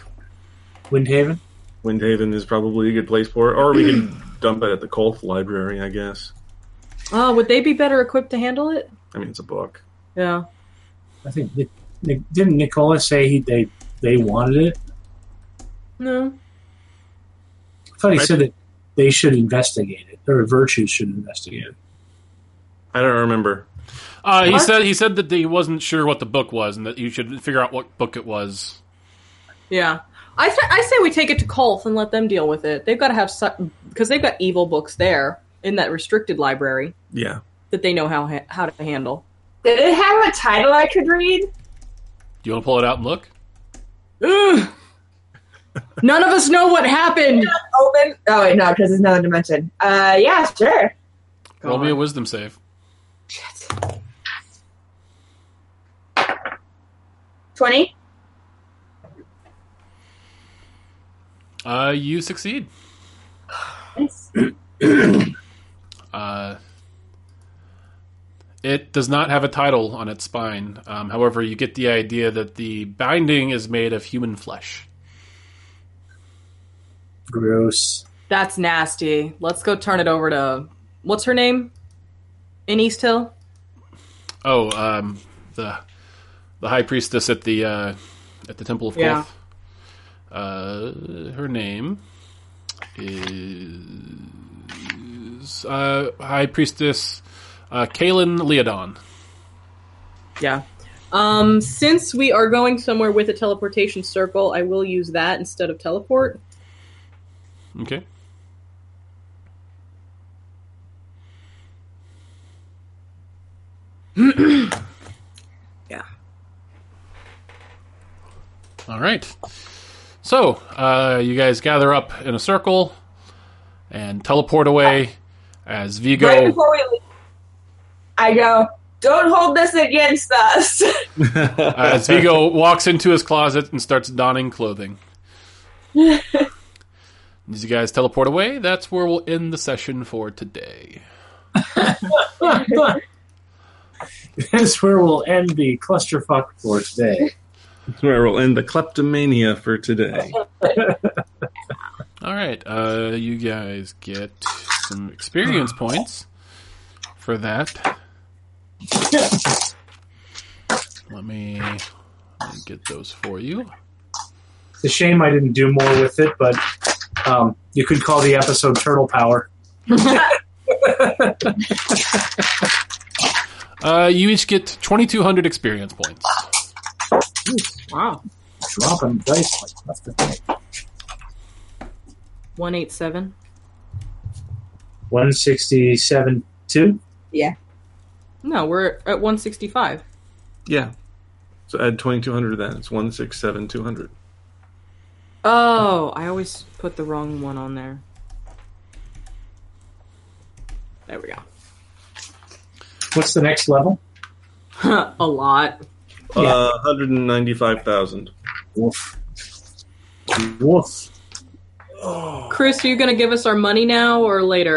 Speaker 2: Windhaven?
Speaker 4: Windhaven is probably a good place for it, or we can dump it at the Colth Library, I guess.
Speaker 3: Oh, would they be better equipped to handle it?
Speaker 4: I mean, it's a book.
Speaker 3: Yeah.
Speaker 2: I think Nic- Nic- didn't Nicola say he they they wanted it?
Speaker 3: No.
Speaker 2: I thought he
Speaker 4: I
Speaker 2: said that they should investigate it, or Virtue should investigate it.
Speaker 4: I don't remember.
Speaker 1: Uh, he
Speaker 3: What?
Speaker 1: said he said that he wasn't sure what the book was and that you should figure out what book it was.
Speaker 3: Yeah. I, th- I say we take it to Colth and let them deal with it. They've got to have because they've got evil books there in that restricted library
Speaker 4: [LAUGHS] Yeah.
Speaker 3: that they know how ha- how to handle.
Speaker 5: Did it have a title I could read?
Speaker 1: Do you want to pull it out and look?
Speaker 3: Ugh. None of us know what happened.
Speaker 5: Open. Oh, wait, no, because there's another dimension. Uh, yeah, sure.
Speaker 1: Roll me a wisdom save.
Speaker 5: 20?
Speaker 1: Uh, you succeed.
Speaker 5: Nice.
Speaker 1: Uh, it does not have a title on its spine. Um, however, you get the idea that the binding is made of human flesh.
Speaker 2: Gross. [LAUGHS]
Speaker 3: That's nasty. Let's go turn it over to what's her name in East Hill.
Speaker 1: Oh, um, the the high priestess at the uh, at the temple of Kolth.
Speaker 3: Yeah.
Speaker 1: Uh, her name is uh, High Priestess uh, Kaelin Leodon.
Speaker 3: Yeah. Um, since we are going somewhere with a teleportation circle, I will use that instead of teleport.
Speaker 5: [CLEARS THROAT]
Speaker 1: Okay.
Speaker 3: Yeah.
Speaker 1: All right. So, uh, you guys gather up in a circle and teleport away as Vigo.
Speaker 5: Right before we leave, I go, don't hold this against us. [LAUGHS]
Speaker 1: Uh, as Vigo [LAUGHS] walks into his closet and starts donning
Speaker 5: [LAUGHS]
Speaker 1: clothing. As you guys teleport away, that's where we'll end the session for today.
Speaker 2: That's where we'll end the clusterfuck for today.
Speaker 4: That's where we'll end the kleptomania for today.
Speaker 1: All right, uh, you guys get some experience points for that. Let me get those for you.
Speaker 2: It's a shame I didn't do more with it, but um, you could call the episode Turtle Power.
Speaker 1: Uh, you each get 2,200 experience points.
Speaker 3: Wow.
Speaker 2: Dropping dice like left and right.
Speaker 3: One eight seven.
Speaker 2: 167 2?
Speaker 3: No, we're at one sixty five.
Speaker 4: Yeah. So add 2200 to that. It's 167200.
Speaker 3: Oh, I always put the wrong one on there. There we
Speaker 2: What's the next level?
Speaker 3: go. [LAUGHS] A lot.
Speaker 4: Uh, 195,000.
Speaker 2: Woof. Woof.
Speaker 3: Chris, are you going to give us our money now or later?